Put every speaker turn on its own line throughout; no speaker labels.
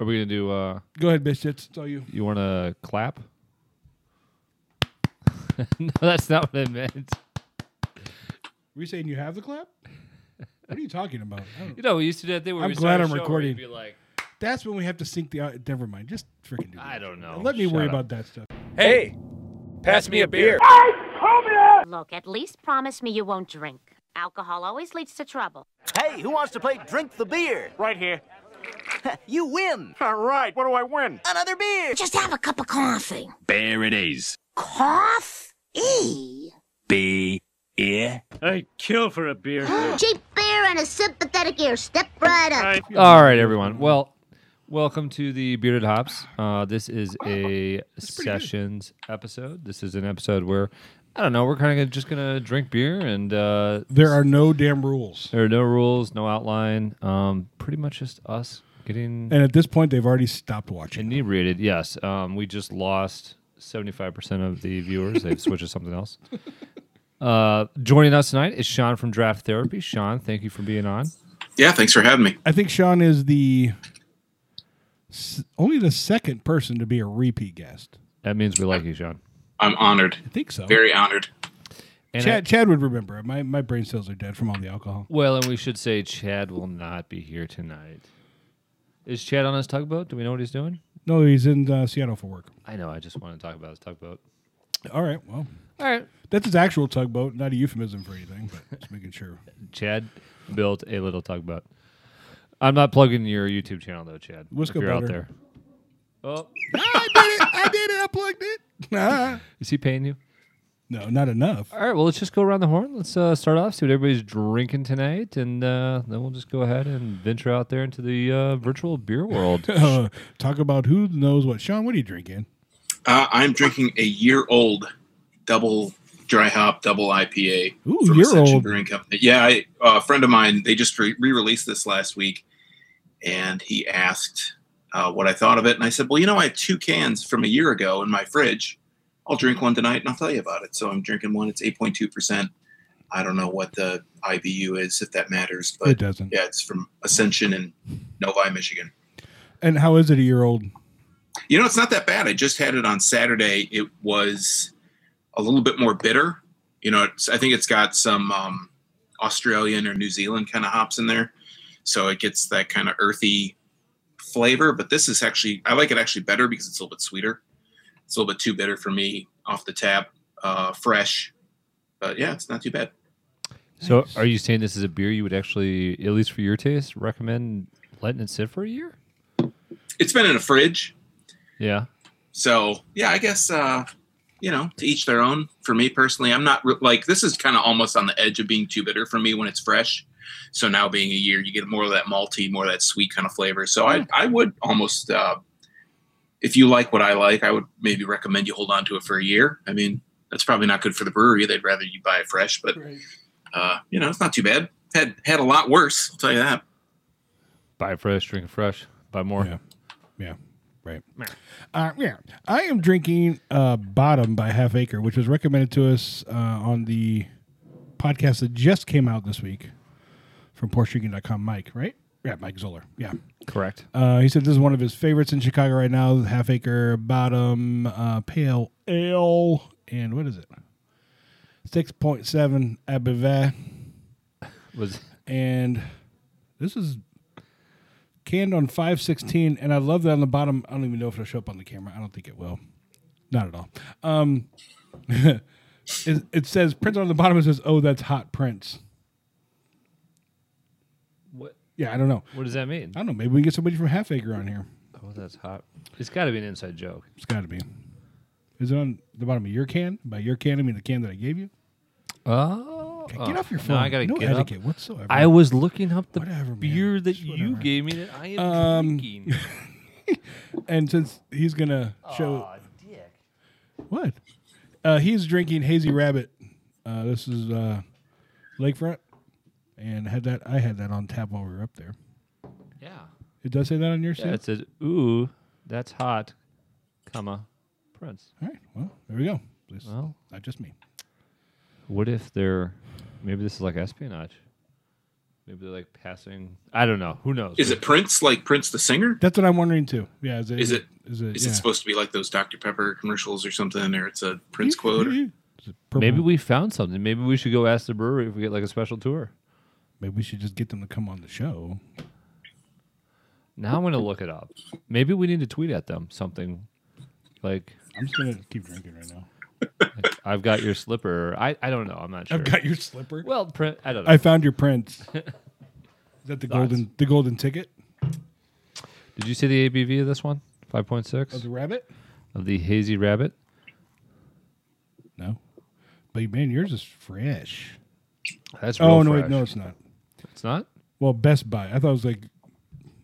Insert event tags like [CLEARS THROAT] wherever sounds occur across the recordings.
Are we gonna do? uh
Go ahead, Biscuits. It's all you.
You want to clap? [LAUGHS] no, that's not what I meant.
Were you saying you have the clap? What are you talking about? I
[LAUGHS]
don't-
You know, we used to do that thing where
I'm
we
glad
started
I'm
a show
recording.
Where you'd be like,
That's when we have to sync the. au- Never mind. Just freaking do that.
I don't know.
Let me
Shut
worry
up.
about that stuff.
Hey, pass me a beer.
Look, at least promise me you won't drink. Alcohol always leads to trouble.
Hey, who wants to play drink the beer?
Right here.
[LAUGHS] You win.
All right, what do I win?
Another beer.
Just have a cup of coffee.
Bear it is.
Cough? E.
Be ear.
I'd kill for a beer.
Cheap beer and a sympathetic ear. Step right up.
All right, everyone. Well, welcome to the Bearded Hops. Uh, this is a sessions episode. This is an episode where I don't know. We're kind of just gonna drink beer, and uh,
There are no damn rules.
there are no rules, no outline. Um, pretty much just us getting
And at this point, they've already stopped watching.
inebriated. Yes. Um, we just lost seventy-five percent of the viewers. They've switched to something else. Uh, joining us tonight is Sean from Draft Therapy. Sean, thank you for being on.
Yeah, thanks for having me.
I think Sean is the s- only the second person to be a repeat guest.
That means we like you, Sean.
I'm honored,
I think so.
very honored.
And
Chad, Chad would remember. My my brain cells are dead from all the alcohol.
Well, and we should say Chad will not be here tonight. Is Chad on his tugboat? Do we know what he's doing?
No, he's in uh, Seattle for work.
I know. I just want to talk about his tugboat.
All right. Well,
All right.
that's his actual tugboat, not a euphemism for anything. But just making sure.
Chad built a little tugboat. I'm not plugging your YouTube channel though, Chad.
Wisco
if you're out
butter.
there. Oh,
I did it. I did it. I plugged it. Nah.
is he paying you?
[LAUGHS] No, not enough. [LAUGHS]
All right. Well, let's just go around the horn. Let's uh, start off. See what everybody's drinking tonight, and uh, then we'll just go ahead and venture out there into the uh, virtual beer [LAUGHS] world.
Uh, talk about who knows what. Sean, what are you drinking?
Uh, I'm drinking a year old double dry hop double IPA.
Ooh,
from
year
Ascension
old.
Brewing Company. Yeah, I, a friend of mine. They just re released this last week, and he asked uh, what I thought of it, and I said, "Well, you know, I have two cans from a year ago in my fridge. I'll drink one tonight, and I'll tell you about it." So I'm drinking one. It's 8.2 percent. I don't know what the IBU is, if that matters,
It
but
doesn't.
yeah, it's from Ascension in Novi, Michigan.
And how is it a year old?
You know, it's not that bad. I just had it on Saturday. It was a little bit more bitter. You know, it's, I think it's got some um, Australian or New Zealand kind of hops in there, so it gets that kind of earthy flavor. But this is actually, I like it actually better because it's a little bit sweeter. It's a little bit too bitter for me off the tap, uh, fresh. But yeah, it's not too bad.
So, are you saying this is a beer you would actually, at least for your taste, recommend letting it sit for a year?
It's been in a fridge,
Yeah.
so yeah, I guess uh, you know, to each their own. For me personally, I'm not re- like this is kind of almost on the edge of being too bitter for me when it's fresh. So now being a year, you get more of that malty, more of that sweet kind of flavor. So I, I would almost, uh, if you like what I like, I would maybe recommend you hold on to it for a year. I mean, that's probably not good for the brewery. They'd rather you buy it fresh, but uh, you know, it's not too bad. Had had a lot worse. I'll tell you that.
Buy fresh, drink it fresh, buy more.
Yeah. Yeah. Right. Uh, yeah. I am drinking uh, Bottom by Half Acre, which was recommended to us uh, on the podcast that just came out this week from PorscheDrinking.com. Mike, right? Yeah, Mike Zoller. Yeah.
Correct.
Uh, he said this is one of his favorites in Chicago right now. the Half Acre Bottom uh, Pale Ale, and what is it? Six point seven Abivat,
Was
and this is canned on five sixteen. And I love that on the bottom. I don't even know if it'll show up on the camera. I don't think it will. Not at all. Um, [LAUGHS] it, it says printed on the bottom. It says, "Oh, that's hot prints."
what?
Yeah, I don't know.
What does that mean?
I don't know. Maybe we can get somebody from Half Acre on here.
Oh, that's hot. It's got to be an inside joke.
It's got to be. Is it on the bottom of your can? By your can, I mean the can that I gave you.
Oh,
Okay, get off your phone.
No, I gotta
no
get up.
etiquette whatsoever.
I was looking up the
Whatever, man.
beer that
Just
you
whatever.
gave me that I am [LAUGHS] drinking.
and since he's gonna show. What? Uh, he's drinking Hazy Rabbit. Uh, this is uh, Lakefront, and had that. I had that on tap while we were up there.
yeah.
It does say that on your
yeah.
yeah,
It says, "Ooh, that's hot," comma, Prince.
All right. Well, there we go. Please.
Well,
Not just me.
What if they're maybe this is like espionage? Maybe they're like passing. I don't know. Who knows?
Is it Prince, like Prince the singer?
That's what I'm wondering too. Yeah, is it?
Is it-
Is it?
Is
yeah.
it supposed to be like those Dr. Pepper commercials or something, or it's a Prince quote? Or,
Is it purple?
Maybe we found something. Maybe we should go ask the brewery if we get like a special tour.
Maybe we should just get them to come on the show.
Now I'm gonna look it up. Maybe we need to tweet at them something like
I'm just gonna keep drinking right now.
I've got your slipper. I, I don't know. I'm not sure.
I've got your slipper.
well, print. I don't know.
I found your prints. Is that the golden the golden ticket
Did you see the ABV of this one? Five point six
of the rabbit?
of the hazy rabbit.
No, but man, yours is fresh.
That's real
Oh no, wait,
fresh.
no, it's not.
it's not.
Well, Best Buy. I thought it was like,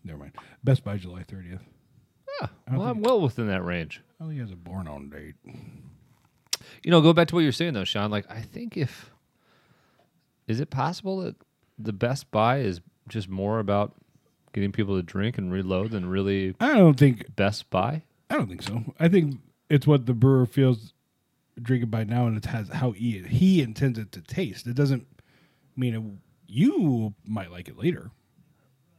never mind. Best Buy, July thirtieth.
Well, I'm well within that range.
Oh, he has a born on date.
You know, go back to what you're saying though, Sean. Like, I think if is it possible that the Best Buy is just more about getting people to drink and reload than really
I don't think.
Best Buy?
I don't think so. I think it's what the brewer feels drinking by now, and it has how he he intends it to taste. It doesn't mean it, you might like it later,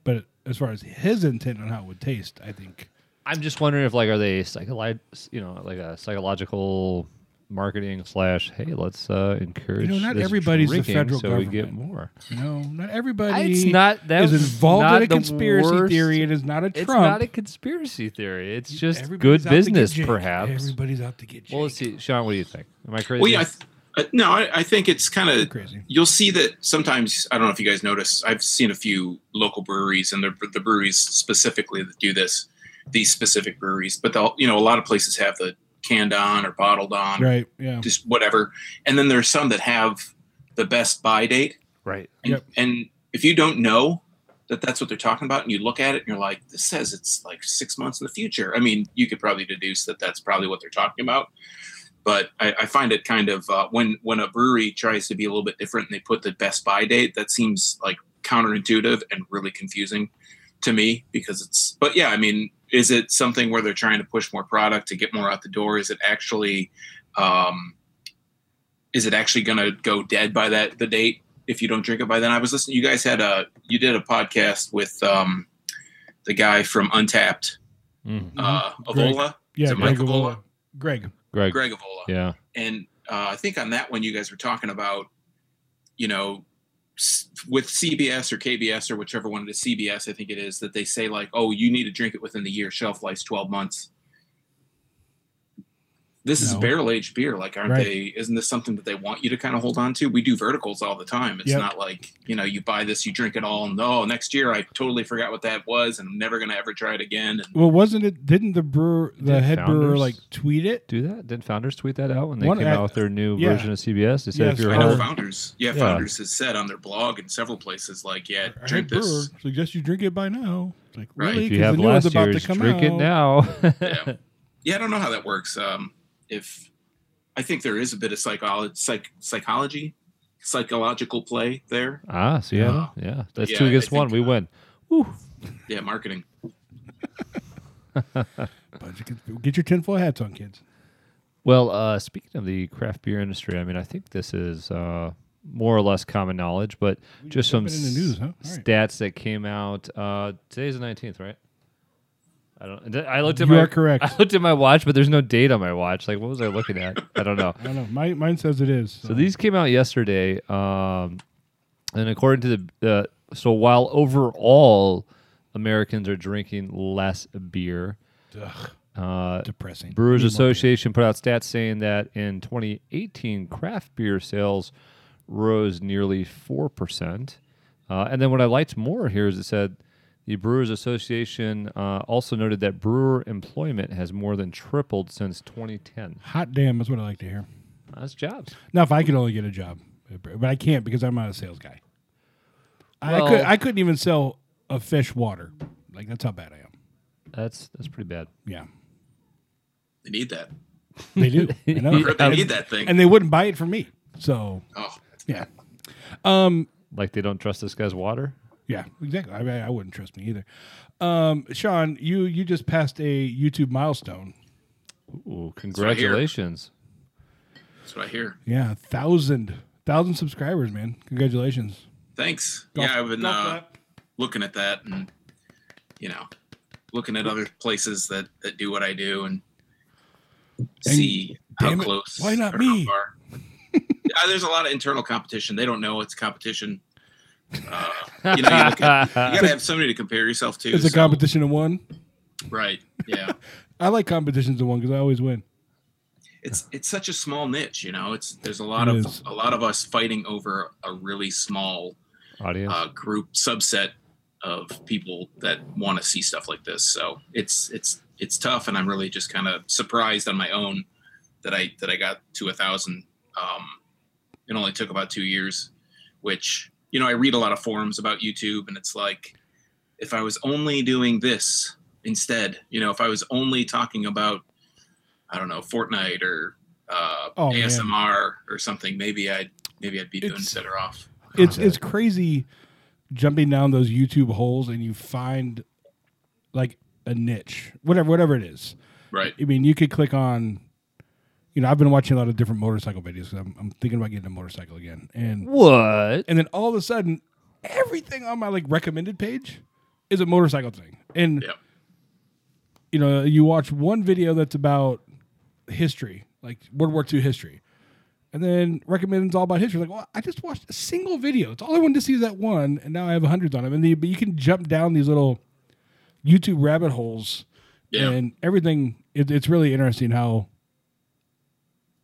but as far as his intent on how it would taste, I think
I'm just wondering if like are they psycholi- you know, like a psychological marketing slash hey let's uh encourage
You know, not
this
everybody's the
drinking
federal
so we get
government.
more
you know not everybody
it's not that
is
was
involved
not
in a
the
conspiracy
worst-
theory. It is not a Trump.
it's not a conspiracy theory it's just
Everybody's
good
out to get
business
Jake.
perhaps
Everybody's out to get Jake.
well let's see Sean what do you think am I crazy
well, yeah. I th- uh, no, I, I think it's kind of
Crazy.
You'll see that sometimes. I don't know if you guys notice. I've seen a few local breweries, and the the breweries specifically that do this, these specific breweries. But they'll, you know, a lot of places have the canned on or bottled on,
Right. Yeah.
just whatever. And then there's some that have the best buy date,
right
And,
Yep.
and if you don't know that that's what they're talking about, and you look at it and you're like, this says it's like six months in the future. I mean, you could probably deduce that that's probably what they're talking about. But I, I find it kind of uh, when when a brewery tries to be a little bit different and they put the best buy date, that seems like counterintuitive and really confusing to me because it's. But yeah, I mean, is it something where they're trying to push more product to get more out the door? Is it actually, um, is it actually going to go dead by that the date? if you don't drink it by then. I was listening. You guys had a you did a podcast with um, the guy from Untapped,
Mm.
uh,
Greg.
Avola,
Yeah.
it Mike
Greg
Avola?
Avola. Greg.
Greg
Greg Avola,
yeah
and uh, I think on that one you guys were talking about, you know, s- with CBS or KBS or whichever one it is, CBS I think it is that they say like, oh, you need to drink it within the year. Shelf life's twelve months. This is
No.
barrel aged beer. Like, aren't
Right.
they? Isn't this something that they want you to kind of hold on to? We do verticals all the time. It's
Yep.
not like you know you buy this, you drink it all, and oh, next year I totally forgot what that was, and I'm never gonna ever try it again. And
Well, wasn't it? Didn't the brewer, the
Did
head brewer,
Founders?
like tweet it?
do that didn't founders tweet that out when they
One-
came
I-
out with their new
yeah.
version of CBS they said
Yeah,
if you're
I
Or-
know
home
founders, yeah,
Yeah.
founders has said on their blog and several places like, yeah,
Our
drink
head
this.
brewer suggests you drink it by now. It's like
Right.
really?
if you
'Cause
have
the new one's
last
about
year's
to come
drink it
out.
now
[LAUGHS]
yeah. yeah, I don't know how that works. Um, if I think there is a bit of psychology, psych, psychology, psychological play there.
ah Seattle yeah that's two
Yeah, I
against one
think,
we
uh,
win Woo.
Yeah, marketing.
Bunch of kids- Get your tinfoil hats on, kids.
Well, uh, speaking of the craft beer industry, I mean, I think this is uh, more or less common knowledge, but just some
jump in the news, huh? All right.
stats that came out. Uh, today's the nineteenth, right? I don't. I looked at
You
my.
are
[LAUGHS]
correct.
I looked at my watch, but there's no date on my watch. Like, what was I looking at? I don't
[LAUGHS]
know.
I don't know. My, mine says it is. So,
So these came out yesterday, um, and according to the uh, so while overall Americans are drinking less beer,
Ugh,
uh,
depressing.
Brewers
Need more beer.
Association put out stats saying that in 2018, craft beer sales rose nearly 4%. Uh, and then what I liked more here is it said the Brewers Association uh, also noted that brewer employment has more than tripled since 2010.
Hot damn, that's what I like to hear.
That's jobs.
Now, if I could only get a job, but I can't because I'm not a sales guy. I
Well-
could. I couldn't even sell a fish water. Like that's how bad I am.
That's that's pretty bad.
Yeah,
They need that.
[LAUGHS]
they do. I know.
Or They need that thing.
and they wouldn't buy it from me. So
oh,
yeah, um,
Like they don't trust this guy's water.
yeah, exactly. I, mean, I wouldn't trust me either. Um, Sean, you you just passed a YouTube milestone.
Ooh,
right here.
congratulations.
that's what I hear.
Yeah, thousand thousand subscribers, man. Congratulations.
Thanks.
Golf-
yeah, I've been
golf
uh,
clap.
looking at that and you know looking at other places that that do what I do and,
And
see how
damn it,
close.
why not
or
me? [LAUGHS]
how far. Yeah, There's a lot of internal competition. They don't know it's competition. Uh, [LAUGHS] you know, you, look at, you gotta have somebody to compare yourself to.
It's a
so-
competition of one.
right? Yeah,
I like competitions of one because I always win.
it's it's such a small niche. You know, it's there's a lot
It
of
is.
a lot of us fighting over a really small
[LAUGHS] Audience.
uh, group subset of people that want to see stuff like this. So it's it's it's tough, and I'm really just kind of surprised on my own that I that I got to a thousand. Um, it only took about two years, which you know I read a lot of forums about YouTube, and it's like if I was only doing this instead, you know, if I was only talking about I don't know Fortnite or uh,
Oh, man.
ASMR or something, maybe I'd maybe I'd be doing
It's-
better off.
It's
Okay.
it's crazy jumping down those YouTube holes and you find like a niche, whatever whatever it is.
Right.
I mean, you could click on. You know, I've been watching a lot of different motorcycle videos. 'cause I'm, I'm thinking about getting a motorcycle again, and
what?
and then all of a sudden, everything on my like recommended page is a motorcycle thing. And
Yep.
you know, you watch one video that's about history, like World War II history, and then recommends all about history. Like, well, I just watched a single video. It's all I wanted to see is that one, and now I have hundreds on them. And the, but you can jump down these little YouTube rabbit holes,
Yeah.
and everything. It, it's really interesting how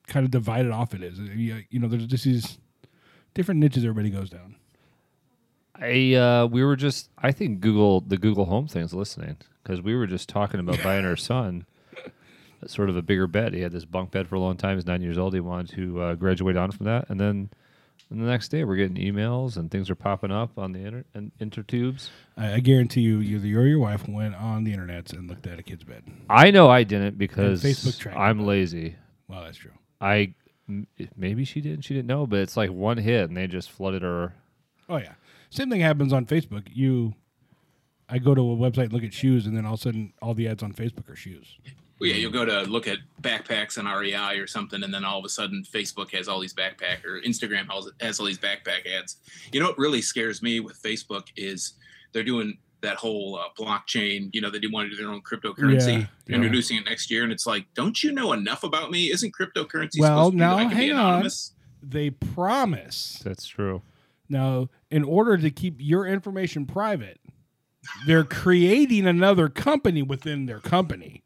kind of divided off it is. You, you know, there's just these different niches everybody goes down.
I uh, we were just I think Google the Google Home thing's listening because we were just talking about buying our son [LAUGHS] sort of a bigger bed. He had this bunk bed for a long time. He's nine years old. He wanted to uh, graduate on from that, and then and the next day we're getting emails and things are popping up on the inter and intertubes.
I, I guarantee you, either you or your wife went on the internet and looked at a kid's bed.
I know I didn't because
Facebook tracked
I'm lazy.
Well, that's true.
I m- maybe she didn't. She didn't know, but it's like one hit and they just flooded her.
Oh yeah. Same thing happens on Facebook. You I go to a website and look at shoes and then all of a sudden all the ads on Facebook are shoes.
Well, yeah, you'll
Mm-hmm.
go to look at backpacks on REI or something, and then all of a sudden Facebook has all these backpack or Instagram has, has all these backpack ads. You know what really scares me with Facebook is they're doing that whole uh, blockchain. You know, they do want to do their own cryptocurrency,
Yeah, yeah.
introducing it next year, and it's like, don't you know enough about me? Isn't cryptocurrency
Well,
supposed to
now,
be, I can be
hang on.
anonymous?
They promise.
That's true.
Now, in order to keep your information private, they're creating another company within their company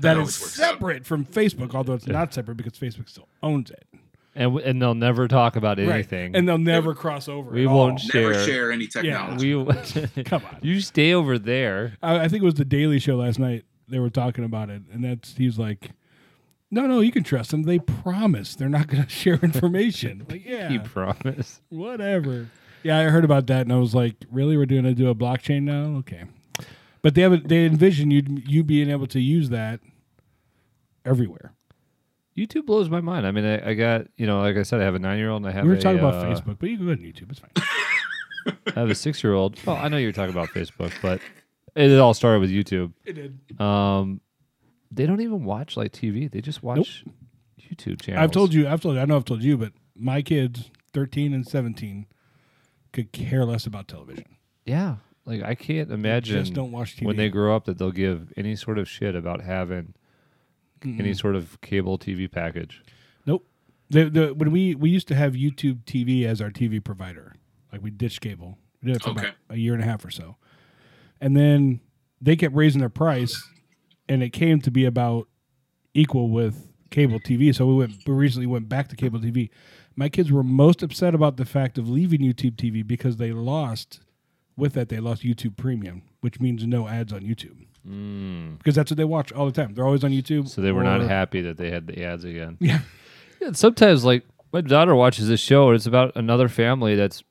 that is
always works out.
separate from Facebook, although it's not separate because Facebook still owns it.
And w- and they'll never talk about anything.
And they'll never cross over.
We
at
won't
all.
sh-
Never
Share.
share any
[LAUGHS]
technology.
we
[LAUGHS] Come on.
[LAUGHS] You stay over there.
I, I think it was the Daily Show last night. They were talking about it, and that's he's like, "No, no, you can trust them. They promise they're not going to [LAUGHS] share information."
[LAUGHS]
like, yeah,
You promise.
whatever. Yeah, I heard about that, and I was like, "Really? We're doing to do a blockchain now? Okay." But they have a, they envision you you being able to use that everywhere.
YouTube blows my mind. I mean, I, I got you know, like I said, I have a nine-year-old and I have
We were
a,
talking about
uh,
Facebook, but you can go to YouTube.
[CLEARS THROAT]
It's fine.
I have a six-year-old. Well, I know you were talking about Facebook, but it all started with YouTube.
it did.
Um, they don't even watch like TV; they just watch YouTube channels.
I've told you. I've told you. I know I've told you, but my kids, thirteen and seventeen, could care less about television.
yeah. Like I can't imagine
just don't watch TV.
when they grow up that they'll give any sort of shit about having any sort of cable TV package.
Nope. The, the, when we we used to have YouTube TV as our TV provider, like we ditched cable. We did it for
Okay.
about a year and a half or so, and then they kept raising their price, and it came to be about equal with cable TV. So we went we recently went back to cable TV. My kids were most upset about the fact of leaving YouTube TV because they lost. With that, they lost YouTube Premium, which means no ads on YouTube because that's what they watch all the time. They're always on YouTube.
So they were not
or-
happy that they had the ads again.
Yeah.
Yeah, sometimes like my daughter watches this show and it's about another family that's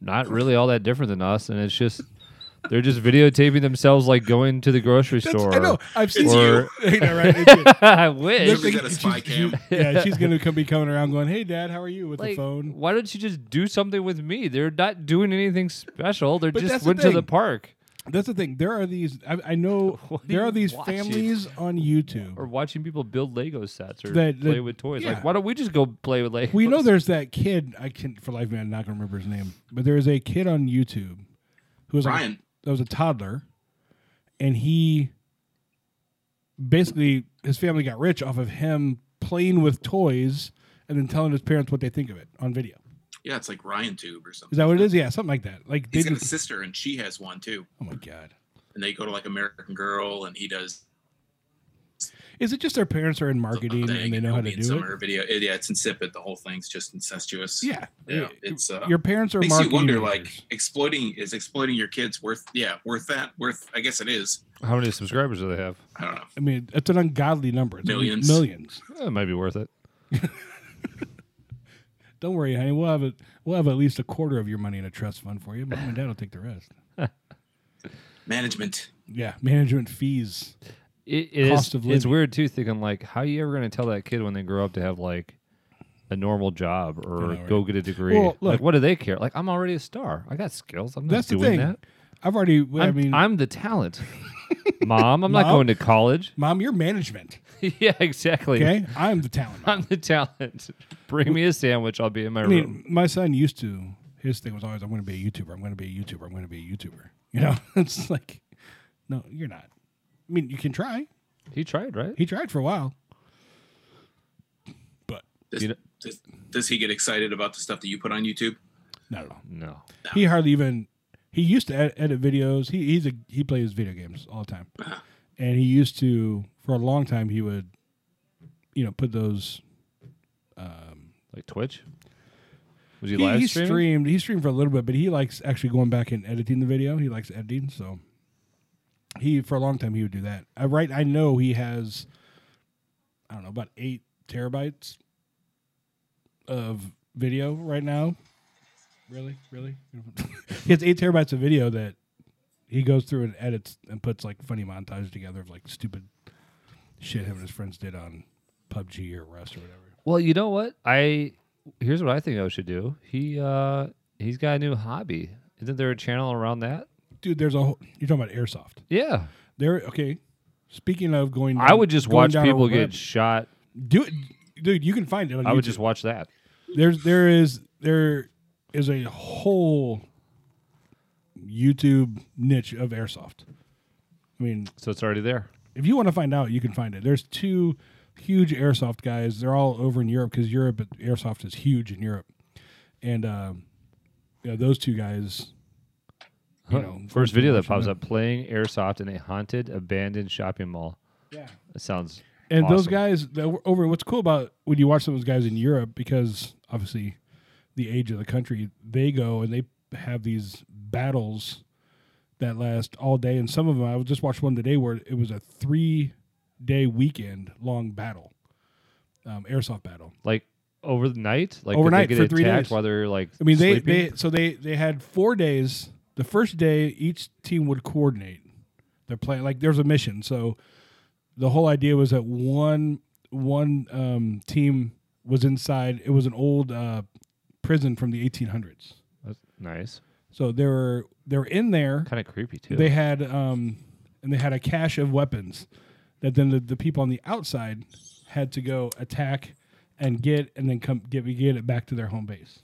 not really all that different than us and it's just they're just videotaping themselves like going to the grocery store.
I know. I've seen
Or-
you. [LAUGHS] I know, right? It's you.
[LAUGHS] I
Look,
wish.
Somebody's got a spy
[LAUGHS] she's-
cam.
yeah, she's gonna come be coming around going, "Hey, Dad, how are you?" with the
Like,
phone.
why don't you just do something with me? They're not doing anything special. They are
But
just
that's the
went to the
thing.
park.
That's the thing. There are these. I, I know
[LAUGHS] What are
there are
you
these
watching?
families on YouTube.
Or watching people build Lego sets or
That- that-
play with toys.
yeah.
Like, why don't we just go play with Legos? [LAUGHS]
We know there's that kid. I can't for life, man. I'm not gonna remember his name. But there is a kid on YouTube who was like-
Ryan.
that was a toddler, and he basically his family got rich off of him playing with toys and then telling his parents what they think of it on video.
Yeah, it's like Ryan Tube or something.
Is that what it is? Yeah, something like that. Like they
He's got a
just,
sister and she has one too.
oh my god,
And they go to like American Girl and he does
is it just their parents are in marketing and they know how to do
summer
it?
video. It- yeah, it's insipid. The whole thing's just incestuous.
Yeah,
Yeah, it's, uh,
your parents are
makes
marketing.
you wonder
majors.
like exploiting is exploiting your kids worth yeah worth that worth I guess it is
How many subscribers do they have?
I don't know
I mean, it's an ungodly number. It's
Millions.
millions.
Eh, It might be worth it.
Don't worry, honey. We'll have it. We'll have at least a quarter of your money in a trust fund for you. Mom and dad will take the rest.
management
Yeah, management fees.
It, it
Cost
is-
of
It's
living.
weird too, thinking like, how you ever going to tell that kid when they grow up to have like a normal job or
right?
go get a degree?
Well, look-
like, what do they care? Like, I'm already a star. I got skills. I'm not
That's the
doing
thing.
that.
I've already. i
I'm,
mean,
I'm the
[LAUGHS]
talent. Mom, I'm not
Mom?
going to college. [LAUGHS]
mom, you're management.
yeah, exactly.
Okay, I'm the talent.
[LAUGHS] I'm the talent. Bring me a sandwich. I'll be in my
I
room. [LAUGHS]
mean, my son used to. His thing was always, "I'm going to be a YouTuber. I'm going to be a YouTuber. I'm going to be a YouTuber." You know, [LAUGHS] it's like, no, you're not. I mean, you can try.
He tried, right?
He tried for a while, but
does,
You know-
does, does he get excited about the stuff that you put on YouTube
not at all.
no.
He hardly even. He used to edit, edit videos. He he's a he plays video games all the time, and he used to for a long time. He would, you know, put those.
Like Twitch? Was he,
He,
live
he
streaming?
streamed. He streamed for a little bit, but he likes actually going back and editing the video. He likes editing, so he for a long time he would do that. I right. I know he has. I don't know about eight terabytes of video right now. Really, really, [LAUGHS] he has eight terabytes of video that he goes through and edits and puts like funny montages together of like stupid shit him and his friends did on PUBG or Rust or whatever.
Well, you know what? I here's what I think I should do. He uh he's got a new hobby. Isn't there a channel around that?
Dude, there's a whole, you're talking about airsoft.
Yeah.
There. Okay. Speaking of going,
I would just
going
watch
down a
people
rabbit-
get shot.
do it, dude. You can find it. On
I would
YouTube.
just watch that.
There's there is there is a whole YouTube niche of airsoft. I mean,
So it's already there.
if you want to find out, you can find it. There's two huge airsoft guys. They're all over in Europe because Europe airsoft is huge in Europe, and um, yeah, those two guys. You know,
First video that pops up playing airsoft in a haunted abandoned shopping mall.
Yeah.
That sounds
And those
awesome.
guys that were over. What's cool about when you watch those guys in Europe, because obviously the age of the country, they go and they have these battles that last all day. And some of them, I just watched one today where it was a three day weekend long battle, um, airsoft battle.
like overnight, like did
Overnight
they
for
get
three
attacked
days.
while they're like
I mean, they,
sleeping?
they so they they had four days. The first day, each team would coordinate their play. Like there's a mission, so the whole idea was that one one um, team was inside. It was an old uh, prison from the 1800s,
That's nice.
so they were they were in there.
Kind of creepy too.
They had um, and they had a cache of weapons that then the, the people on the outside had to go attack and get, and then come get get it back to their home base.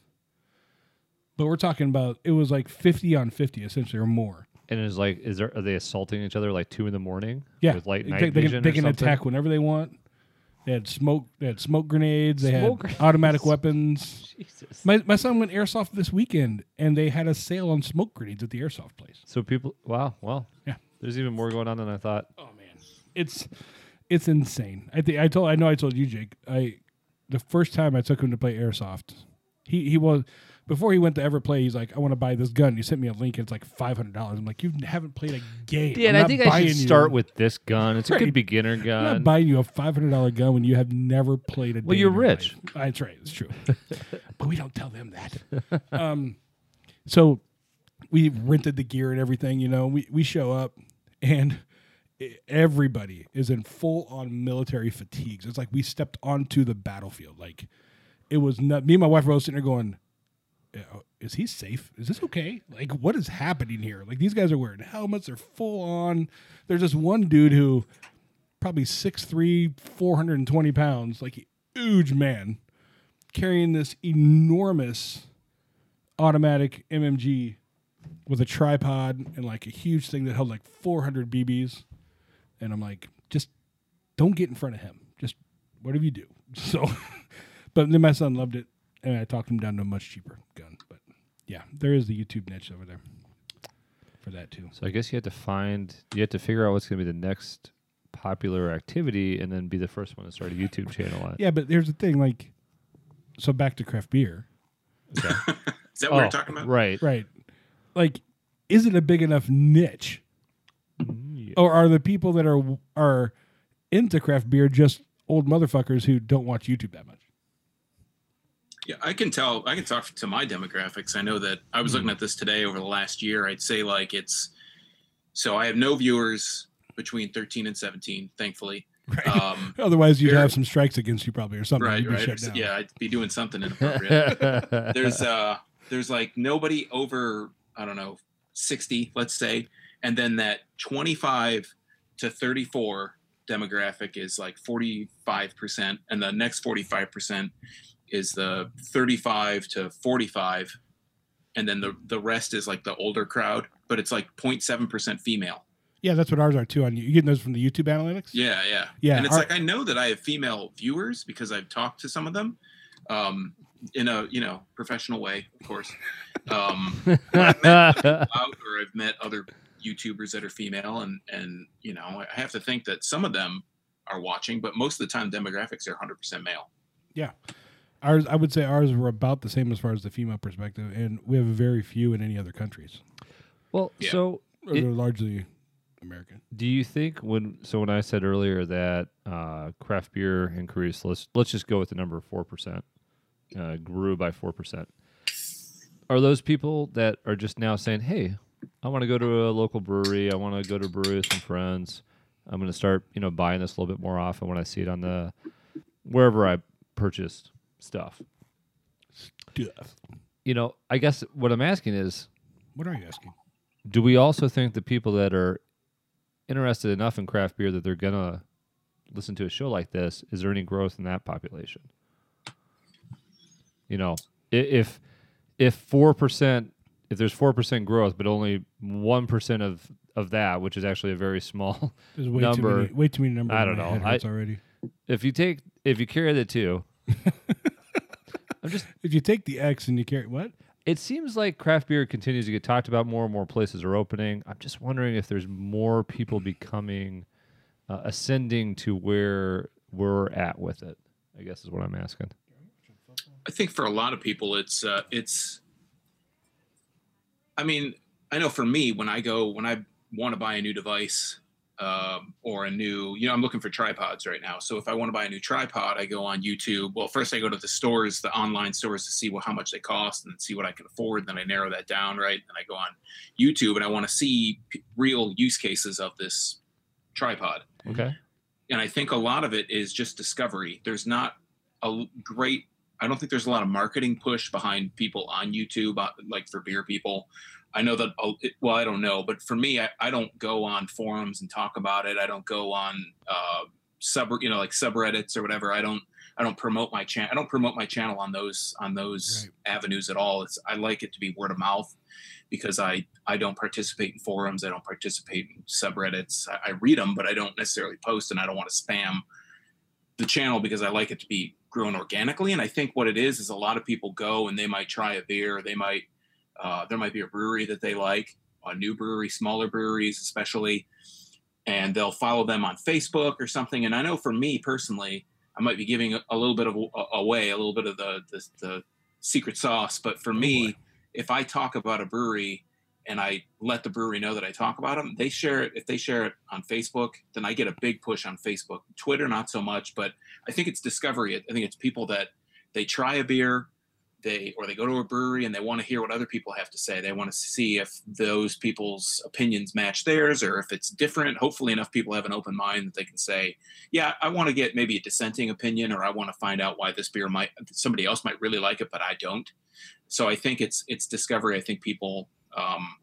But we're talking about it was like fifty on fifty essentially or more.
and it's like is there are they assaulting each other like two in the morning?
Yeah,
With light
They-
night
they,
vision
can,
or
they can
something?
attack whenever they want. They had smoke. They had smoke grenades. They
Smoke
had
grenades.
automatic weapons.
Jesus.
My my son went airsoft this weekend, and they had a sale on smoke grenades at the airsoft place.
So people, wow, well,
Yeah.
There's even more going on than I thought.
it's it's insane. I think I told I know I told you Jake. I the first time I took him to play airsoft, he he was before he went to ever play. He's like, I want to buy this gun. You sent me a link. It's like five hundred dollars. I'm like, you haven't played a game.
Yeah,
I'm
and I
not
think I
buying
should
you-
start with this gun. It's a
Right.
good beginner
I'm not
gun.
buying you a five hundred dollar gun when you have never played a.
Well,
day
you're
in your
rich.
life. That's right. It's true, [LAUGHS] but we don't tell them that. Um, so we rented the gear and everything. You know, we we show up and e- everybody is in full on military fatigues. It's like we stepped onto the battlefield. Like it was nut. Me and my wife were both sitting there going, uh, is he safe? Is this okay? Like, what is happening here? Like, these guys are wearing helmets. They're full on. There's this one dude who probably 6'3", 420 pounds, like huge man, carrying this enormous automatic MMG with a tripod and like a huge thing that held like 400 BBs. And I'm like, just don't get in front of him. Just whatever you do. [LAUGHS] So, but then my son loved it, and I talked him down to a much cheaper gun. But yeah, there is the YouTube niche over there for that too.
So I guess you have to find, you have to figure out what's going to be the next popular activity, and then be the first one to start a YouTube channel on. it.
Yeah, but here's the thing, like, so back to craft beer,
Is that what we're talking about?
Oh, right.
Oh, right? Like, is it a big enough niche,
Mm,
or are the people that are are into craft beer just old motherfuckers who don't watch YouTube that much?
Yeah, I can tell. I can talk to my demographics. I know that I was
Hmm.
looking at this today over the last year. I'd say like it's so I have no viewers between 13 and 17, thankfully.
[LAUGHS] Right.
Um,
Otherwise, you'd
Beer-
have some strikes against you probably, or something.
right,
You'd be
right.
shut down.
Yeah, I'd be
[LAUGHS]
doing something inappropriate.
[LAUGHS]
there's uh, there's like nobody over I don't know 60, let's say, and then that 25 to 34 demographic is like 45 percent, and the next 45 percent is the 35 to 45 and then the the rest is like the older crowd but it's like 0.7% female
Yeah, that's what ours are too. On you, you getting those from the YouTube analytics?
yeah yeah
Yeah,
and it's
our-
like i know that i have female viewers because i've talked to some of them um in a you know professional way of course um out or i've met other youtubers that are female and and you know i have to think that some of them are watching but most of the time demographics are 100% male
Ours, I would say ours were about the same as far as the female perspective, and we have very few in any other countries.
well,
Yeah.
so
Or
It-
they're largely American.
Do you think when so when I said earlier that uh, craft beer increased, let's let's just go with the number four percent, uh, grew by four percent. Are those people that are just now saying, "Hey, I want to go to a local brewery. I want to go to a brewery with some friends. I'm going to start, you know, buying this a little bit more often when I see it on the wherever I purchased stuff." You know, I guess what I'm asking is,
What are you asking?
do we also think the people that are interested enough in craft beer that they're gonna listen to a show like this is there any growth in that population you know i- if if 4% if there's 4% growth but only 1% of of that which is actually a very small [LAUGHS]
There's way too
Number-
many. Way too many numbers.
I
in
don't
my
know.
head
I-
hurts already.
if you take if you carry the two
If you take the X and you carry what?
it seems like craft beer continues to get talked about more and more places are opening i'm just wondering if there's more people becoming uh, ascending to where we're at with it i guess is what i'm asking
I think for a lot of people, it's uh, it's. I mean, I know for me, when I go when I want to buy a new device um, or a new, you know, I'm looking for tripods right now. So if I want to buy a new tripod, I go on YouTube. Well, first I go to the stores, the online stores, to see what, how much they cost and see what I can afford. Then I narrow that down, right? Then I go on YouTube and I want to see p- real use cases of this tripod
okay
and I think a lot of it is just discovery. There's not a l- great. I don't think there's a lot of marketing push behind people on YouTube, uh, like for beer people. I know that. uh, it- Well, I don't know, but for me, I, I don't go on forums and talk about it. I don't go on uh, sub, you know, like subreddits or whatever. I don't. I don't promote my channel. I don't promote my channel on those on those avenues at all. It's I like it to be word of mouth because I I don't participate in forums. I don't participate in subreddits. I, I read them, but I don't necessarily post, and I don't want to spam the channel because I like it to be grown organically. And I think what it is is a lot of people go and they might try a beer. They might uh, there might be a brewery that they like, a new brewery, smaller breweries especially, and they'll follow them on Facebook or something. And I know for me personally, I might be giving a, a little bit of a- away, a little bit of the the, the secret sauce, but for me. If I talk about a brewery and I let the brewery know that I talk about them, they share it. If they share it on Facebook, then I get a big push on Facebook. Twitter, not so much, but I think it's discovery. I think it's people that they try a beer, they or they go to a brewery and they want to hear what other people have to say. They want to see if those people's opinions match theirs or if it's different. Hopefully, enough people have an open mind that they can say, "Yeah, I want to get maybe a dissenting opinion, or I want to find out why this beer might somebody else might really like it, but I don't." So I think it's it's discovery. I think people um,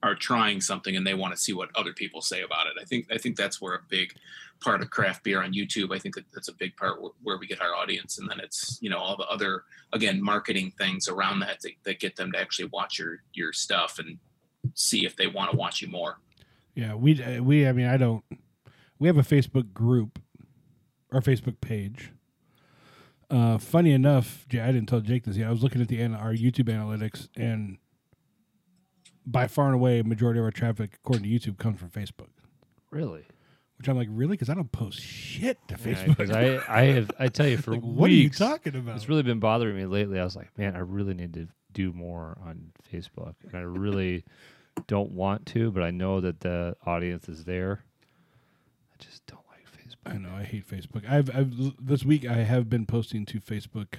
are trying something and they want to see what other people say about it. I think I think that's where a big part of craft beer on YouTube. I think that that's a big part wh- where we get our audience, and then it's you know all the other again marketing things around that that, that get them to actually watch your your stuff and see if they want to watch you more.
Yeah, we uh, we I mean I don't. We have a Facebook group, our Facebook page. Uh, funny enough, Jay, I didn't tell Jake this. yet. I was looking at the an- our YouTube analytics, and by far and away, majority of our traffic, according to YouTube, comes from Facebook.
Really?
Which I'm like, really? Because I don't post shit to
Because
Facebook.
I, I have, I tell you, for
[LAUGHS] Like,
weeks,
what are you talking about?
It's really been bothering me lately. I was like, man, I really need to do more on Facebook, and I really don't want to, but I know that the audience is there. I just don't like Facebook.
I know I hate Facebook. I've, I've this week I have been posting to Facebook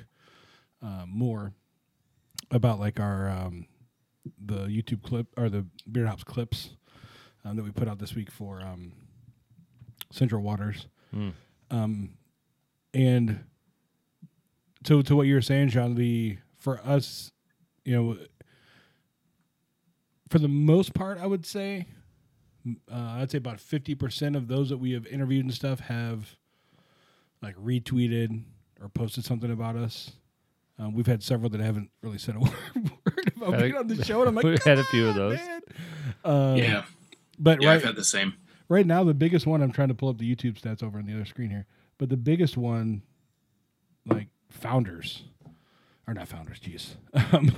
uh, more about like our um, the YouTube clip or the Beer Hops clips um, that we put out this week for um, Central Waters,
Hmm.
um, and to to what you were saying, John. The for us, you know, for the most part, I would say uh, I'd say about 50% of those that we have interviewed and stuff have like retweeted or posted something about us. Um, we've had several that haven't really said a [LAUGHS] word, word about
I
being
think-
on the show, and I'm
[LAUGHS]
like,
we had a few of
"God,
those.
man." Uh,
yeah,
But
yeah, I've
right,
had the same.
right now, the biggest one, I'm trying to pull up the YouTube stats over on the other screen here, but the biggest one, like founders, or not founders, jeez, [LAUGHS] um,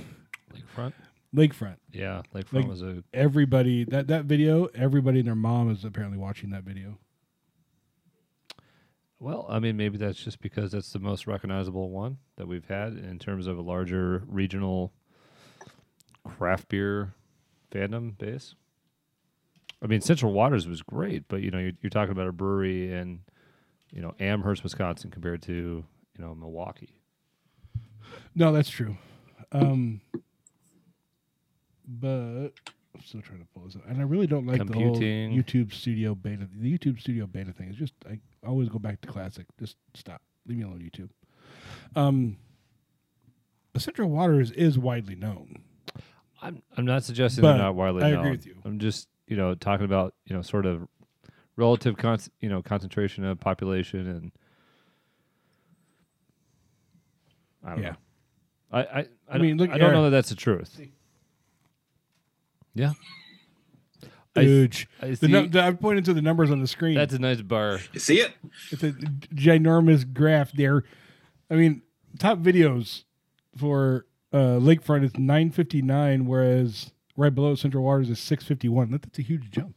Lakefront,
Lakefront.
yeah, Lakefront
Like-
was a
Everybody, that, that video, everybody and their mom is apparently watching that video.
Well, I mean, maybe that's just because that's the most recognizable one that we've had in terms of a larger regional craft beer fandom base. I mean, Central Waters was great, but you know, you're, you're talking about a brewery in, you know, Amherst, Wisconsin, compared to you know Milwaukee.
No, that's true. Um, but I'm still trying to pull this up, and I really don't like
Computing.
the whole YouTube Studio beta. The YouTube Studio beta thing is just I always go back to classic. Just stop. Leave me alone, YouTube. Um, but Central Waters is widely known.
I'm I'm not suggesting
But
they're not widely
I
known.
agree with you.
I'm just you know talking about you know sort of relative con- you know concentration of population and I don't
Yeah.
know. I I, I,
mean,
mean,
look,
I don't know
Eric.
that that's the truth. Yeah. I-
Huge.
I
the nu-
see-
the- I'm pointing to the numbers on the screen.
that's a nice bar.
You see it?
it's a ginormous graph there. I mean, top videos for uh, Lakefront is 959, whereas right below Central Waters is 651. That, that's a huge jump.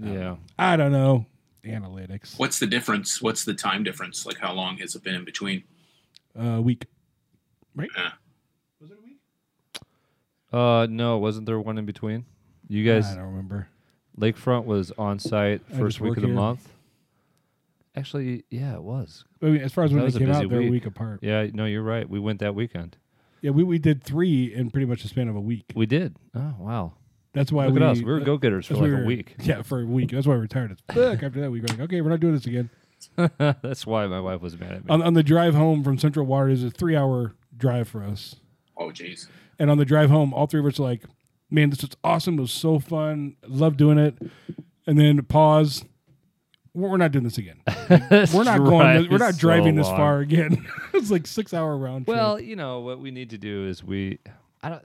Yeah.
I don't know. Analytics.
What's the difference? What's the time difference? Like how long has it been in between?
Uh, week. Right?
Yeah.
Was it a week?
Uh no, wasn't there one in between? You
I
guys
don't remember.
Lakefront was on site
I
first
just
week
work
of the
here.
month. Actually, yeah, it was.
I mean, as far as
That
when
was
they
a
came
busy
out, they're a
week.
week apart. Yeah,
Yeah, no, you're right. We went that weekend.
we, we did three in pretty much the span of a week.
We did. Oh wow!
That's why
Look
we, uh,
at us. We were go getters for
that's
like
we
a
were-
week. [LAUGHS]
[LAUGHS] Yeah, for a week. That's why we retired. It's fuck after that week. We're like, okay, we're not doing this again.
That's why my wife was mad at me.
on, on the drive home from Central Waters is a three hour drive for us.
Oh, jeez.
And on the drive home, all three of us are like, man, this was awesome. It was so fun. Love doing it. And then pause. We're we're not doing this again. We're not going. We're not driving this far again. [LAUGHS] it's like six hour round trip.
Well, you know what we need to do is we. I don't.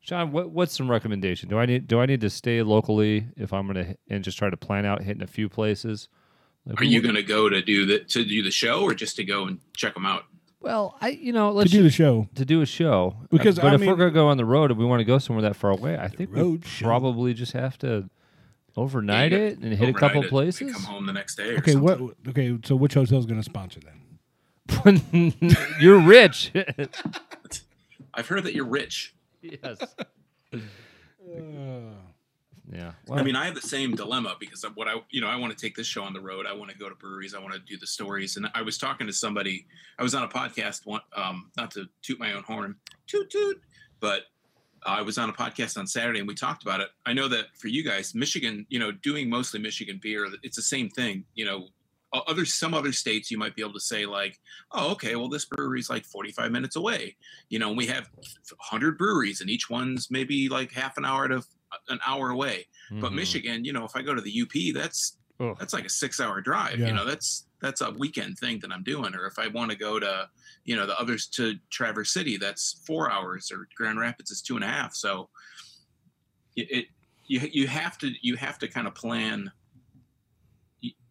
Sean, what, what's some recommendation? Do I need do I need to stay locally if I'm gonna hit- and just try to plan out hitting a few places? Like,
Are you going to go to do the to do the show or just to go and check them out?
Well, I you know
to
let's
do the show.
to do a show
Because,
but
I
if
mean-
we're gonna go on the road and we want to go somewhere that far away, I think we
road show.
probably just have to overnight
You
it
get
and hit a
overnight
couple
it and
places.
Come home the next day. Or
Okay,
something.
what? Okay, so which hotel is going to sponsor then?
[LAUGHS] You're rich. [LAUGHS]
I've heard that you're rich.
yes. Yeah.
I mean, I have the same dilemma because of what I, you know, I want to take this show on the road. I want to go to breweries. I want to do the stories. And I was talking to somebody. I was on a podcast. One, um, not to toot my own horn, toot toot, but I was on a podcast on Saturday and we talked about it. I know that for you guys, Michigan, you know, doing mostly Michigan beer, it's the same thing. You know, uh, other some other states you might be able to say like, oh, okay, well this brewery's like 45 minutes away. You know, we have 100 breweries and each one's maybe like half an hour to an hour away. But
Mhm.
Michigan, you know, if I go to the UP, that's
Ugh.
that's like a six hour drive.
Yeah.
You know, that's that's a weekend thing that I'm doing. Or if I want to go to, you know, the others to Traverse City, that's four hours. Or Grand Rapids is two and a half. So it, it you you have to you have to kind of plan.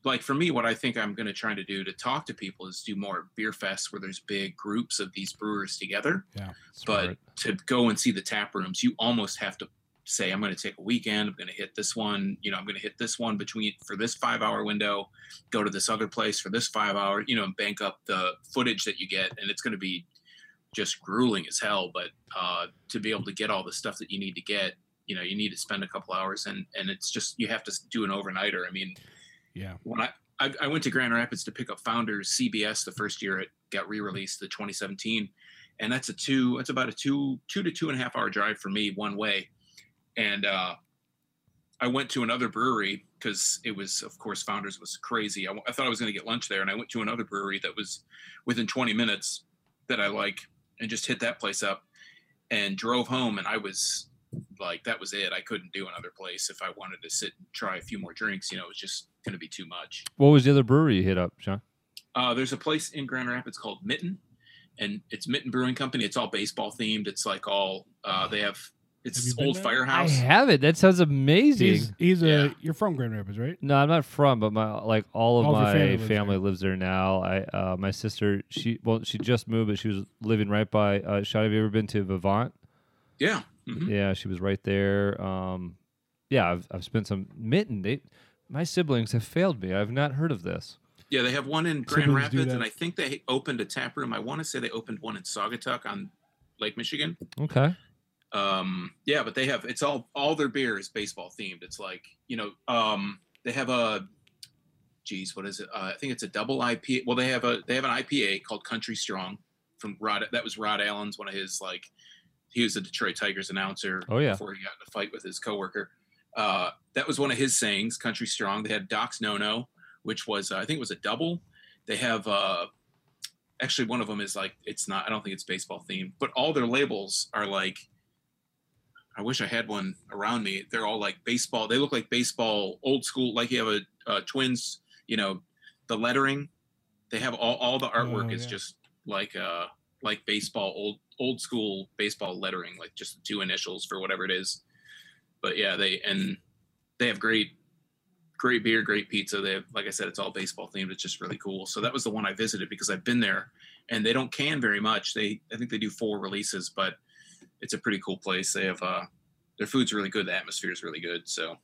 Like for me, what I think I'm going to try to do to talk to people is do more beer fests where there's big groups of these brewers together
Smart.
but to go and see the tap rooms, you almost have to say, I'm going to take a weekend. I'm going to hit this one. You know, I'm going to hit this one between for this five hour window, go to this other place for this five hour, you know, and bank up the footage that you get. And it's going to be just grueling as hell. But uh, to be able to get all the stuff that you need to get, you know, you need to spend a couple hours and, and it's just, you have to do an overnighter. I mean,
Yeah.
when I, I I went to Grand Rapids to pick up Founders CBS the first year it got re-released, the 2017, and that's a two. That's about a two two to two and a half hour drive for me one way, and uh, I went to another brewery because it was of course Founders was crazy. I, w- I thought I was going to get lunch there, and I went to another brewery that was within 20 minutes that I like, and just hit that place up, and drove home, and I was like that was it i couldn't do another place if i wanted to sit and try a few more drinks you know it was just going to be too much
what was the other brewery you hit up, Sean?
uh, there's a place in Grand Rapids called Mitten, and it's Mitten Brewing Company. It's all baseball themed. It's like all uh, they have. It's
Have you been
old
there?
firehouse.
I have it. That sounds amazing.
He's, he's a.
Yeah.
You're from Grand Rapids, right?
No, I'm not from, but my like all of
All of your
my
family
family,
lives
lives there now. I uh, my sister, she well, she just moved, but she was living right by. Uh, Shot, have you ever been to Vivant?
yeah. Mhm.
Yeah, she was right there. Um, yeah, I've I've spent some mitten. They, my siblings have failed me. I've not heard of this.
Yeah, they have one in
Siblings
Grand
do
Rapids,
that.
and I think they opened a tap room. I want to say they opened one in Saugatuck on Lake Michigan.
Okay,
um yeah but they have it's all all their beer is baseball themed it's like you know um they have a geez what is it uh, i think it's a double ipa well they have a they have an ipa called country strong from rod that was rod allen's one of his like he was a detroit tigers announcer
Oh, yeah.
before he got in a fight with his coworker uh that was one of his sayings country strong they had doc's no no which was uh, i think it was a double they have uh actually one of them is like it's not i don't think it's baseball themed but all their labels are like i wish i had one around me they're all like baseball they look like baseball old school like you have a uh, twins you know the lettering they have all, all the artwork
Oh,
is
yeah.
just like uh like baseball old old school baseball lettering like just the two initials for whatever it is but yeah they and they have great great beer, great pizza. They have, like I said, it's all baseball themed. It's just really cool. So that was the one I visited because I've been there, and they don't can very much. They I think they do four releases, but it's a pretty cool place. They have uh, their food's really good. The atmosphere is really good. So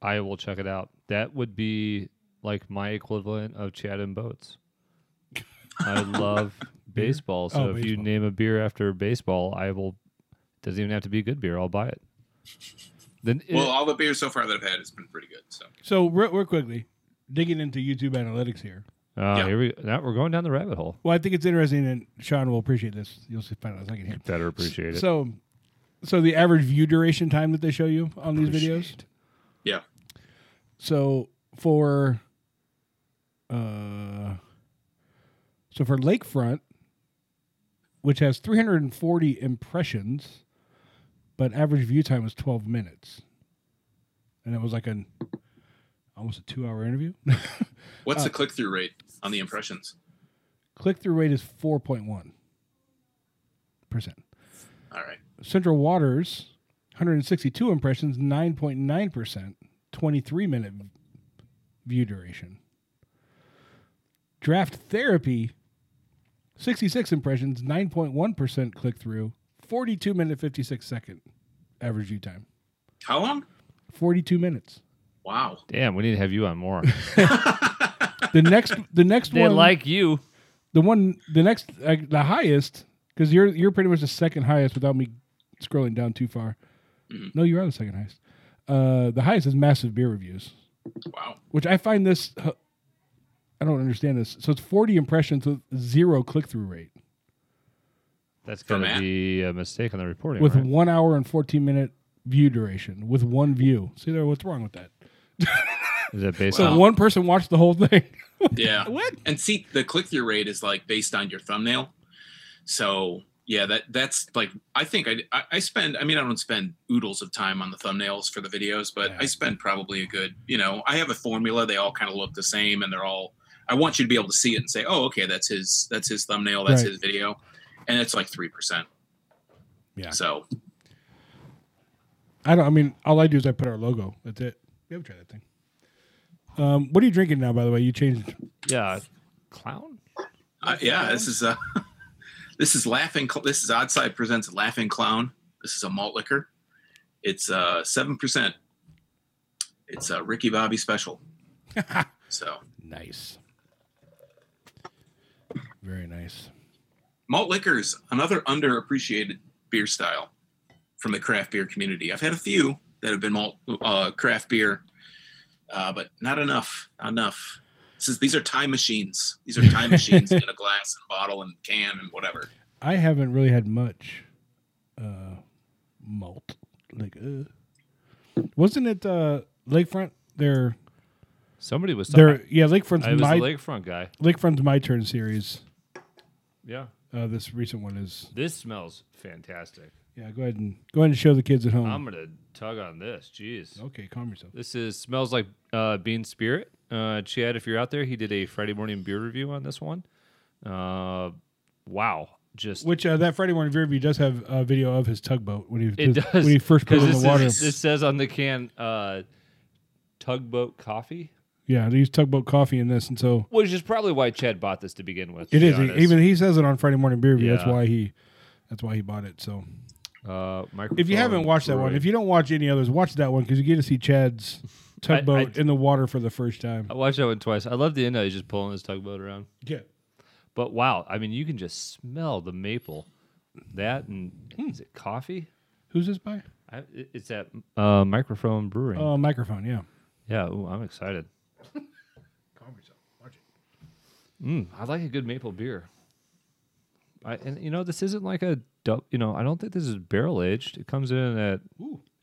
I will check it out. That would be like my equivalent of Chad and Boats. I love baseball, so
Oh,
if you
baseball.
name a beer after baseball, I will. Doesn't even have to be good beer. I'll buy it. Then it-
well, all the beers so far that I've had has been pretty good. So
So real, real quickly, digging into YouTube analytics here.
Uh,
Yeah.
Here we now we're going down the rabbit hole.
Well, I think it's interesting, and Sean will appreciate this. You'll see, find out in a second here.
Better appreciate it.
So, so the average view duration time that they show you on these videos.
Appreciate.
yeah,
So for, uh, so for Lakefront, which has 340 impressions, but average view time was 12 minutes, and it was like an almost a two-hour interview. [LAUGHS]
what's the click through rate on the impressions?
Click-through rate is 4.1 percent.
All right,
Central Waters, 162 impressions, 9.9%, 23 minute v- view duration. Draft Therapy, 66 impressions, 9.1% click through, 42 minute 56 second average view time.
how long?
42 minutes.
Wow,
Damn, we need to have you on more.
The next the next
they
one
like you.
the one the next uh, the highest cuz you're you're pretty much the second highest without me scrolling down too far. No, you are the second highest. Uh, the highest is massive beer reviews.
wow,
which I find this. I don't understand this. So it's 40 impressions with zero click through rate
That's
For
gonna
Matt?
be a mistake on the reporting.
with
right?
one hour and 14 minute view duration with one view. See there, what's wrong with that?
Is it based
So
on?
one person watched the whole thing. [LAUGHS]
Yeah.
What?
And see, the click through rate is like based on your thumbnail. So yeah, that that's like I think I I- I spend. I mean, I don't spend oodles of time on the thumbnails for the videos, but
Yeah.
I spend probably a good. You know, I have a formula. They all kind of look the same, and they're all. I want you to be able to see it and say, "Oh, okay, that's his. That's his thumbnail. That's
Right.
his video," and it's like three percent.
Yeah.
So
I don't. I mean, all I do is I put our logo. That's it. You ever try that thing? Um, what are you drinking now? By the way, you changed.
yeah, clown.
uh, yeah, this is uh [LAUGHS] this is laughing. Cl- This is Oddside presents laughing clown. This is a malt liquor. It's uh seven percent. It's a Ricky
[LAUGHS]
Bobby special. so
Nice. Very nice.
malt liquors, another underappreciated beer style from the craft beer community. I've had a few that have been malt uh, craft beer, uh, but not enough. Not enough. This is, these are time machines. These are
[LAUGHS]
time machines in a glass and bottle and can and whatever.
I haven't really had much uh, malt. Like, uh, wasn't it uh, Lakefront? Their,
Somebody was talking.
their, yeah, Lakefront's
I was
my
the lakefront guy.
Lakefront's my turn series.
Yeah,
Uh, this recent one is.
this smells fantastic.
Yeah, go ahead and go ahead and show the kids at home.
I'm gonna tug on this. Jeez.
okay, calm yourself.
This is smells like uh, bean spirit. Uh, Chad, if you're out there, he did a Friday morning beer review on this one. Uh, wow, just
Which uh, that Friday morning beer review does have a video of his tugboat when he
it
his-
does
when he first put
'cause
it in
this
the water.
Is, this says on the can uh, tugboat coffee,
Yeah, they use tugboat coffee in this, and so
which is probably why Chad bought this to begin with.
it
to
is.
be
He-
honest.
Even he says it on Friday morning beer review. That's
Yeah.
why he. That's why he bought it. So
uh,
if you haven't
microphone
watched that one,
brewing.
if you don't watch any others, watch that one because you get to see Chad's tugboat in the water for the first time.
I watched that one twice. I love the end. of it, He's just pulling his tugboat around.
Yeah,
But wow, I mean, you can just smell the maple. That and
Hmm.
is it coffee?
who's this by?
I, it- it's that uh, microphone brewing.
Oh, microphone. Yeah,
Yeah, ooh, I'm [LAUGHS] excited. Mm, I like a good maple beer. I, and you know this isn't like a dub. You know I don't think this is barrel aged. It comes in at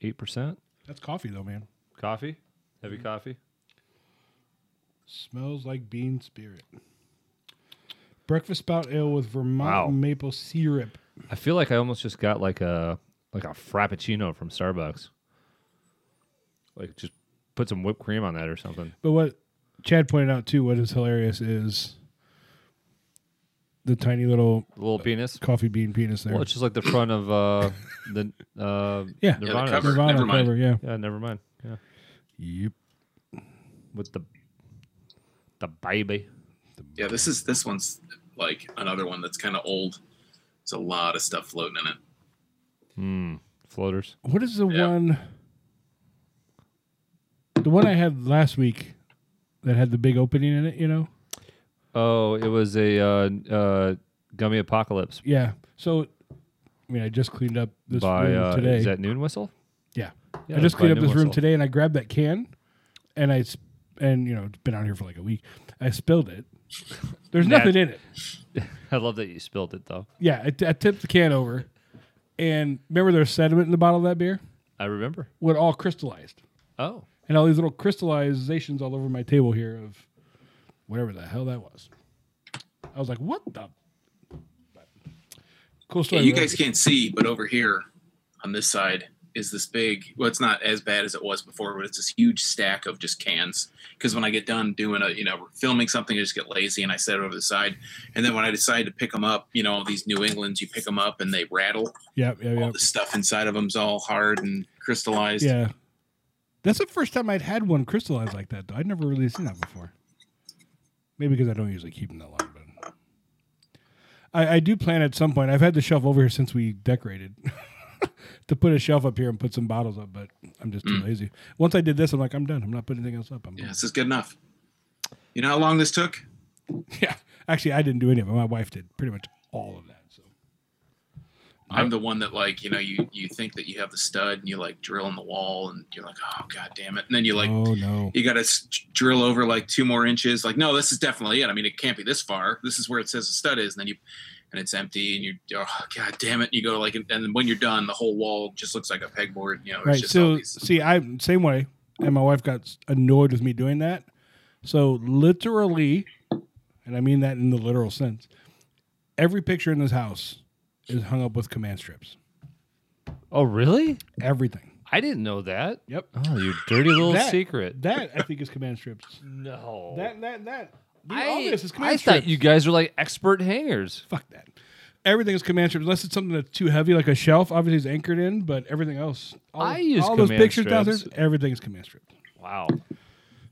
eight percent Mm-hmm.
that's coffee though, man.
coffee, heavy coffee.
Smells like bean spirit. Breakfast stout ale with
Wow.
Vermont maple syrup.
I feel like I almost just got like a like a frappuccino from Starbucks. Like just put some whipped cream on that or something.
But what Chad pointed out too, what is hilarious is the tiny little
little penis.
coffee bean penis there.
Well, it's just like the front of uh, the uh,
Yeah. Yeah, the
Nirvana's.
cover.
Nirvana
Never mind.
cover, yeah.
Yeah, never mind. Yeah,
Yep.
with the the baby.
Yeah, this is this one's like another one that's kind of old. There's a lot of stuff floating in it.
floaters.
What is the
Yeah.
one? The one I had last week that had the big opening in it. You know.
Oh, it was a uh, uh, gummy apocalypse
Yeah. So, I mean, I just cleaned up this
by
room
uh,
today.
is that Noon Whistle?
yeah.
Yeah,
I just
by
cleaned up
Noon
this room
Whistle.
today, and I grabbed that can, and I s- and you know it's been out here for like a week. I spilled it. There's
Nat-
nothing in it.
I love that you spilled it though.
Yeah, I, t- I tipped the can over, and remember there's sediment in the bottle of that beer?
I remember.
What all crystallized,
Oh,
and all these little crystallizations all over my table here of whatever the hell that was. I was like, what the? Cool
Yeah,
story.
you
right?
guys can't see, but over here on this side is this big. Well, it's not as bad as it was before, but it's this huge stack of just cans. Because when I get done doing a, you know, filming something, I just get lazy and I set it over the side. And then when I decide to pick them up, you know, these New Englands, you pick them up and they rattle.
Yep, yep,
All
yep.
the stuff inside of them's all hard and crystallized.
Yeah. That's the first time I'd had one crystallized like that, though. I'd never really seen that before. Maybe because I don't usually keep them that long, but I, I do plan at some point. I've had the shelf over here since we decorated [LAUGHS] to put a shelf up here and put some bottles up, but I'm just too lazy. Once I did this, I'm like, I'm done. I'm not putting anything else up. I'm
Mm. Yeah, this is good enough. You know how long this took?
[LAUGHS] yeah. Actually, I didn't do any of it. My wife did pretty much all of that. So
I'm the one that like you know you you think that you have the stud and you like drill in the wall and you're like oh god damn it and then you like
oh no,
you got to s- drill over like two more inches like no this is definitely it I mean it can't be this far this is where it says the stud is and then you and it's empty and you oh god damn it and you go like and, and when you're done the whole wall just looks like a pegboard you know it's
right?
just
So
all these-
see, I'm same way. and my wife got annoyed with me doing that. So literally, and I mean that in the literal sense, every picture in this house is hung up with command strips.
Oh, really?
Everything.
I didn't know that.
Yep.
Oh, you dirty little
That-
secret.
That I think is command strips.
No.
That that that. The
I,
obvious is command
I
strips.
thought you guys were like expert hangers.
fuck that. Everything is command strips unless it's something that's too heavy, like a shelf. Obviously, it's anchored in, but everything else. All,
I use
all those
command
pictures down there.
strips.
Everything is command strips.
Wow.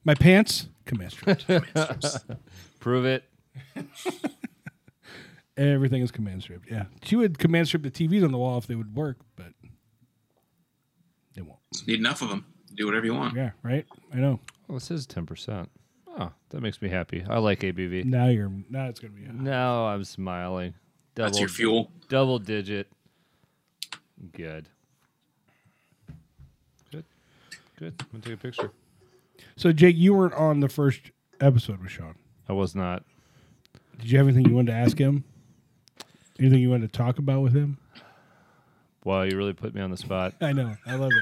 My pants,
[LAUGHS]
command strips.
Prove it.
everything is command stripped. Yeah, she would command strip the TVs on the wall if they would work, but they won't.
Need enough of them. Do whatever you want.
Yeah, right. I know.
Well, Oh, this is 10%. Oh, that makes me happy. I like ABV.
Now you're. Now it's gonna be.
Now I'm smiling. Double,
That's your fuel.
Double digit. Good. Good. Good. I'm going to take a picture.
So Jake, you weren't on the first episode with Sean.
I was not.
Did you have anything you wanted to ask him? Anything you wanted to talk about with him?
Wow, you really put me on the spot.
I know. I love it.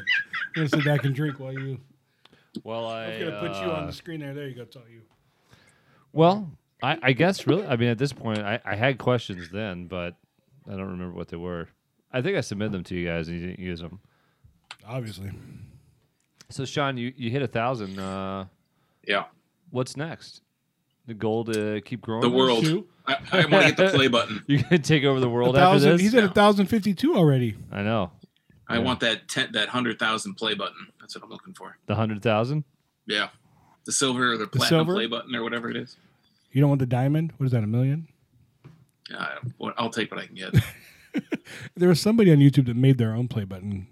I'm gonna sit back and drink while you.
Well, I.
I'm gonna put you on
uh,
the screen there. There you go. It's all you.
Well, I, I guess really. I mean, at this point, I, I had questions then, but I don't remember what they were. I think I submitted them to you guys, and you didn't use them.
Obviously.
So, Sean, you, you hit a thousand. Uh,
Yeah.
what's next? The goal to keep growing. [LAUGHS]
The world. I, I
[LAUGHS]
want to get the play button.
You're gonna take over the world after
Thousand,
this.
he's at a thousand fifty-two already.
I know
I want that ten, that hundred thousand play button. That's what I'm looking for.
the hundred thousand.
Yeah, the silver or the platinum
silver?
play button or whatever it is.
You don't want the diamond? What is that? A million?
Uh, what- I'll take what I can get.
[LAUGHS] There was somebody on YouTube that made their own play button,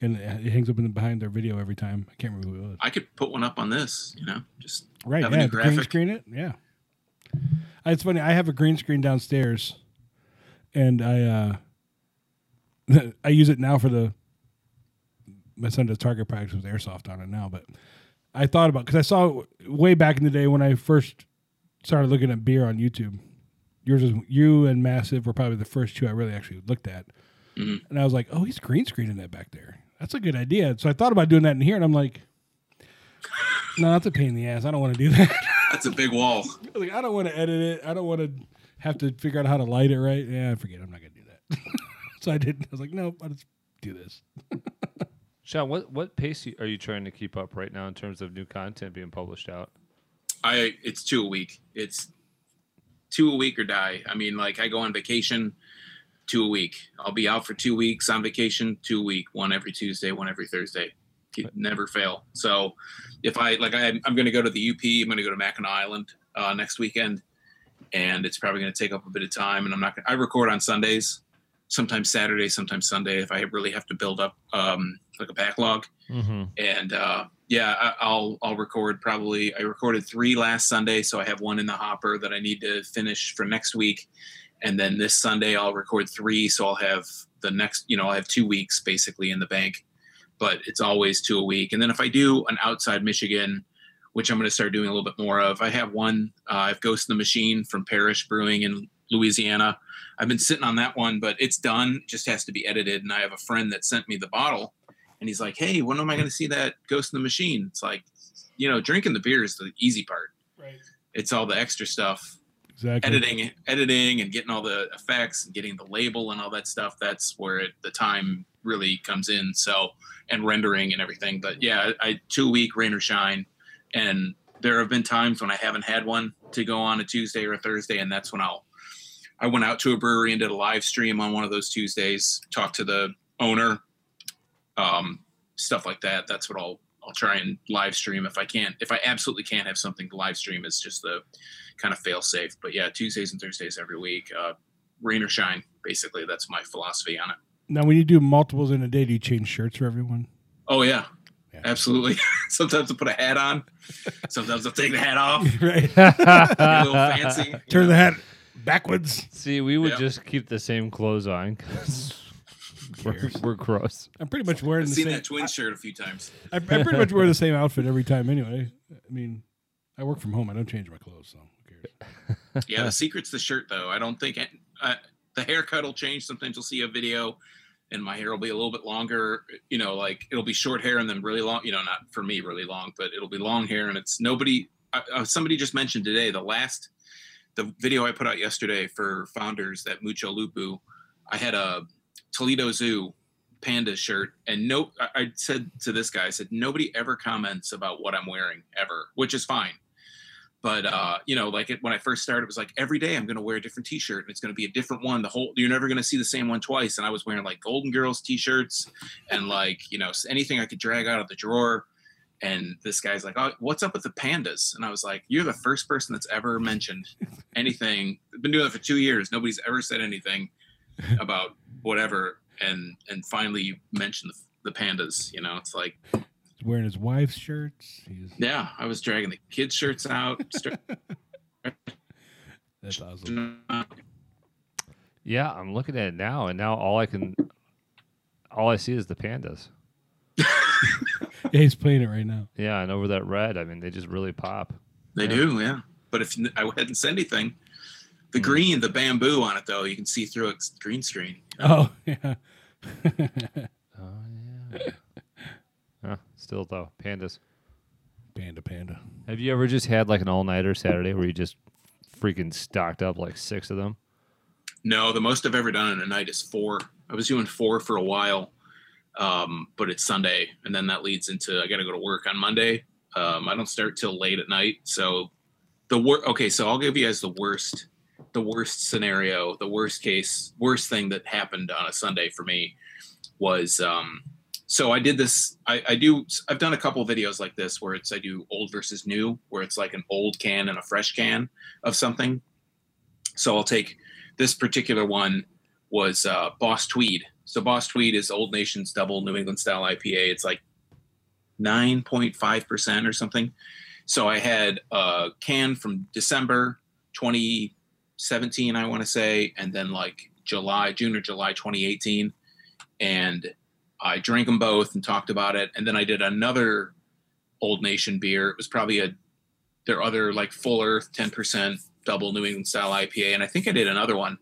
and it hangs up in the, behind their video every time. I can't remember who it was.
I could put one up on this. You know, just
Right?
have a
yeah,
new
the green
graphic.
screen it. Yeah. Uh, It's funny. I have a green screen downstairs, and I uh, [LAUGHS] I use it now for the. My son does target practice with airsoft on it now, but I thought about because I saw way back in the day when I first started looking at beer on YouTube. Yours is you and Massive were probably the first two I really actually looked at,
Mm-hmm.
and I was like, "Oh, he's green screening that back there. That's a good idea." So I thought about doing that in here, and I'm like, "No, that's a pain in the ass. I don't want to do that." [LAUGHS]
That's a big wall.
like I don't want to edit it. I don't want to have to figure out how to light it right. Yeah, forget. it. I'm not gonna do that. [LAUGHS] so I didn't. I was like, nope. I'll just do this.
Sean, what what pace you- are you trying to keep up right now in terms of new content being published out?
I it's two a week. It's two a week or die. I mean, like I go on vacation two a week. I'll be out for two weeks on vacation, two a week, one every Tuesday, one every Thursday. Keep- Never fail. So if I like, I, I'm going to go to the UP. I'm going to go to Mackinac Island uh, next weekend, and it's probably going to take up a bit of time. And I'm not. Gonna, I record on Sundays, sometimes Saturday, sometimes Sunday. If I really have to build up um, like a backlog
Mm-hmm.
and uh, yeah, I, I'll I'll record probably. I recorded three last Sunday, so I have one in the hopper that I need to finish for next week, and then this Sunday I'll record three, so I'll have the next. You know, I have two weeks basically in the bank, but it's always two a week. And then if I do an outside Michigan, which I'm going to start doing a little bit more of, I have one. Uh, I've Ghost in the Machine from Parish Brewing in Louisiana. I've been sitting on that one, but it's done. It just has to be edited. And I have a friend that sent me the bottle and he's like, "Hey, when am I going to see that Ghost in the Machine?" It's like, you know, drinking the beer is the easy part.
Right.
It's all the extra stuff,
Exactly.
editing, editing, and getting all the effects and getting the label and all that stuff. That's where it, the time really comes in. So, and rendering and everything. But yeah, I two week rain or shine, and there have been times when I haven't had one to go on a Tuesday or a Thursday, and that's when I'll. I went out to a brewery and did a live stream on one of those Tuesdays. Talked to the owner, um, stuff like that. That's what I'll I'll try and live stream if I can. If I absolutely can't have something to live stream, it's just the kind of fail safe. But yeah, Tuesdays and Thursdays every week, uh, rain or shine. Basically, that's my philosophy on it.
Now, when you do multiples in a day, do you change shirts for everyone? [LAUGHS]
Oh yeah,
Yeah.
absolutely. [LAUGHS] sometimes I put a hat on. Sometimes I'll take the
[LAUGHS]
hat off. [LAUGHS] Get
right.
a little fancy. you
Turn
know.
the hat backwards.
See, we would
Yeah.
just keep the same clothes on 'cause we're, we're gross.
I'm pretty much wearing
I've
the
seen
same.
that twin shirt a few times.
I, I pretty much
[LAUGHS]
wear the same outfit every time. Anyway, I mean, I work from home. I don't change my clothes, so who cares?
Yeah, the secret's the shirt, though. I don't think uh, the haircut will change. Sometimes you'll see a video and my hair will be a little bit longer. You know, like it'll be short hair and then really long. You know, not for me really long, but it'll be long hair. And it's nobody. I, I, somebody just mentioned today the last the video I put out yesterday for founders at Mucho Lupu. I had a Toledo Zoo panda shirt, and no, I, I said to this guy, I said nobody ever comments about what I'm wearing ever, which is fine but uh, you know, like it, when I first started, it was like every day I'm going to wear a different T-shirt, and it's going to be a different one. The whole you're never going to see the same one twice. And I was wearing like Golden Girls T-shirts, and like you know s- anything I could drag out of the drawer. And this guy's like, "Oh, what's up with the pandas?" And I was like, "You're the first person that's ever mentioned anything. I've been doing it for two years. Nobody's ever said anything about whatever." And and finally, you mentioned the, the pandas. You know, it's like
He's wearing his wife's shirts. He's
yeah, I was dragging the kids' shirts out. start-
that's awesome.
Yeah, I'm looking at it now, and now all I can, all I see is the pandas.
Yeah, he's playing it right now.
Yeah, and over that red, I mean, they just really pop.
They do, yeah. But if n- I hadn't said anything, the green, the bamboo on it though, you can see through a green screen.
Oh [LAUGHS] yeah,
Oh yeah. [LAUGHS] Huh, still though, pandas.
panda, panda.
Have you ever just had like an all nighter Saturday where you just freaking stocked up like six of them?
No, the most I've ever done in a night is four. I was doing four for a while, um, but it's Sunday, and then that leads into I got to go to work on Monday. Um, I don't start till late at night, so the work. Okay, so I'll give you guys the worst, the worst scenario, the worst case, worst thing that happened on a Sunday for me was. Um, so I did this. I, I do. I've done a couple videos like this where it's I do old versus new, where it's like an old can and a fresh can of something. So I'll take this particular one was uh, Boss Tweed. So Boss Tweed is Old Nation's double New England style IPA. It's like 9.5% or something. So I had a can from December 2017, I want to say, and then like July, June or July 2018. And I drank them both and talked about it. And then I did another Old Nation beer. It was probably a their other like full earth 10% double New England style IPA. And I think I did another one.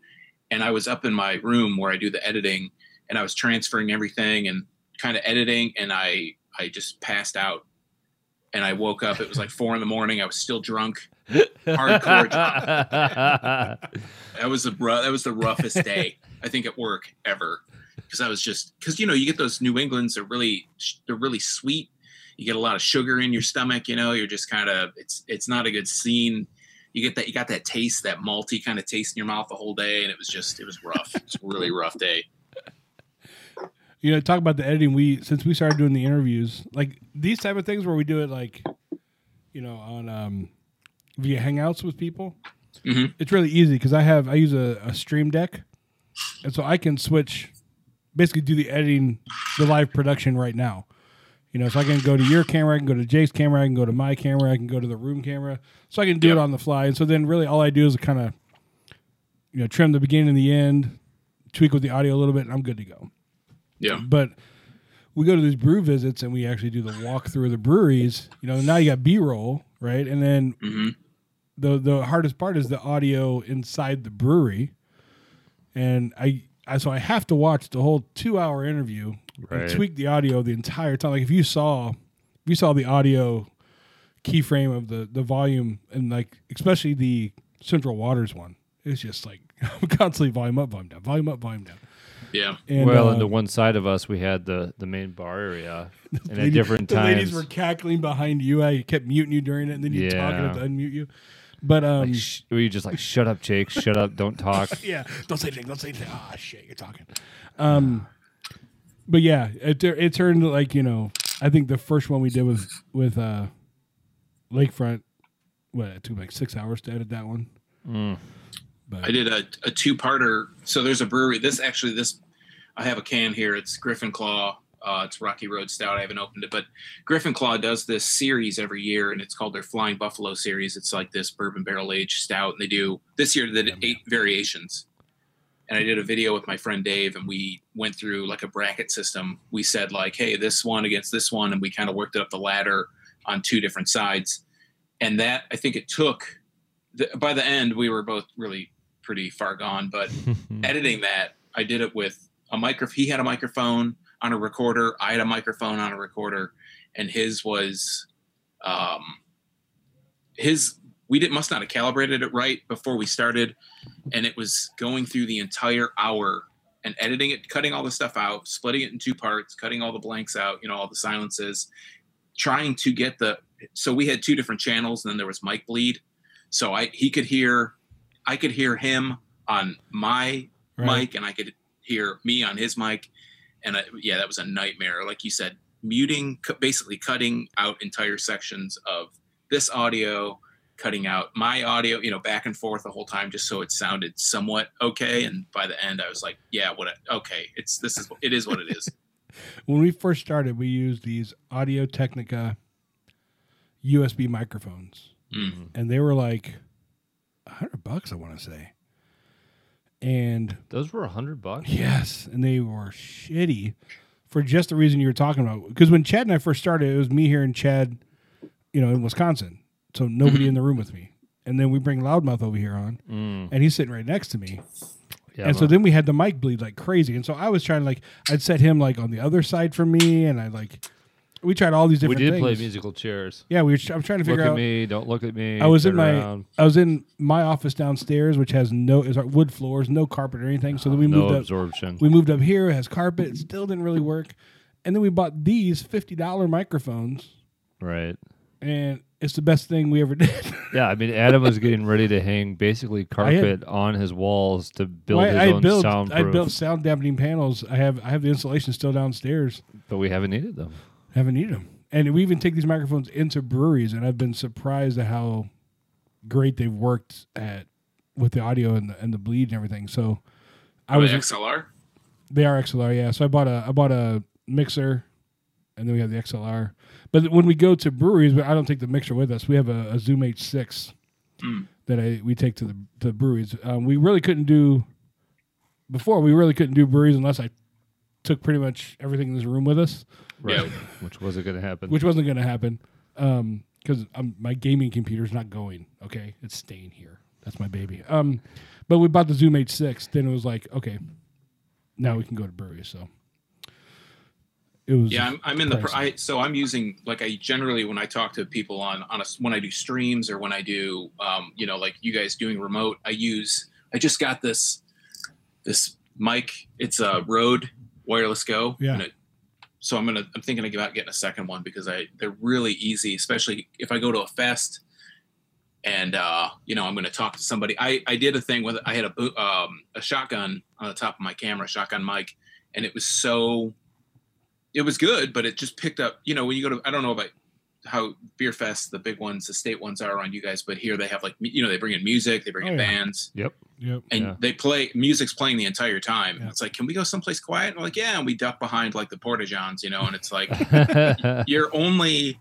And I was up in my room where I do the editing and I was transferring everything and kind of editing. And I, I just passed out and I woke up. It was like four in the morning. I was still drunk.
[LAUGHS]
Hardcore. That was the, ru- that was the roughest day I think at work ever. Cause I was just, cause you know, you get those New Englands are really, they're really sweet you get a lot of sugar in your stomach you know you're just kind of it's it's not a good scene you get that you got that taste that malty kind of taste in your mouth the whole day and it was just it was rough it was a really rough day
You know, talk about the editing. We since we started doing the interviews, like these type of things where we do it, like you know, on um via Hangouts with people.
Mhm.
It's really easy because I have I use a, a Stream Deck, and so I can switch, basically do the editing, the live production right now. You know, so I can go to your camera, I can go to Jake's camera, I can go to my camera, I can go to the room camera, so I can do
Yep.
it on the fly. And so then, really, all I do is kind of, you know, trim the beginning and the end, tweak with the audio a little bit, and I'm good to go
yeah
but we go to these brew visits and we actually do the walkthrough of the breweries. You know, now you got B roll, right? And then
Mhm.
the the hardest part is the audio inside the brewery. And I, I so I have to watch the whole two hour interview
Right.
and tweak the audio the entire time. Like if you saw if you saw the audio keyframe of the the volume and like especially the Central Waters one, it's just like [LAUGHS] I'm constantly volume up, volume down, volume up, volume down.
yeah
And,
well,
uh,
and to one side of us, we had the the main bar area, and at
lady-
different
[LAUGHS] the
times,
ladies were cackling behind you. I kept muting you during it, and then you talking
Yeah.
have to unmute you. But um,
sh- we were just like, "Shut up, Jake! Shut up! Don't talk!"
[LAUGHS] yeah, don't say anything. Don't say anything. Ah, shit,
[SIGHS]
you're talking. Um, but yeah, it tur- it turned like you know. I think the first one we did with with uh, Lakefront. What it took like six hours to edit that one.
Mm.
i did a, a two-parter so there's a brewery this actually this i have a can here it's griffin claw uh, it's rocky road stout i haven't opened it but griffin claw does this series every year and it's called their flying buffalo series it's like this bourbon barrel aged stout and they do this year they did eight variations and I did a video with my friend Dave, and we went through like a bracket system. We said like, "Hey, this one against this one," and we kind of worked it up the ladder on two different sides. And that I think it took. The, by Hmm. the end, we were both really pretty far gone. But editing that, I did it with a micro. He had a microphone on a recorder. I had a microphone on a recorder, and his was, um, his. We did must not have calibrated it right before we started, and it was going through the entire hour and editing it, cutting all the stuff out, splitting it in two parts, cutting all the blanks out, you know, all the silences, trying to get the. So we had two different channels, and then there was mic bleed. So I he could hear, I could hear him on my
Right.
mic, and I could hear me on his mic, and I, yeah, that was a nightmare. Like you said, muting, cu- basically cutting out entire sections of this audio, cutting out my audio, you know, back and forth the whole time, just so it sounded somewhat okay. And by the end, I was like, yeah, what? A, okay, it's this is it is what it is.
When we first started, we used these Audio Technica USB microphones,
Mm.
and they were like a hundred bucks, I want to say. And
Those were a hundred bucks.
Yes, and they were shitty for just the reason you were talking about. Because when Chad and I first started, it was me here and Chad, you know, in Wisconsin, so
Mm-hmm.
nobody in the room with me. And then we bring Loudmouth over here on,
Mm,
and he's sitting right next to me.
yeah,
and so
no.
then we had the mic bleed like crazy. And so I was trying to like I'd set him like on the other side from me, and I like we tried all these
we
different.
did play
things.
musical chairs.
Yeah, we. Were, tr- I'm trying to
Look
figure
at
out.
me! Don't look at me!
I was
turn
in my
around.
I was in my office downstairs, which has no is our wood floors, no carpet or anything. So then we
no
moved up.
absorption.
We moved up here, it has carpet, it still didn't really work. And then we bought these $50 microphones,
right.
and it's the best thing we ever [LAUGHS] did.
Yeah, I mean, Adam was getting ready to hang basically
I had-
carpet on his walls to build
I,
his
I
own
built I
soundproof,
built sound dampening panels. I have I have the insulation still downstairs.
but we haven't needed them.
haven't needed them. And we even take these microphones into breweries, and I've been surprised at how great they've worked at with the audio and the, and the bleed and everything. So I
[LAUGHS] I was
was
XLR.
They are XLR, yeah. So I bought a I bought a mixer, and then we have the XLR. But when we go to breweries, I don't take the mixer with us. We have a, a Zoom H6 that I we take to the to the breweries. Um, we really couldn't do before. We really couldn't do breweries unless I took pretty much everything in this room with us,
Right. Which wasn't going to happen. [LAUGHS]
which [LAUGHS] wasn't going to happen because um, my gaming computer's not going. Okay, it's staying here. That's my baby. Um, but we bought the Zoom H6. Then it was like, okay, now we can go to breweries. So it was.
Yeah, I'm, I'm in the. Pro-
pricey.
I, so I'm using like I generally when I talk to people on on a, when I do streams or when I do um, you know like you guys doing remote. I use I just got this this mic. It's a Rode Wireless Go.
Yeah.
And it, so I'm gonna I'm thinking about getting a second one because I they're really easy, especially if I go to a fest and uh, you know I'm gonna talk to somebody. I I did a thing with I had a bo- um, a shotgun on the top of my camera, shotgun mic, and it was so it was good, but it just picked up. You know, when you go to, I don't know about how beer fest, the big ones, the state ones are on you guys, but here they have like, mu- you know, they bring in music, they bring
Oh,
in
yeah.
bands,
Yep.
and
Yeah.
they play music's playing the entire time.
Yeah.
It's like, can we go someplace quiet? And we're like, yeah, and we duck behind like the portageons, you know, and it's like you're only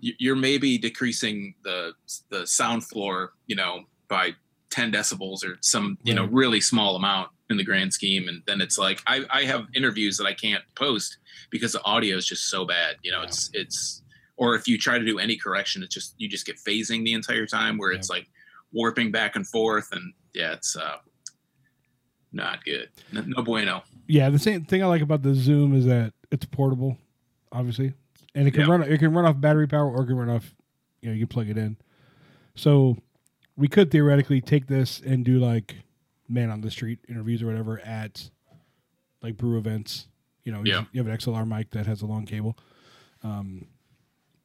you- you're maybe decreasing the the sound floor, you know, by 10 decibels or some, you know,
Right.
really small amount in the grand scheme. And then it's like I, I have interviews that I can't post because the audio is just so bad. You know, it's it's or if you try to do any correction, it's just you just get phasing the entire time where it's like warping back and forth and yeah, it's uh not good. No, no bueno.
Yeah, the same thing I like about the Zoom is that it's portable, obviously, and it can
Yeah.
run it can run off battery power or it can run off. You know, you can plug it in. So we could theoretically take this and do like man on the street interviews or whatever at like brew events. You know, you-
Yeah.
you have an XLR mic that has a long cable. Um,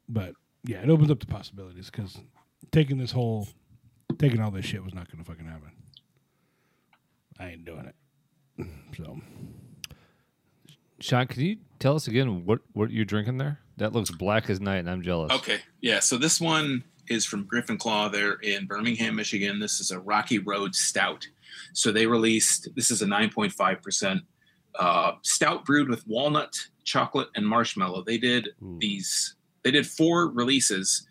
but yeah, it opens up the possibilities because taking this whole, taking all this shit was not going to fucking happen. I ain't doing it. So.
Sean, can you tell us again what, what you're drinking there? That looks black as night, and I'm jealous.
Okay. Yeah. So this one is from Griffin Claw. They're in Birmingham, Michigan. This is a Rocky Road Stout. So they released this is a 9.5% uh, stout brewed with walnut, chocolate, and marshmallow. They did
Ooh.
these. They did four releases.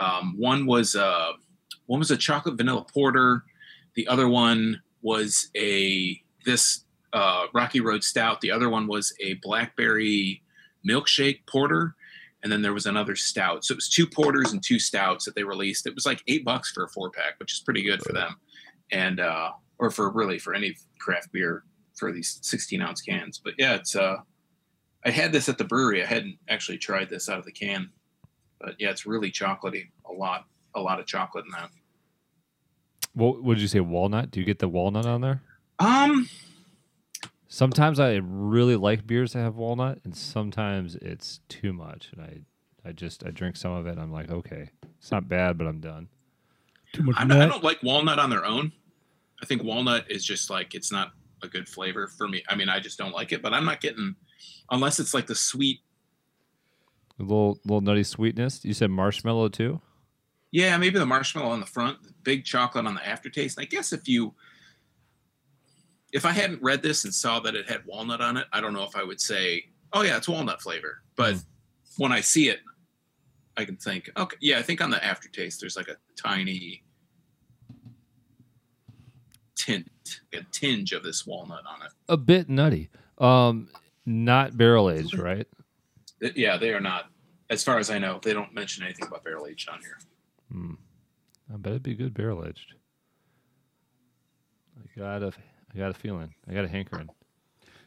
Um, one was a one was a chocolate vanilla porter. The other one was a this uh, Rocky Road Stout. The other one was a blackberry milkshake porter and then there was another stout. So it was two porters and two stouts that they released. It was like eight bucks for a four pack, which is pretty good for them, and uh, or for really for any craft beer for these 16 ounce cans. But yeah, it's uh, I had this at the brewery. I hadn't actually tried this out of the can, but yeah, it's really chocolatey. A lot, a lot of chocolate in that.
What would you say? Walnut? Do you get the walnut on there?
Um,
Sometimes I really like beers that have walnut, and sometimes it's too much, and I, I just I drink some of it. And I'm like, okay, it's not bad, but I'm done.
Too much
I'm,
nut.
I don't like walnut on their own. I think walnut is just like it's not a good flavor for me. I mean, I just don't like it. But I'm not getting unless it's like the sweet.
A little little nutty sweetness. You said marshmallow too.
Yeah, maybe the marshmallow on the front, the big chocolate on the aftertaste. And I guess if you if I hadn't read this and saw that it had walnut on it, I don't know if I would say, "Oh yeah, it's walnut flavor." But when I see it, I can think, "Okay, yeah, I think on the aftertaste there's like a tiny tint, a tinge of this walnut on it."
A bit nutty. Um, not barrel aged, right?
Th- Yeah, they are not. As far as I know, they don't mention anything about barrel aged on here.
I bet it'd be good barrel aged. I got a I got a feeling. I got a hankering.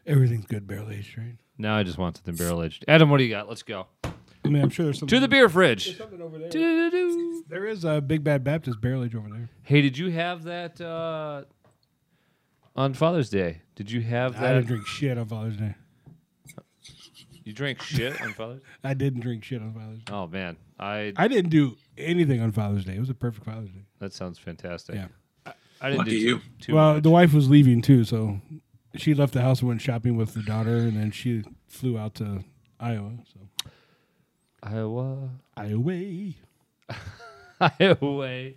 Everything's good barrel aged, right?
Now I just want something barrel aged. Adam, what do you got? Let's go
I mean, I'm sure there's something.
to the beer fridge.
something over there.
Do-do-do-do.
There is a Big Bad Baptist barrel aged over there.
Hey, did you have that uh, on Father's Day? Did you have
I
that?
didn't drink shit on Father's Day.
You drank shit on Father's. [LAUGHS]
I didn't drink shit on Father's Day.
Oh man, I
I didn't do anything on Father's Day. It was a perfect Father's Day.
that sounds fantastic.
Yeah.
I, I didn't
Lucky
do
you.
Too
well,
much.
the wife was leaving too, so she left the house and went shopping with the daughter, and then she flew out to Iowa. So
Iowa, [LAUGHS]
Iowa.
Iowa.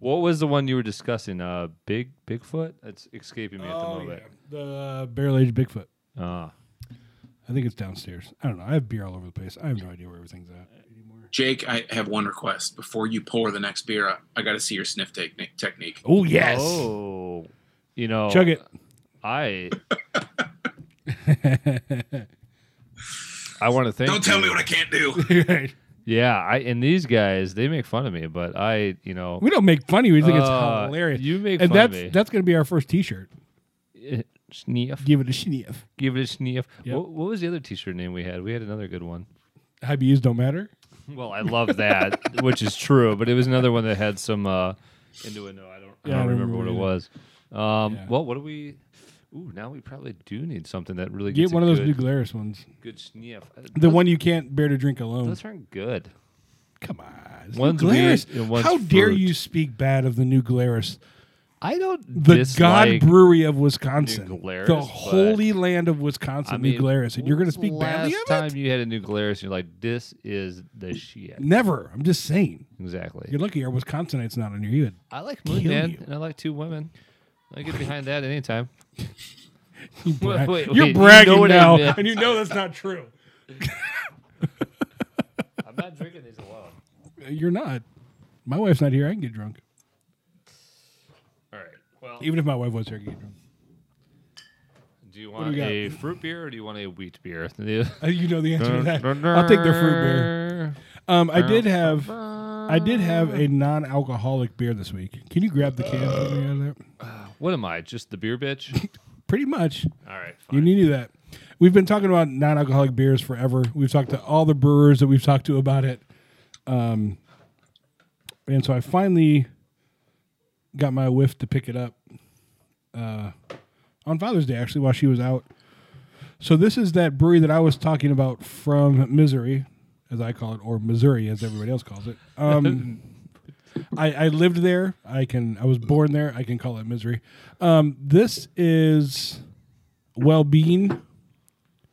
What was the one you were discussing? Uh, big Bigfoot. That's escaping me at
Oh,
the moment.
The uh, barrel aged Bigfoot.
Ah,
I think it's downstairs. I don't know. I have beer all over the place. I have no idea where everything's at anymore.
Jake, I have one request. Before you pour the next beer, I, I got to see your sniff techni- technique.
Oh yes.
Oh, you know,
Chug it.
I.
[LAUGHS]
I want to thank.
Don't tell
you.
me what I can't do.
Right.
Yeah, I and these guys they make fun of me, but I, you know,
We don't make fun of you. We think
Uh,
it's hilarious.
you make
and
fun of
that's
me.
that's gonna be our first T-shirt.
sniff,
Give it a sniff.
eh, give it a sniff.
Yep.
What, what was the other T-shirt name we had? We had another good one.
IBUs don't matter.
[LAUGHS] Well, [LAUGHS] I love that, which is true, but it was another one that had some uh, into No, I don't, I
Yeah, I
don't
don't
remember what it
remember
was. Um,
Yeah.
Well, what do we? Ooh, now we probably do need something that really
Get
gets
one
a
of those
good,
new Glarus ones.
good sniff. Uh,
The
those-
one you can't bear to drink alone.
those aren't good.
Come on. It's
One's
New Glarus.
weird and one's
How dare
fruit.
you speak bad of the New Glarus?
I don't
The
dislike.
God Brewery of Wisconsin.
New Glarus,
the
but-
holy land of Wisconsin,
I
New
mean,
Glarus. And you're going to
when's the
speak badly of
Last
it?
time you had a new Glarus, you're like, this is the shit.
Never. I'm just saying.
Exactly.
You're lucky our Wisconsinites not on your head.
I like Moon
kill
Man
you.
and I like two women. I get behind that anytime.
[LAUGHS] You brag-
wait, wait.
You're
You know
bragging
what I
now,
meant.
and you know that's not true.
I'm not drinking these alone.
You're not. My wife's not here. I can get drunk.
All right. Well,
Even if my wife was here, I could get drunk.
do you
do
want
we got?
a fruit beer or do you want a wheat [LAUGHS] beer? The-
Uh, You know the answer to that. I'll take the fruit beer. Um, I did have, I did have a non-alcoholic beer this week. Can you grab the can for me out of there?
What am I? Just the beer bitch?
[LAUGHS] Pretty much,
All right. Fine.
you knew that. We've been talking about non-alcoholic beers forever. We've talked to all the brewers that we've talked to about it, um, and so I finally got my whiff to pick it up uh, on Father's Day, actually, while she was out. So this is that brewery that I was talking about from Missouri, as I call it, or Missouri, as everybody else calls it. Um, I, I lived there. I can. I was born there. I can call it Missouri. Um, this is Well Being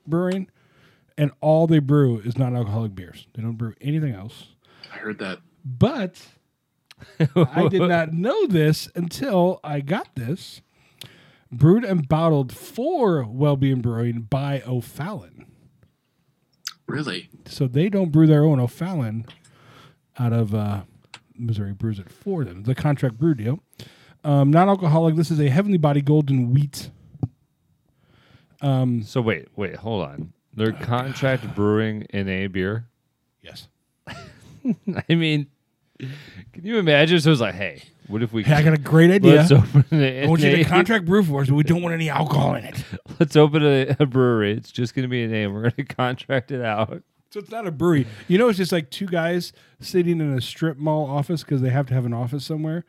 Brewing, and all they brew is non-alcoholic beers. They don't brew anything else.
I heard that.
But I did not know this until I got this. Brewed and bottled for Wellbeing Brewing by O'Fallon.
Really?
So they don't brew their own. O'Fallon out of uh, Missouri brews it for them. The contract brew deal. Um, non alcoholic. This is a Heavenly Body Golden Wheat.
So wait, wait, hold on. They're
[SIGHS]
contract brewing in a beer.
Yes.
[LAUGHS] I mean, Can you imagine? So it was like, hey, what if we?
Hey, I got a great
[LAUGHS]
idea.
Let's open it.
I want you to contract brew for us, but we don't want any alcohol in it.
Let's open a, a brewery. It's just going to be a name. We're going to [LAUGHS] contract it out.
[LAUGHS] So it's not a brewery. You know, it's just like two guys sitting in a strip mall office because they have to have an office somewhere,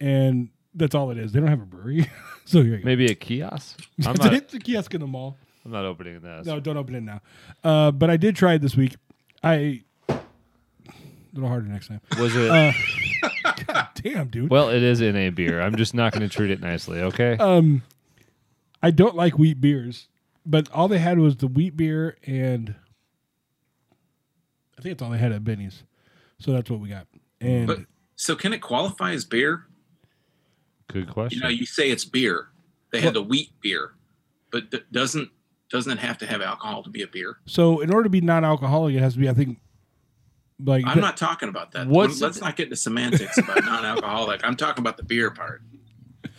and that's all it is. They don't have a brewery. [LAUGHS] so here you go.
Maybe a kiosk.
[LAUGHS]
I'm
It's,
not.
it's a kiosk in the mall.
I'm not opening this.
No, don't open it now. Uh, but I did try it this week. I a little harder next [LAUGHS] time.
Was it?
Uh. Damn, dude.
well, it is in a beer. I'm just not going to treat it nicely. Okay.
Uh, I don't like wheat beers, but all they had was the wheat beer and I think that's all they had at Benny's. So that's what we got. And
But so can it qualify as beer?
Good
You
question.
know, you say it's beer. They had the wheat beer, but d- doesn't doesn't it have to have alcohol to be a beer?
so in order to be non-alcoholic, it has to be I think like
I'm not talking about that.
What's-
Let's not get into semantics about non-alcoholic. I'm talking about the beer part.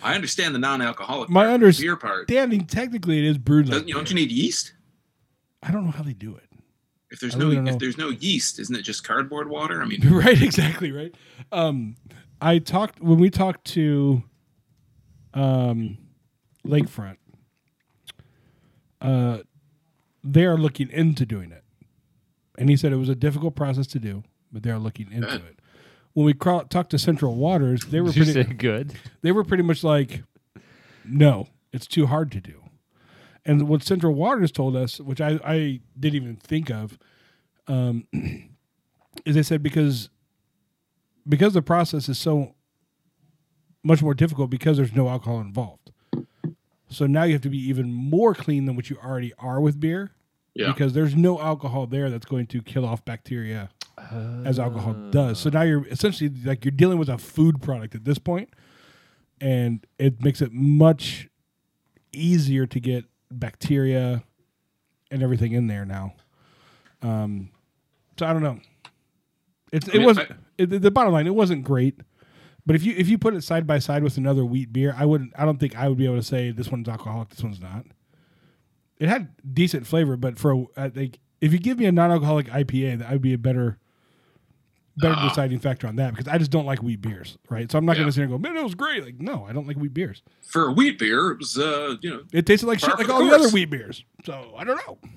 I understand the non-alcoholic.
My
part,
unders-
the beer part.
Danny, technically it is brewed like
Don't you, don't you need yeast?
I don't know how they do it. [LAUGHS]
If there's
I
no
really don't know.
if there's no yeast, isn't it just cardboard water? I mean,
right, exactly, right. Um I talked when we talked to um Lakefront, uh they are looking into doing it. And he said it was a difficult process to do, but they are looking into it. When we craw- talked to Central Waters, they were
Did [LAUGHS] you
pretty
say good?
they were pretty much like, no, it's too hard to do. And what Central Waters told us, which I, I didn't even think of, um, [CLEARS THROAT] is they said because because the process is so much more difficult because there's no alcohol involved. So now you have to be even more clean than what you already are with beer
yeah.
because there's no alcohol there that's going to kill off bacteria as alcohol does. So now you're essentially like you're dealing with a food product at this point, and it makes it much easier to get bacteria and everything in there now. Um, so I don't know. It's it
mean,
wasn't
I-
it, the bottom line. It wasn't great. But if you if you put it side by side with another wheat beer, I wouldn't. I don't think I would be able to say this one's alcoholic, this one's not. It had decent flavor, but for a- I think if you give me a non-alcoholic IPA, that would be a better better deciding factor on that because I just don't like wheat beers, right? So I'm not going
Uh-huh. Yeah.
to sit here and go, man, it was great. Like, no, I don't like wheat beers.
For a wheat beer, it was uh, you know,
It tasted like shit,
Par for
like
the
all the
course.
other wheat beers. So I don't know. [LAUGHS]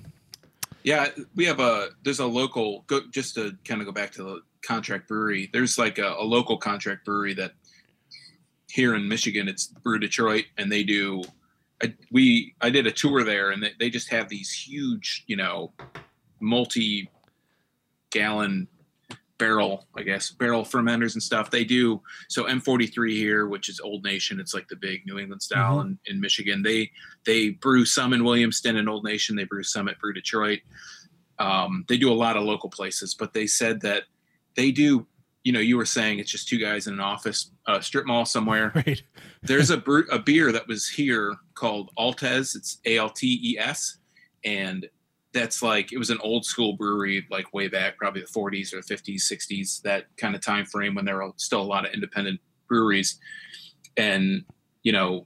Yeah, we have a there's a local go just to kind of go back to the contract brewery. There's like a, a local contract brewery that here in Michigan, it's Brew Detroit, and they do. I, we I did a tour there, and they, they just have these huge, you know, multi gallon barrel, I guess, barrel fermenters and stuff. They do so M43 here, which is Old Nation. It's like the big New England style in, in Michigan. They they brew some in Williamston and Old Nation. They brew some at Brew Detroit. Um, they do a lot of local places, but they said that they do. You know, you were saying it's just two guys in an office, uh, strip mall
[LAUGHS]
somewhere.
Right.
There's a brew, a beer that was here called Altes. It's A L T E S, and that's like it was an old school brewery, like way back, probably the 40s or 50s, 60s, that kind of time frame when there were still a lot of independent breweries. And you know,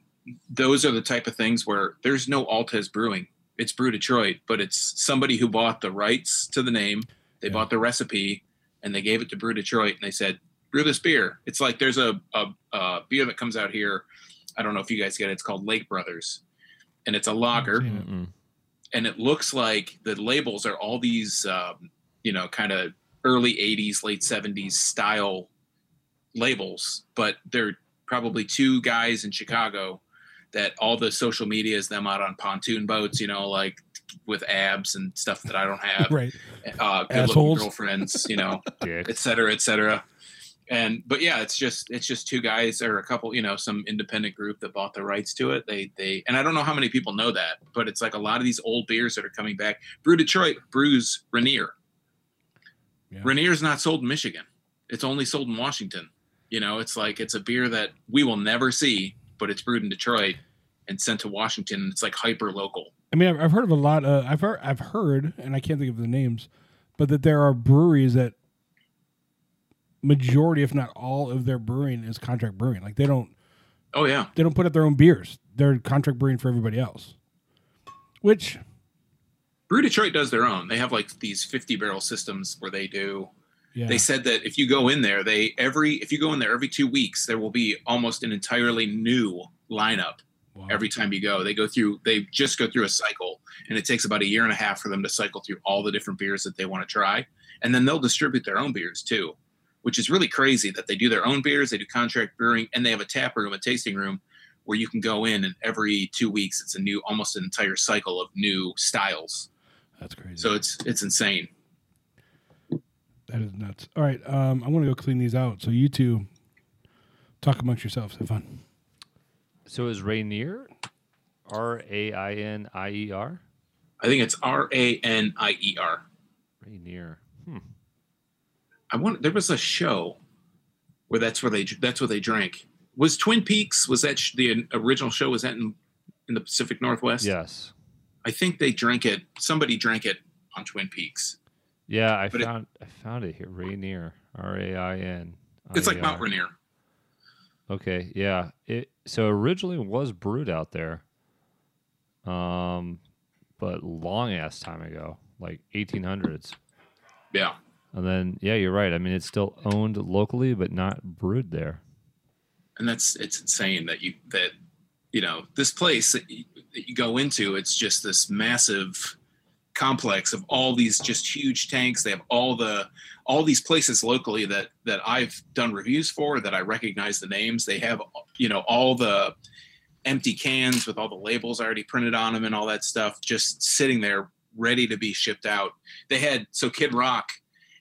those are the type of things where there's no Altes brewing. It's Brew Detroit, but it's somebody who bought the rights to the name. They
Yeah.
bought the recipe and they gave it to Brew Detroit and they said, brew this beer. It's like there's a, a, a beer that comes out here. I don't know if you guys get it. It's called Lake Brothers. And it's a lager
Seen it.
Mm-mm.
and it looks like the labels are all these um, you know kind of early 80s late 70s style labels but they're probably two guys in chicago that all the social media is them out on pontoon boats you know like with abs and stuff that i don't
[LAUGHS]
have
Right.
uh good looking
Assholes.
girlfriends you know
Dick.
et cetera, et cetera. And but yeah, it's just it's just two guys or a couple, you know, some independent group that bought the rights to it. They they and I don't know how many people know that, but it's like a lot of these old beers that are coming back. Brew Detroit brews Rainier.
Yeah.
Rainier's not sold in Michigan. It's only sold in Washington. You know, it's like it's a beer that we will never see, but it's brewed in Detroit and sent to Washington. and It's like hyper local.
I mean, I've, I've heard of a lot. Uh, I've heard, I've heard, and I can't think of the names, but that there are breweries that majority, if not all, of their brewing is contract brewing. Like they don't
Oh yeah.
they don't put up their own beers. They're contract brewing for everybody else. Which
Brew Detroit does their own. They have like these 50 barrel systems where they do
Yeah.
They said that if you go in there, they every if you go in there every two weeks, there will be almost an entirely new lineup
Wow.
every time you go. They go through they just go through a cycle, and it takes about a year and a half for them to cycle through all the different beers that they want to try, and then they'll distribute their own beers too, which is really crazy that they do their own beers, they do contract brewing, and they have a tap room, a tasting room where you can go in and every two weeks it's a new almost an entire cycle of new styles.
That's crazy.
So it's it's insane.
that is nuts. All right, um, I'm gonna go clean these out. So you two talk amongst yourselves. Have fun.
So is Rainier, R A I N I E R?
I think it's R A N I E R.
Rainier. Hmm,
I want there was a show where that's where they that's where they drank. Was Twin Peaks was that sh- the original show was that in in the Pacific Northwest?
Yes.
I think they drank it. Somebody drank it on Twin Peaks.
Yeah, I
But it-
found I found it here. Rainier, R A I E N.
It's like Mount
Rainier.
Rainier.
Okay, yeah. It so originally was brewed out there, um, but long ass time ago, like 1800s.
Yeah.
And then, yeah, you're right. I mean, it's still owned locally, but not brewed there. [LAUGHS]
and that's it's insane that you that you know this place that you, that you go into it's just this massive complex of all these just huge tanks they have all the all these places locally that that i've done reviews for that i recognize the names they have you know all the empty cans with all the labels already printed on them and all that stuff just sitting there ready to be shipped out they had so kid rock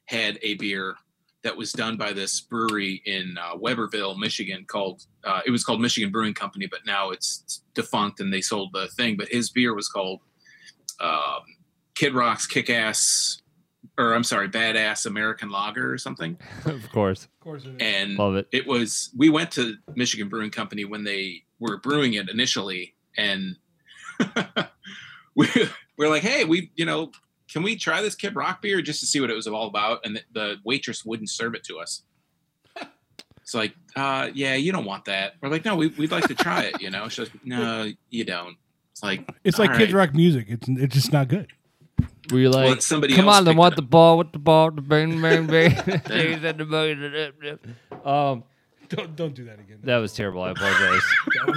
had a beer that was done by this brewery in uh, Weberville, Michigan, called uh, it was called Michigan Brewing Company, but now it's defunct and they sold the thing. But his beer was called um, Kid Rock's Kick Ass, or I'm sorry, Badass American Lager or something.
of course,
Of course it
And
love it.
it was we went to Michigan Brewing Company when they were brewing it initially, and [LAUGHS] we we're like, hey, we you know, can we try this Kid Rock beer just to see what it was all about? And the, the waitress wouldn't serve it to us. [LAUGHS] It's like, uh, yeah, you don't want that. We're like, no, we, we'd like to try it. You know, she's like, no, you don't. It's like
It's like
all
Kid
right.
Rock music. It's it's just not good.
Were you
Well,
like,
it's somebody
come
else
on, then
picking
want
it
the ball with the ball, the bang, bang,
[LAUGHS]
bang. um,
[LAUGHS] Don't don't do that again.
that was terrible. I
[LAUGHS]
apologize.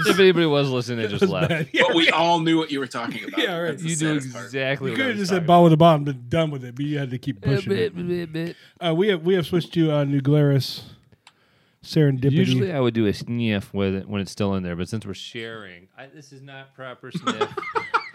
if anybody was listening, they just left.
Yeah,
But we all knew what you were talking
[LAUGHS]
about.
Yeah, right.
That's the
You knew
saddest part.
exactly
you
what I
could have
was
just said
talking
bottle to bottom, but done with it. But you had to keep
about.
pushing. it.
Bit, bit, bit.
Uh, we have we have switched to uh, New Glarus Serendipity.
Usually, I would do a sniff with it when it's still in there, but since we're sharing, I, this is not
[LAUGHS]
proper sniff.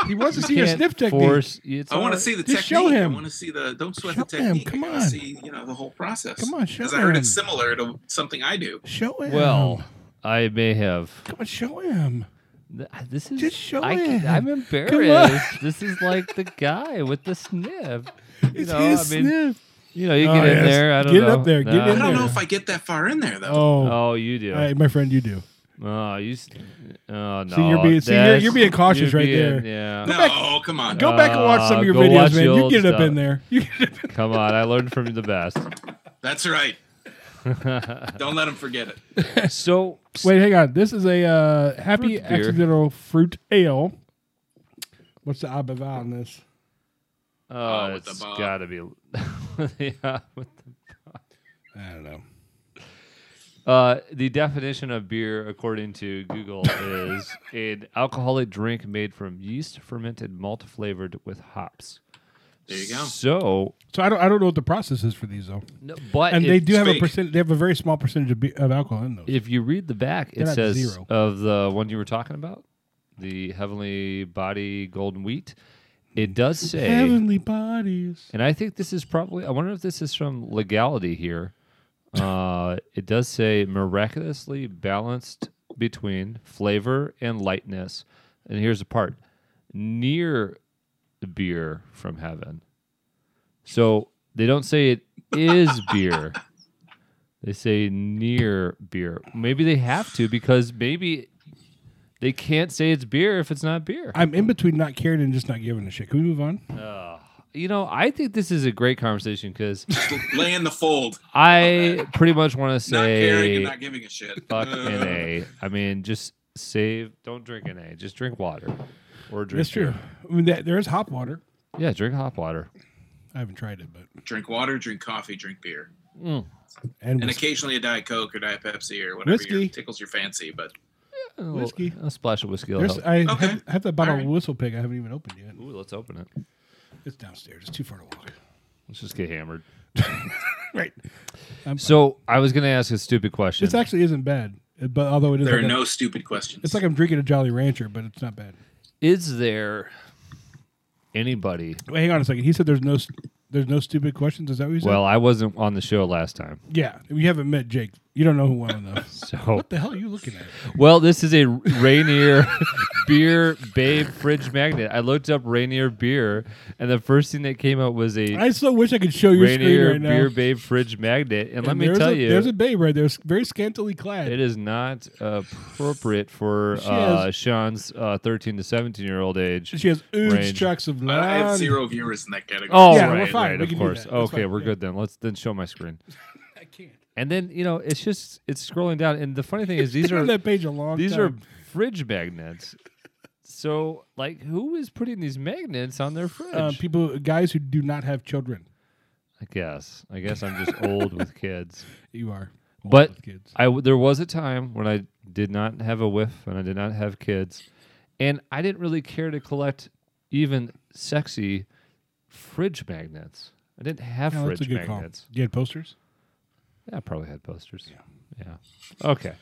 he wants to see your sniff technique.
Force, it's
I
all
want to
right.
see the
Just
technique.
show him.
I want to see the. Don't sweat the
Show him,
technique.
come
I wanna
on.
See, you know the whole process.
Come on, show
Because I heard
him.
it's similar to something I do.
Show him.
Well, I may have.
come on, show him.
th- This is.
Just show
I, can-
it.
I'm
on.
embarrassed. This is like the guy with the sniff. You
It's
know,
his
I mean,
sniff.
you know, you
Oh,
get in
yes.
there. I don't
Get it
know.
up there, get it
I
in
Nah.
don't
there.
know if I get that far in there though.
Oh,
Oh, you do.
all right, my friend, you do.
Oh, you. s- Oh no.
you're being- see, you're-
that's-
you're being cautious right
being-
there.
Yeah.
no,
back-
come on.
Go back and watch some
Uh,
of your
go watch
videos,
the
man. You
old
get it up
stuff.
in there. [LAUGHS] You get it up in
Come on, I learned from you the
[LAUGHS]
best.
That's right. don't let him forget it.
So
Wait, hang on. This is a uh, happy
Fruit beer.
accidental fruit ale. What's the abava on this?
Oh,
with the
it's
bob.
got to be. [LAUGHS] yeah, with
I don't know.
the, uh, the definition of beer, according to Google, is
[LAUGHS]
an alcoholic drink made from yeast fermented malt flavored with hops.
There you go.
So,
So I don't I don't know what the process is for these though.
no, but
And
if,
they do have a
fake.
percent. They have a very small percentage of, be- of alcohol in those.
If you read the back, it
not
says
zero.
of the one you were talking about, the heavenly body golden wheat. It does say
Heavenly bodies.
And I think this is probably, I wonder if this is from legality here. Uh, it does say miraculously balanced between flavor and lightness. And here's the part near the beer from heaven. So they don't say it is beer. They say near beer. Maybe they have to because maybe they can't say it's beer if it's not beer.
I'm in between not caring and just not giving a shit. Can we move on?
you know, I think this is a great conversation because
Lay in the fold.
I pretty much want to
Not caring and
say
not giving a shit.
fuck
[LAUGHS] Uh,
NA. I mean, just save. Don't drink NA. Just drink water or drink.
That's true.
beer.
I mean, that, there is hop water.
Yeah, drink hop water.
I haven't tried it, but
Drink water, drink coffee, drink beer.
and
and
whiskey.
occasionally a Diet Coke or Diet Pepsi or whatever
Whiskey.
your, tickles your fancy. But
A little-
Whiskey.
A splash of whiskey. will
There's,
help.
I
Okay.
have, I have that bottle
All
of
right.
Whistle Pig I haven't even opened yet.
Ooh, let's open it.
It's downstairs. It's too far to walk. [LAUGHS]
Let's just get hammered.
Right.
So I was going to ask a stupid question.
This actually isn't bad, uh, but although it is,
there are
like a-
no stupid questions.
it's like I'm drinking a Jolly Rancher, but it's not bad.
Is there anybody?
Wait, hang on a second. He said there's no s- there's no stupid questions. Is that what you said?
Well, I wasn't on the show last time,
yeah. You haven't met Jake. You don't know who well enough.
so
what [LAUGHS] the hell are you looking at?
[LAUGHS] Well, this is a Rainier [LAUGHS] beer babe fridge magnet. I looked up Rainier beer, and the first thing that came up was a
I so wish I could show you
Rainier
screen right now.
beer babe fridge magnet. And, let
And
me
there's
tell
a,
you,
there's a babe right there, s- very scantily clad.
it is not appropriate for
She
uh,
has-
Sean's uh, 13 to 17 year old age.
She has huge
Range.
chunks of
Uh, I
line.
I have zero viewers in that category.
Oh,
Yeah, we're
right,
fine.
right,
We
of
can do
course.
that. That's
Okay,
fine.
we're
Yeah.
good then. Let's then show my screen.
I can't.
And then you know, it's just it's scrolling down, and the funny thing is,
These
these
are
are
on that page a long
These are
time.
fridge magnets. So, like, who is putting these magnets on their fridge?
um, people, guys who do not have children.
I guess. I guess I'm just old with kids.
You are, old
But
with kids.
I w- there was a time when I did not have a whiff and I did not have kids, and I didn't really care to collect even sexy fridge magnets. I didn't have
Yeah, that's
fridge
a good
magnets.
call. You had posters.
Yeah, I probably had posters. Yeah. Okay.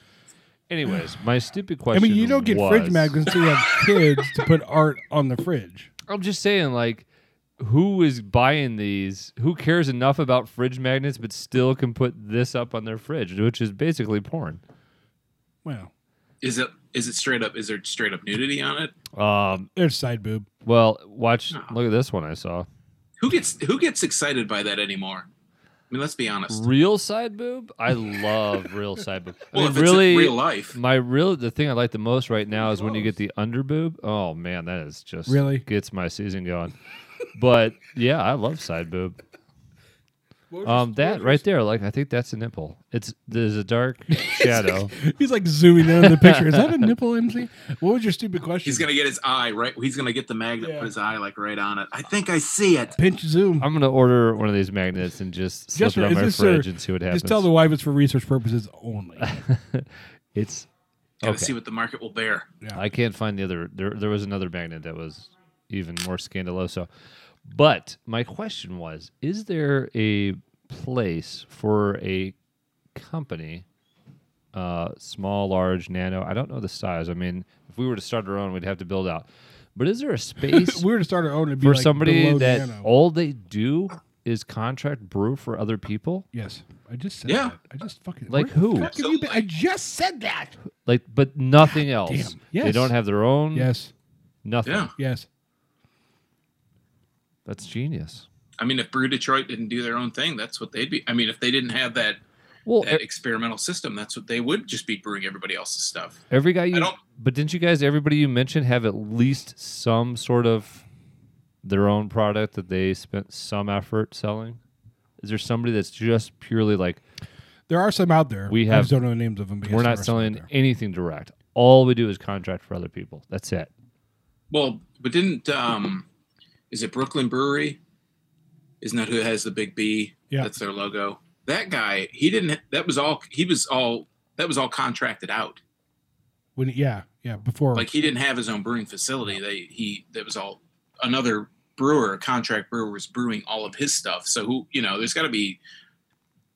Anyways, my stupid
I
question.
mean, you don't get fridge
was-
magnets until you
[LAUGHS]
have kids to put art on the fridge.
I'm just saying, like, who is buying these? Who cares enough about fridge magnets, but still can put this up on their fridge, which is basically porn.
Well,
Is it is it straight up? Is there straight up nudity on it?
Um,
there's side boob.
well, watch. Look at this one I saw.
Who gets who gets excited by that anymore? I mean, let's be honest.
Real side boob. I love real side boob. I
[LAUGHS] Well,
mean,
if it's
really,
in real life,
my real the thing I like the most right now is when you get the under boob. Oh man, that is just
Really?
gets my season going. but yeah, I love side boob.
[LAUGHS]
Um, that right there, like I think that's a nipple. It's there's a
[LAUGHS]
dark shadow.
He's like zooming in on the picture.
[LAUGHS]
Is that a nipple, MC? What was your stupid question?
he's gonna get his eye right. He's gonna get the magnet,
Yeah.
put his eye like right on it. I think I see it.
pinch zoom.
I'm gonna order one of these magnets and just slip
Just
it
for-
on
is
my
this your-
fridge and see what happens.
Just tell the wife it's for research purposes
[LAUGHS]
only.
it's
Gotta
okay.
see what the market will bear.
I can't find the other. There, there was another magnet that was even more scandaloso. But my question was: Is there a place for a company, uh, small, large, nano? I don't know the size. I mean, if we were to start our own, we'd have to build out. But is there a space
[LAUGHS] If we were to start our own, it'd be
for
like
somebody
below
that
Nano.
all they do is contract brew for other people?
yes, I just said.
Yeah.
that. I just fucking
Like
where the
who?
fuck have you been? I just said that.
Like, but nothing else. They
Yes.
don't have their own.
Yes,
Nothing.
Yeah,
yes.
That's genius.
I mean, if Brew Detroit didn't do their own thing, that's what they'd be. I mean, if they didn't have that
Well, e-
that experimental system, that's what they would just be brewing everybody else's stuff.
Every guy you,
don't-
but didn't you guys? Everybody you mentioned have at least some sort of their own product that they spent some effort selling. Is there somebody that's just purely like
There are some out there.
We
I
have-
just don't know the names of them. but yes,
we're
there
not
are some out
selling
there.
anything direct? All we do is contract for other people. That's it.
Well, but didn't um, is it Brooklyn Brewery? Isn't that who has the big B?
Yeah.
that's their logo. That guy, he didn't. That was all. He was all. That was all contracted out.
When, yeah, yeah. Before
Like he didn't have his own brewing facility. They he that was all another brewer, contract brewer, was brewing all of his stuff. So who you know, there's got to be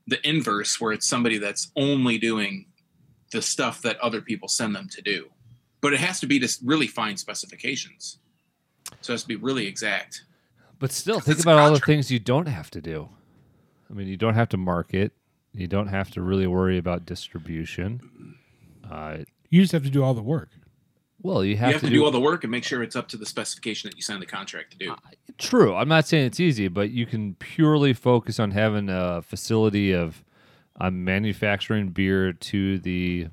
the inverse where it's somebody that's only doing the stuff that other people send them to do. But it has to be to s- really fine specifications. So it has to be really exact.
But still, think
it's
about all the
contract.
things you don't have to do. I mean, you don't have to market. You don't have to really worry about distribution. Uh,
you just have to do all the work.
well, you have,
you have to, do, all the work and make sure it's up to the specification that you signed the contract to do.
True. I'm not saying it's easy, but you can purely focus on having a facility of I'm manufacturing beer to the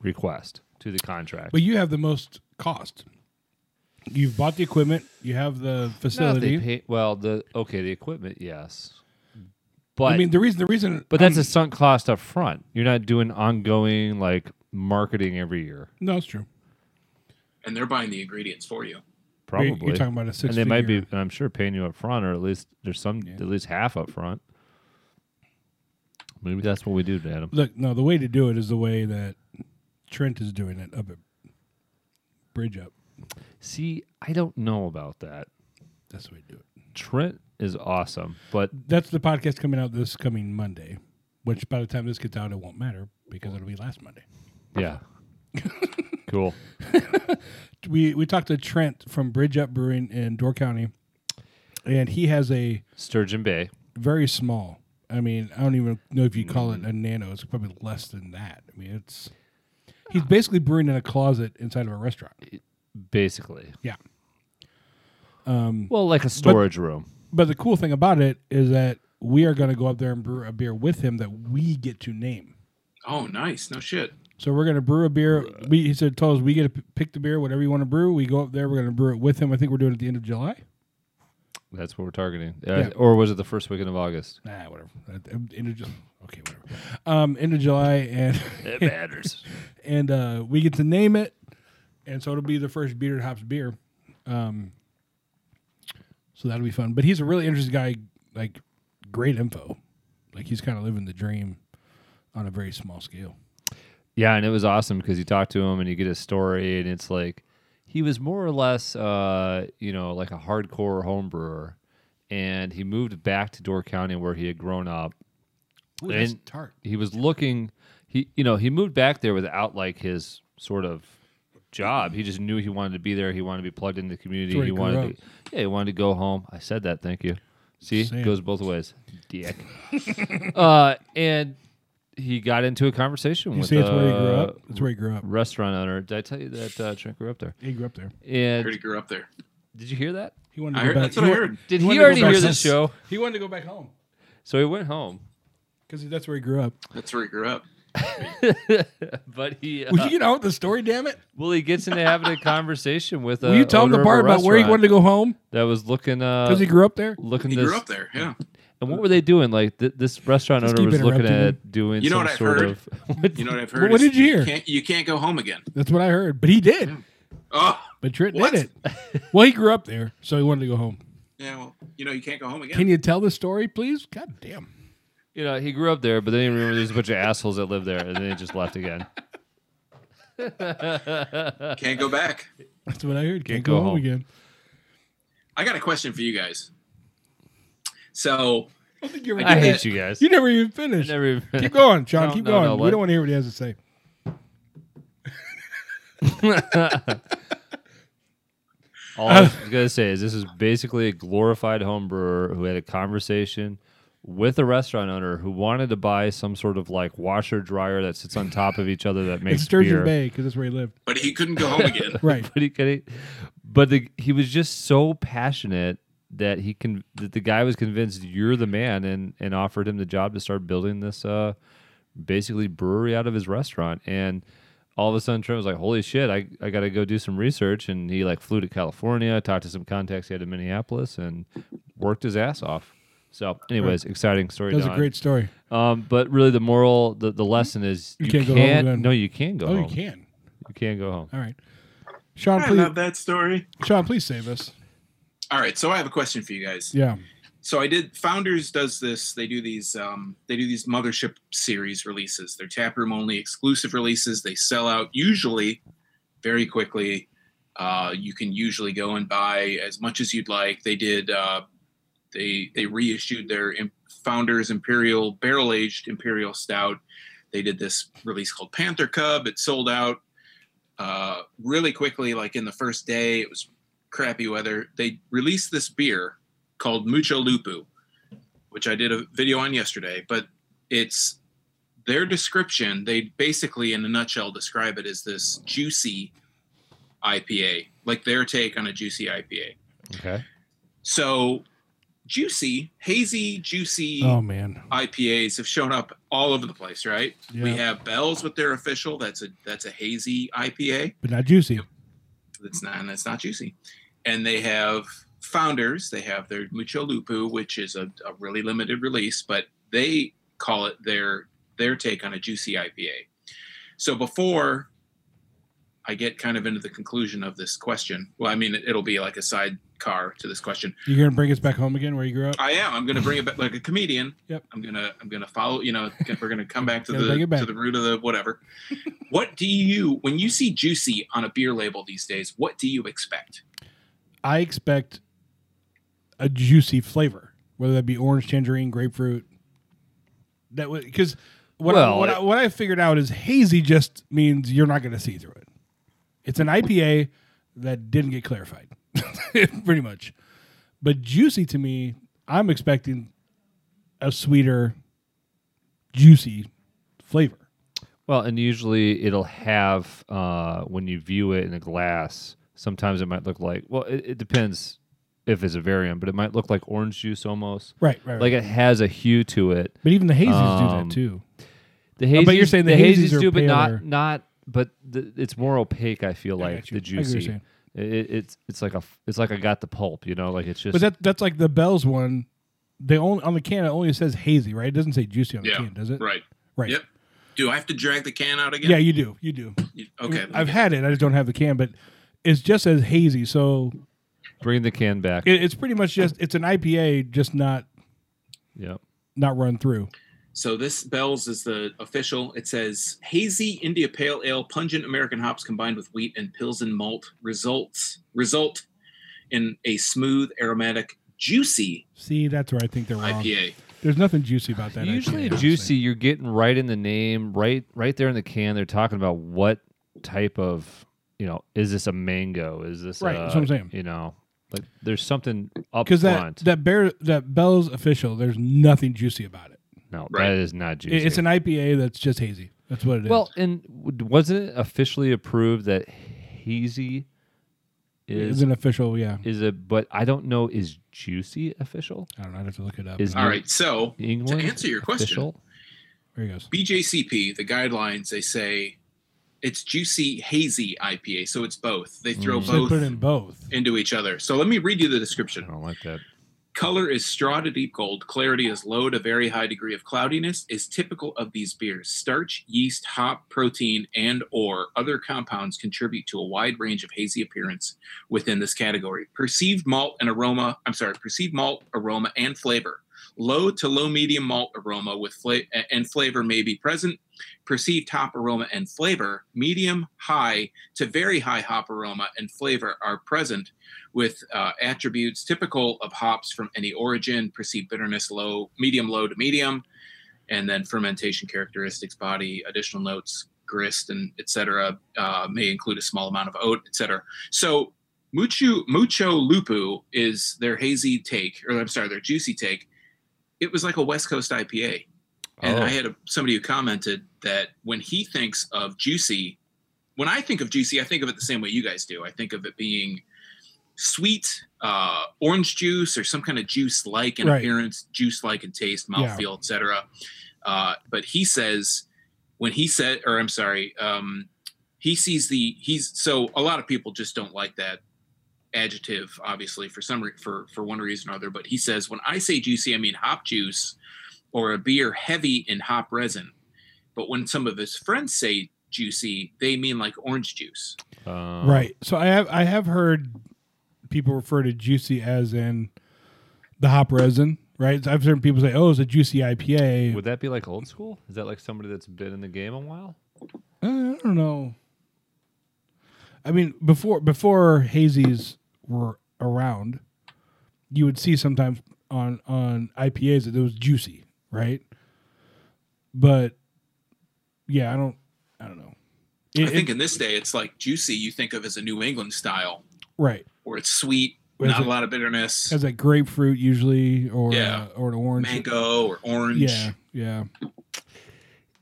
request, to the contract.
But you have the most cost. You've bought the equipment. You have the
Not if
facility.
They pay, well, the okay, the equipment, yes. But
I mean, the reason the reason.
but that's
um,
a sunk cost up front. You're not doing ongoing like marketing every year,
no, it's true.
And they're buying the ingredients for you.
You're-
probably.
You're, talking about a six.
and they might be,
figure-
and I'm sure paying you up front, or at least there's some, at least half up front. Maybe that's what we do to Adam.
Look, no, the way to do it is the way that Trent is doing it up at Bridge Up.
See, I don't know about that.
That's the way to do it.
Trent is awesome, but
That's the podcast coming out this coming Monday, which by the time this gets out, it won't matter because it'll be last Monday. [LAUGHS]
yeah. cool.
We we talked to Trent from Bridge Up Brewing in Door County, and he has a
Sturgeon Bay.
very small. I mean, I don't even know if you call it a nano. It's probably less than that. I mean, it's he's basically brewing in a closet inside of a restaurant.
Basically. Um,
Yeah. Um,
Well, like a storage room.
But the cool thing about it is that we are going to go up there and brew a beer with him that we get to name.
Oh, nice. No shit.
So we're going to brew a beer. We, he said, told us we get to p- pick the beer, whatever you want to brew. We go up there. We're going to brew it with him. I think we're doing it at the end of July.
That's what we're targeting. Uh,
Yeah.
Or was it the first weekend of
[LAUGHS]
August?
Nah, whatever. At the End of July. Okay, whatever. Um, end of July, and
It matters.
and uh, we get to name it, and so it'll be the first Bearded Hops beer. Um, so that'll be fun. But he's a really interesting guy. Like, great info. Like he's kind of living the dream on a very small scale.
Yeah, and it was awesome because you talk to him and you get his story, and it's like he was more or less, uh, you know, like a hardcore home brewer, and he moved back to Door County where he had grown up.
Ooh, that's
And-
tart.
He was looking, he you know, he moved back there without like his sort of job. He just knew he wanted to be there. He wanted to be plugged into the community.
where
He
he grew
wanted to, yeah, he wanted to go home. I said that. Thank you. See,
Sam.
goes both ways.
[LAUGHS]
Dick. uh, and he got into a conversation
You
with.
say it's where he grew
uh,
up. It's where he grew up.
restaurant owner. Did I tell you that uh, Trent grew up there?
He grew up there.
I heard he
And
grew up there.
did you hear that?
He wanted to
I
go
heard,
back.
that's what I
wa-
heard.
Did
wanted
he
to go
already
back
hear
to
this show?
He wanted to go back home
So he went home,
because that's where he grew up.
That's where he grew up.
but he uh,
Would you get on with the story? Damn it!
well he gets into having a converssion with. A
Will you tell him the
owner of a
part about where he
restaurant
wanted to go home
That was looking uh
because he grew up there?
looking
He
this.
grew up there. Yeah.
And what were they doing? Like th- this restaurant
Just
owner
keep
was looking
interrupting
at doing
You know
some
what I've
sort
heard?
of. [LAUGHS]
You know what I've heard?
What
is
did you hear?
Can't, you can't go home again.
That's what I heard. But he did.
Oh,
But Trent
What?
did it. Well, he grew up there, so he wanted to go home.
yeah. Well, you know, you can't go home again.
Can you tell the story, please? God damn.
you know, he grew up there, but then he remembered there's a bunch of assholes that lived there, and then he just left again.
[LAUGHS]
can't go back.
That's what I heard. Can't,
go
go, home
home.
again.
I got a question for you guys. So
I think you're
I hate you guys.
You never even finished.
[LAUGHS] Never even-
Keep going, John.
No,
Keep
no,
going.
no,
we
let-
don't want to hear what he has to say.
[LAUGHS] All I was gonna say is this is basically a glorified home brewer who had a conversation with a restaurant owner who wanted to buy some sort of like washer dryer that sits on top of each other that makes
It's Sturgeon
beer.
Bay because that's where he
[LAUGHS]
lived.
but he couldn't go home again.
Right.
But he, could- he- but the, he was just so passionate that he can that the guy was convinced you're the man and and offered him the job to start building this uh basically brewery out of his restaurant and all of a sudden Trent was like holy shit I, I gotta go do some research and he like flew to California talked to some contacts he had in Minneapolis and worked his ass off so anyways exciting story
That was a
Don.
great story.
um but really the moral the, the lesson is you,
can't go home again.
no you can go
Oh,
home
you can.
you can't go home
All right. Sean,
[LAUGHS] I
please.
love that story.
Sean, please save us.
All right. So I have a question for you guys.
Yeah.
so I did. Founders does this. They do these. Um, they do these mothership series releases. They're taproom only exclusive releases. They sell out usually very quickly. Uh, you can usually go and buy as much as you'd like. They did. Uh, they they reissued their im- founders imperial barrel aged imperial stout. They did this release called Panther Cub. It sold out uh, really quickly. Like in the first day, it was crappy weather. They released this beer called Mucho Lupu, which I did a video on yesterday, but it's their description. They basically, in a nutshell, describe it as this juicy IPA, like their take on a juicy IPA.
okay
So, juicy, hazy, juicy
Oh, man.
IPAs have shown up all over the place, right? We
Yeah.
have Bell's with their official. That's a that's a hazy IPA.
But not juicy.
That's not and that's not juicy. And they have founders. They have their Mucho Lupu, which is a, a really limited release, but they call it their their take on a juicy IPA. So before I get kind of into the conclusion of this question. Well, I mean, it, it'll be like a sidecar to this question.
You're gonna bring us back home again where you grew up.
I am. I'm going to bring it back like a comedian.
Yep.
I'm gonna. I'm gonna follow. You know, we're gonna come back to
Gotta bring
the
it back.
to the root of the whatever. what do you when you see juicy on a beer label these days? What do you expect?
I expect a juicy flavor, whether that be orange, tangerine, grapefruit. That would because what, I-
Well,
what, I, what I figured out is hazy just means you're not going to see through it. It's an IPA that didn't get clarified, [LAUGHS] pretty much. But juicy to me, I'm expecting a sweeter, juicy flavor.
Well, and usually it'll have uh, when you view it in a glass. Sometimes it might look like well, it, it depends if it's a variant, but it might look like orange juice almost.
Right, right, right.
Like it has a hue to it.
but even the hazies do
Um,
that too.
The
Oh,
hazies,
but you're saying the hazies are
do, but
paler.
not not. But the, it's more opaque. I feel
I
like
got
the
you. I get what you're
juicy.
saying.
It, it- it's it's like a f- it's like I got the pulp. You know, like it's just.
But that that's like the Bell's one. They only on the can it only says hazy, right? It doesn't say juicy on the can, does it?
Right.
Right.
Yep. Do I have to drag the can out again?
Yeah, you do. You do. Mm,
You- Okay.
I've had it. I just don't have the can, but it's just as hazy. So
bring the can back.
it, it's pretty much just it's an IPA, just not
yeah.
not run through.
So this Bell's is the official. It says hazy India Pale Ale, pungent American hops combined with wheat and pilsen malt results result in a smooth, aromatic, juicy
See, that's where I think they're wrong.
IPA.
There's nothing juicy about that.
Usually,
IPA,
a
honestly.
juicy, you're getting right in the name, right, right there in the can. They're talking about what type of, you know, is this a mango? Is this
Right,
A,
that's what I'm saying.
You know, like there's something up
because
front.
that that bear that Bell's official, there's nothing juicy about it.
no,
Right.
that is not
It-
juicy.
It's an IPA that's just hazy. That's what it is.
well, and w- wasn't it officially approved that hazy
it's
is
an official. Yeah,
is a but I don't know is juicy official
I don't know. I would have to look it up.
Is-
All right. So
England
answer your question,
official?
there he goes.
BJCP, the guidelines, they say it's juicy, hazy IPA. So it's both. They throw
So Mm. they
both
put it in both.
into each other. So let me read you the
I
description.
don't like that.
Color is straw to deep gold. Clarity is low to very high degree of cloudiness is typical of these beers. Starch, yeast, hop, protein, and or other compounds contribute to a wide range of hazy appearance within this category. Perceived malt and aroma, I'm sorry, perceived malt, aroma and flavor. Low to low medium malt aroma with fla- a- and flavor may be present. Perceived hop aroma and flavor, medium, high to very high hop aroma and flavor are present with uh, attributes typical of hops from any origin perceived bitterness low medium low to medium and then fermentation characteristics body additional notes grist and etc uh, may include a small amount of oat etc so mucho mucho lupu is their hazy take or i'm sorry their juicy take it was like a west coast ipa and
Oh.
i had a, somebody who commented that when he thinks of juicy when i think of juicy i think of it the same way you guys do i think of it being sweet uh, orange juice or some kind of juice like in
Right.
appearance, juice like in taste,
Yeah.
mouthfeel, etc. Uh, but he says when he said, or I'm sorry, um, he sees the he's so a lot of people just don't like that adjective, obviously for some re- for for one reason or other. But he says when I say juicy, I mean hop juice or a beer heavy in hop resin. But when some of his friends say juicy, they mean like orange juice.
Um,
Right. So I have I have heard people refer to juicy as in the hop resin, right? I've heard people say, "Oh, it's a juicy IPA."
Would that be like old school? Is that like somebody that's been in the game a while?
Uh, I don't know. I mean, before before hazies were around, you would see sometimes on on IPAs that it was juicy, right? But yeah, I don't I don't know. It-
I think
it-
in this day, it's like juicy. You think of as a New England style,
right.
where it's sweet,
Whereas
not a
it-
lot of bitterness,
As a grapefruit usually or
Yeah.
uh, or an orange.
mango or orange.
Yeah, yeah.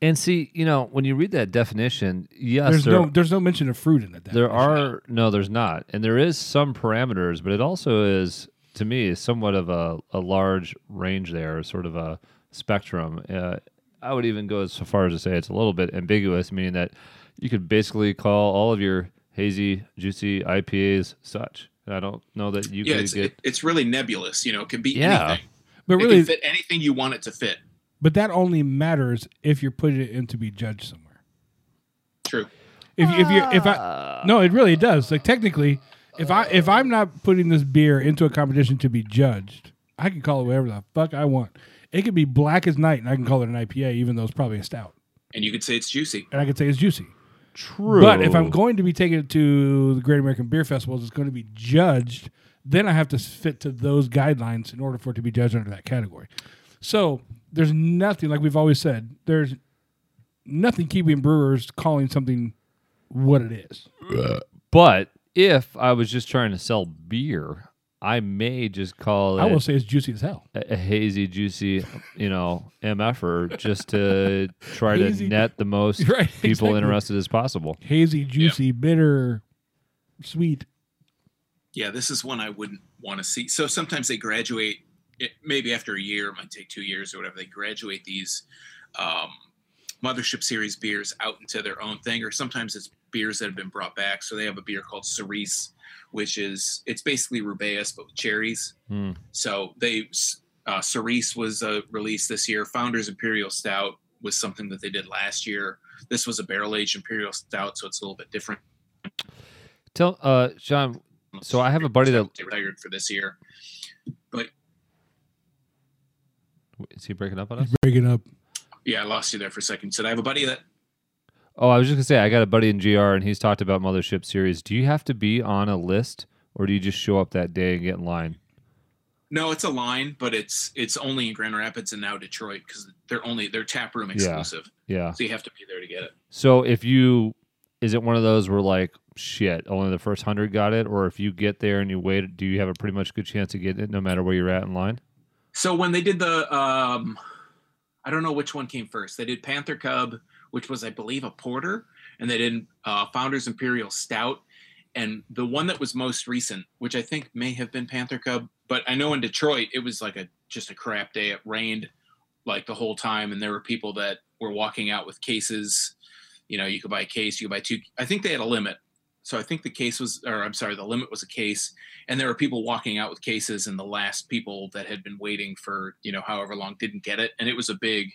And see, you know, when you read that definition, yes,
there's
there,
no there's no mention of fruit in it.
there are no, there's not, and there is some parameters, but it also is to me is somewhat of a, a large range there, sort of a spectrum. Uh, I would even go so far as to say it's a little bit ambiguous, meaning that you could basically call all of your hazy, juicy IPAs such. And I don't know that you
yeah.
could
It's
get.
it, it's really nebulous. You know, it can be
Yeah.
anything.
but
it
really,
can fit anything you want it to fit.
but that only matters if you're putting it in to be judged somewhere.
True.
If if you if I
Ah.
no, it really does. Like technically, if I if I'm not putting this beer into a competition to be judged, I can call it whatever the fuck I want. It could be black as night, and I can call it an IPA, even though it's probably a stout,
And you could say it's juicy.
and I could say it's juicy.
True.
But if I'm going to be taking it to the Great American Beer Festivals, it's going to be judged. Then I have to fit to those guidelines in order for it to be judged under that category. So there's nothing like we've always said. There's nothing keeping brewers calling something what it is.
But if I was just trying to sell beer, I may just call it
I will say it's juicy as hell.
a, a hazy, juicy, you know, mf'er just
[LAUGHS]
to try
Hazy-
to net the most
[LAUGHS] Right,
people
exactly.
interested as possible.
Hazy, juicy, bitter, sweet.
Yeah, this is one I wouldn't want to see. So sometimes they graduate, it, maybe after a year, it might take two years or whatever. They graduate these um, Mothership Series beers out into their own thing, or sometimes it's beers that have been brought back. So they have a beer called Cerise, which is it's basically Rubeus but with cherries.
Hmm.
So they uh, Cerise was uh, released this year. Founders Imperial Stout was something that they did last year. This was a barrel aged Imperial Stout, so it's a little bit different.
Tell uh, Sean, So I have a buddy that-
They retired for this year.
is he breaking up on us?
Breaking up.
Yeah, I lost you there for a second. So I have a buddy that
Oh, I was just gonna say I got a buddy in GR and he's talked about Mothership series. Do you have to be on a list or do you just show up that day and get in line?
no, it's a line, but it's it's only in Grand Rapids and now Detroit because they're only they're tap room exclusive.
Yeah.
So you have to be there to get it.
So if you is it one of those where like shit, only the first hundred got it, or if you get there and you wait, do you have a pretty much good chance of getting it no matter where you're at in line?
So when they did the um I don't know which one came first. They did Panther Cub, which was I believe a porter, and they did uh, Founders Imperial Stout. And the one that was most recent, which I think may have been Panther Cub, but I know in Detroit it was like a just a crap day. It rained like the whole time, and there were people that were walking out with cases. You know, you could buy a case, you could buy two. I think they had a limit, so I think the case was, or I'm sorry, the limit was a case, and there were people walking out with cases and the last people that had been waiting for you know however long didn't get it and it was a big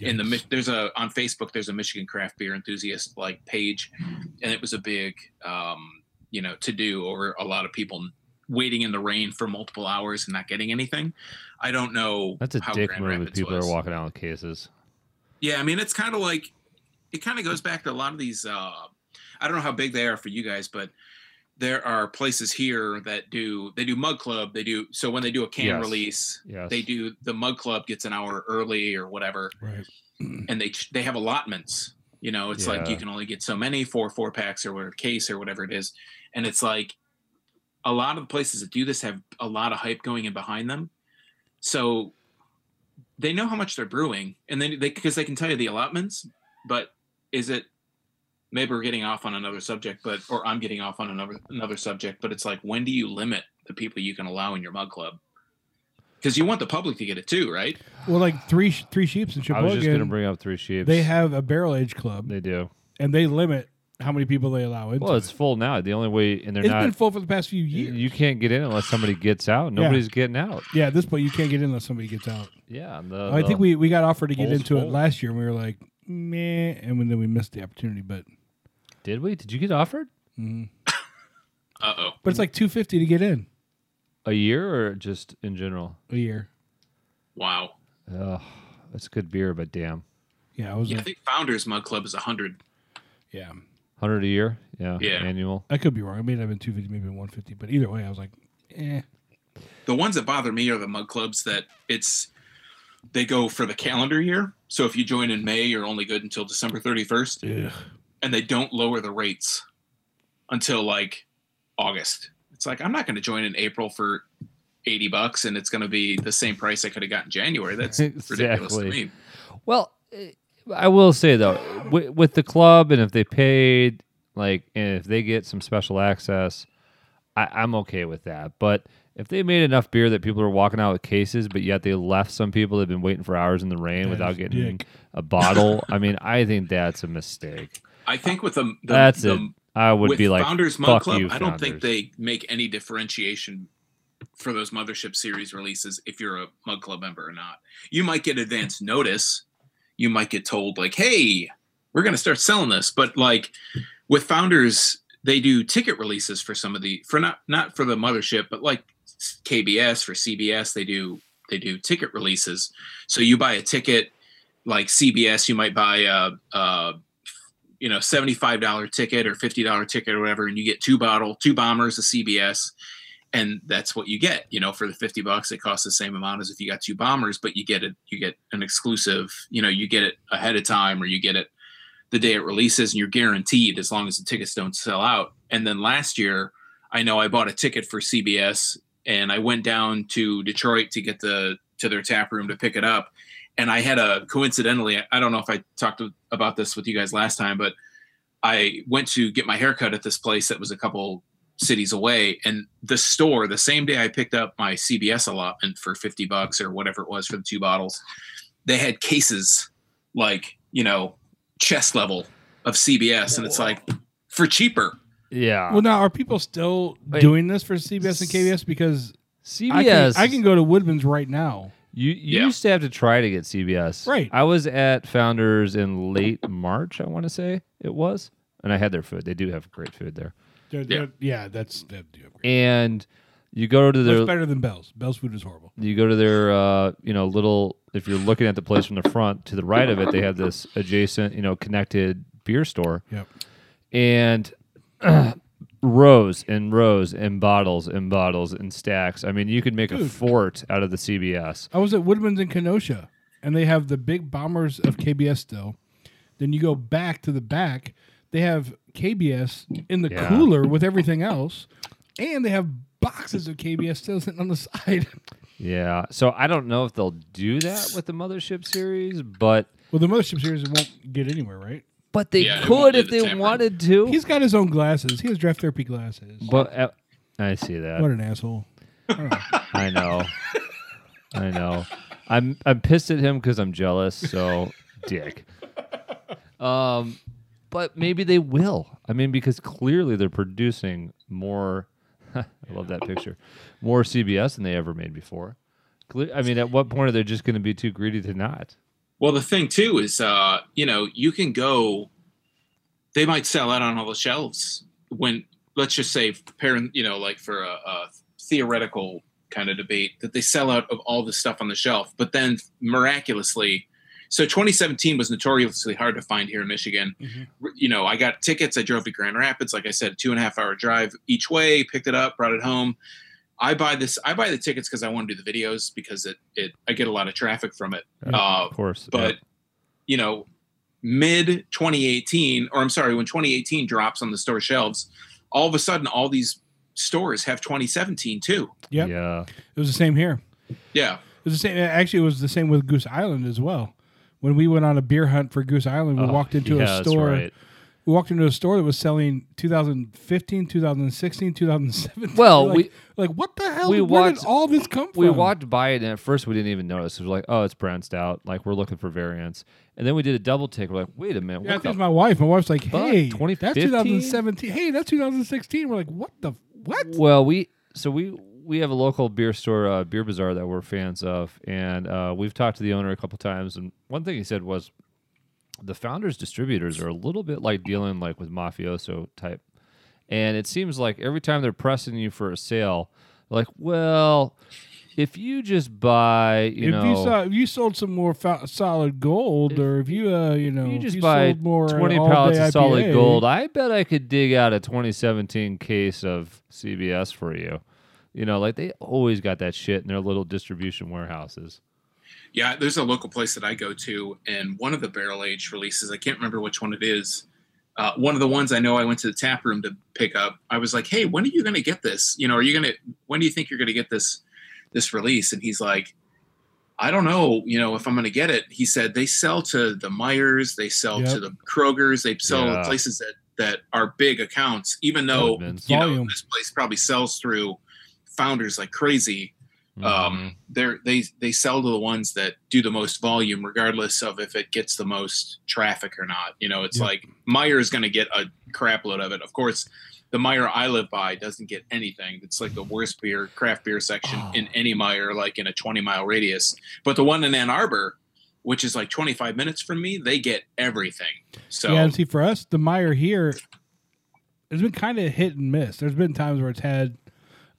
in the
Yikes.
Mi- there's a on facebook there's a michigan craft beer enthusiast like page and it was a big um you know to do over a lot of people waiting in the rain for multiple hours and not getting anything i don't know
That's a dick move if people
was.
are walking out with cases.
Yeah, I mean, it's kind of like it kind of goes back to a lot of these. Uh, I don't know how big they are for you guys, but there are places here that do they do mug club. They do so when they do a can
Yes.
release,
Yes.
they do the mug club gets an hour early or whatever,
Right.
and they ch- they have allotments. You know, it's like you
Yeah.
can only get so many four four packs or whatever case or whatever it is, and it's like a lot of the places that do this have a lot of hype going in behind them, so they know how much they're brewing, and then they because they can tell you the allotments. But is it maybe we're getting off on another subject, but or I'm getting off on another another subject, but it's like when do you limit the people you can allow in your mug club? Because you want the public to get it too, right?
Well, like three sh- three sheeps in
I was just gonna
Sheboygan,
bring up three sheep.
they have a barrel age club,
they do.
and they limit how many people they allow into.
Well, it's
it.
full now. The only way and they're
It's
not Mm.
been full for the past few years.
you can't get in unless somebody gets out.
Yeah.
Nobody's getting out.
yeah, at this point, you can't get in unless somebody gets out.
Yeah. and the-
I think
the-
we, we got offered to get
Bulls
into it
Bowl.
last year, and we were like, meh, and then we missed the opportunity. But mm.
did we? Did you get offered?
Uh oh.
but
Mm.
it's like two fifty to get in
A year or just in general?
a year.
Wow.
Ugh, that's good beer, but damn.
Yeah, I was.
Yeah, I
like,
think Founders Mug Club is 100.
yeah,
Hundred a year? Yeah.
Yeah.
Annual.
I could be wrong. It may not have been two fifty, maybe one fifty. But either way, I was like, eh.
The ones that bother me are the mug clubs that it's they go for the calendar year. So if you join in May, you're only good until December 31st, and they don't lower the rates until like August. It's like I'm not going to join in April for 80 bucks, and it's going to be the same price I could have gotten in January. That's ridiculous
[LAUGHS]
to
Exactly.
me.
Well, eh, I will say though, with, with the club and if they paid, like, and if they get some special access, I, I'm okay with that. But if they made enough beer that people are walking out with cases, but yet they left some people that have been waiting for hours in the rain
That
without
is
getting
dick.
a bottle, I mean, [LAUGHS] I think that's a mistake.
I think with the, the
that's
the,
it. I would
with
be like,
Founders Mug
fuck
Club,
you,
I don't think
Founders."
they make any differentiation for those Mothership series releases if you're a Mug Club member or not. You might get advance notice. You might get told like, "Hey, we're going to start selling this," but like with founders they do ticket releases for some of the for not not for the mothership but like kbs for cbs they do they do ticket releases so you buy a ticket like cbs you might buy a, a you know $75 ticket or $50 ticket or whatever and you get two bottle two bombers a cbs and that's what you get you know for the 50 bucks it costs the same amount as if you got two bombers but you get it you get an exclusive you know you get it ahead of time or you get it the day it releases and you're guaranteed as long as the tickets don't sell out and then last year i know i bought a ticket for cbs and i went down to detroit to get the to their tap room to pick it up and i had a coincidentally i don't know if i talked about this with you guys last time but i went to get my haircut at this place that was a couple cities away and the store the same day i picked up my cbs allotment for 50 bucks or whatever it was for the two bottles they had cases like you know chest level of cbs and it's like for cheaper
Yeah.
Well, now are people still
ah. Wait.
doing this for CBS and KBS? Because
CBS.
I can, I can go to Woodman's right now.
You, you
Yeah.
used to have to try to get CBS.
Right.
I was at Founders in late March, I want to say it was. And I had their food. They do have great food there.
They're,
Yeah.
they're- yeah, that's that'd do upgrade.
And you go to
Much
their
better than Bell's. Bell's food is horrible.
you go to their uh, you know little if you're looking at the place from the front to the right of it they have this adjacent you know connected beer store
Yep.
and [CLEARS THROAT] rows and rows and bottles and bottles and stacks i mean you could make a
Dude.
fort out of the cbs
I was at Woodman's in Kenosha, and they have the big bombers of KBS still. Then you go back to the back, they have KBS in the
Yeah.
cooler with everything else, and they have boxes of KBS still sitting on the side. [LAUGHS]
yeah so i don't know if they'll do that with the mothership series but
well, the mothership series won't get anywhere, right?
but they
Yeah, they
could
won't do
if
the
they
tampering.
wanted to
He's got his own glasses. He has draft therapy glasses.
but uh, i see that
What an asshole. I don't know.
I know. I know. I'm I'm pissed at him because I'm jealous. So dick. Um, but maybe they will. I mean, because clearly they're producing more. [LAUGHS] I love that picture. More CBS than they ever made before. Cle- I mean, at what point are they just going to be too greedy to not?
Well, the thing too is, uh, you know, you can go. They might sell out on all the shelves when, let's just say, parent, you know, like for a, a theoretical kind of debate, that they sell out of all the stuff on the shelf, but then miraculously. So 2017 was notoriously hard to find here in Michigan.
Mhm.
R- You know, I got tickets. I drove to Grand Rapids, like I said, two and a half hour drive each way. Picked it up, brought it home. I buy this. I buy the tickets because I want to do the videos because it it I get a lot of traffic from it. Uh,
of course.
but you know mid 2018 or i'm sorry when 2018 drops on the store shelves all of a sudden all these stores have 2017 too
yeah.
Yep.
yeah.
It was the same here.
yeah
It was the same. Actually, it was the same with Goose Island as well. When we went on a beer hunt for Goose Island, we
Oh,
walked into
yeah,
a
that's
store.
right.
We walked into a store that was selling 2015, 2016, [LAUGHS] 2017.
Well,
We're like,
we-
like what the hell?
we
Where did
walked-
all this come from?
we walked by it and at first we didn't even notice. It was like, oh, it's brown stout. Like we're looking for variants. And then we did a double take. We're like, wait a minute,
Yeah, I
what
think it was
the
my wife. My wife's like,
fuck?
"Hey, that's
2015?
2017. Hey, that's 2016." We're like, "What the what?"
Well, we so we we have a local beer store, uh, beer bazaar that we're fans of, and uh, we've talked to the owner a couple times. And one thing he said was, the founders' distributors are a little bit like dealing like with mafioso type, and it seems like every time they're pressing you for a sale, like, well, if you just buy, you
if
know.
you saw, if you sold some more fo- solid gold,
If-
or if you, uh, you know,
if you just
if
buy
sold more uh,
20
all-day
pallets of solid
IPA,
gold. I bet I could dig out a 2017 case of CBS for you. You know, like they always got that shit in their little distribution warehouses.
yeah there's a local place that i go to and one of the barrel age releases i can't remember which one it is uh, one of the ones i know i went to the tap room to pick up i was like hey when are you going to get this you know are you going to when do you think you're going to get this this release and he's like i don't know you know if i'm going to get it he said they sell to the myers they sell
Yep.
to the krogers they sell
Yeah.
to places that that are big accounts even though
Woodman's.
you know
Volume.
this place probably sells through founders like crazy
Mm-hmm.
um, they're, they they sell to the ones that do the most volume, regardless of if it gets the most traffic or not. You know, it's
Yeah.
like Meyer is going to get a crap load of it. Of course, the Meyer I live by doesn't get anything. It's like the worst beer craft beer section
Oh.
in any Meyer, like in a twenty mile radius. But the one in Ann Arbor, which is like twenty five minutes from me, they get everything. So
Yeah, and see, for us, the Meyer here It's been kind of hit and miss. There's been times where it's had,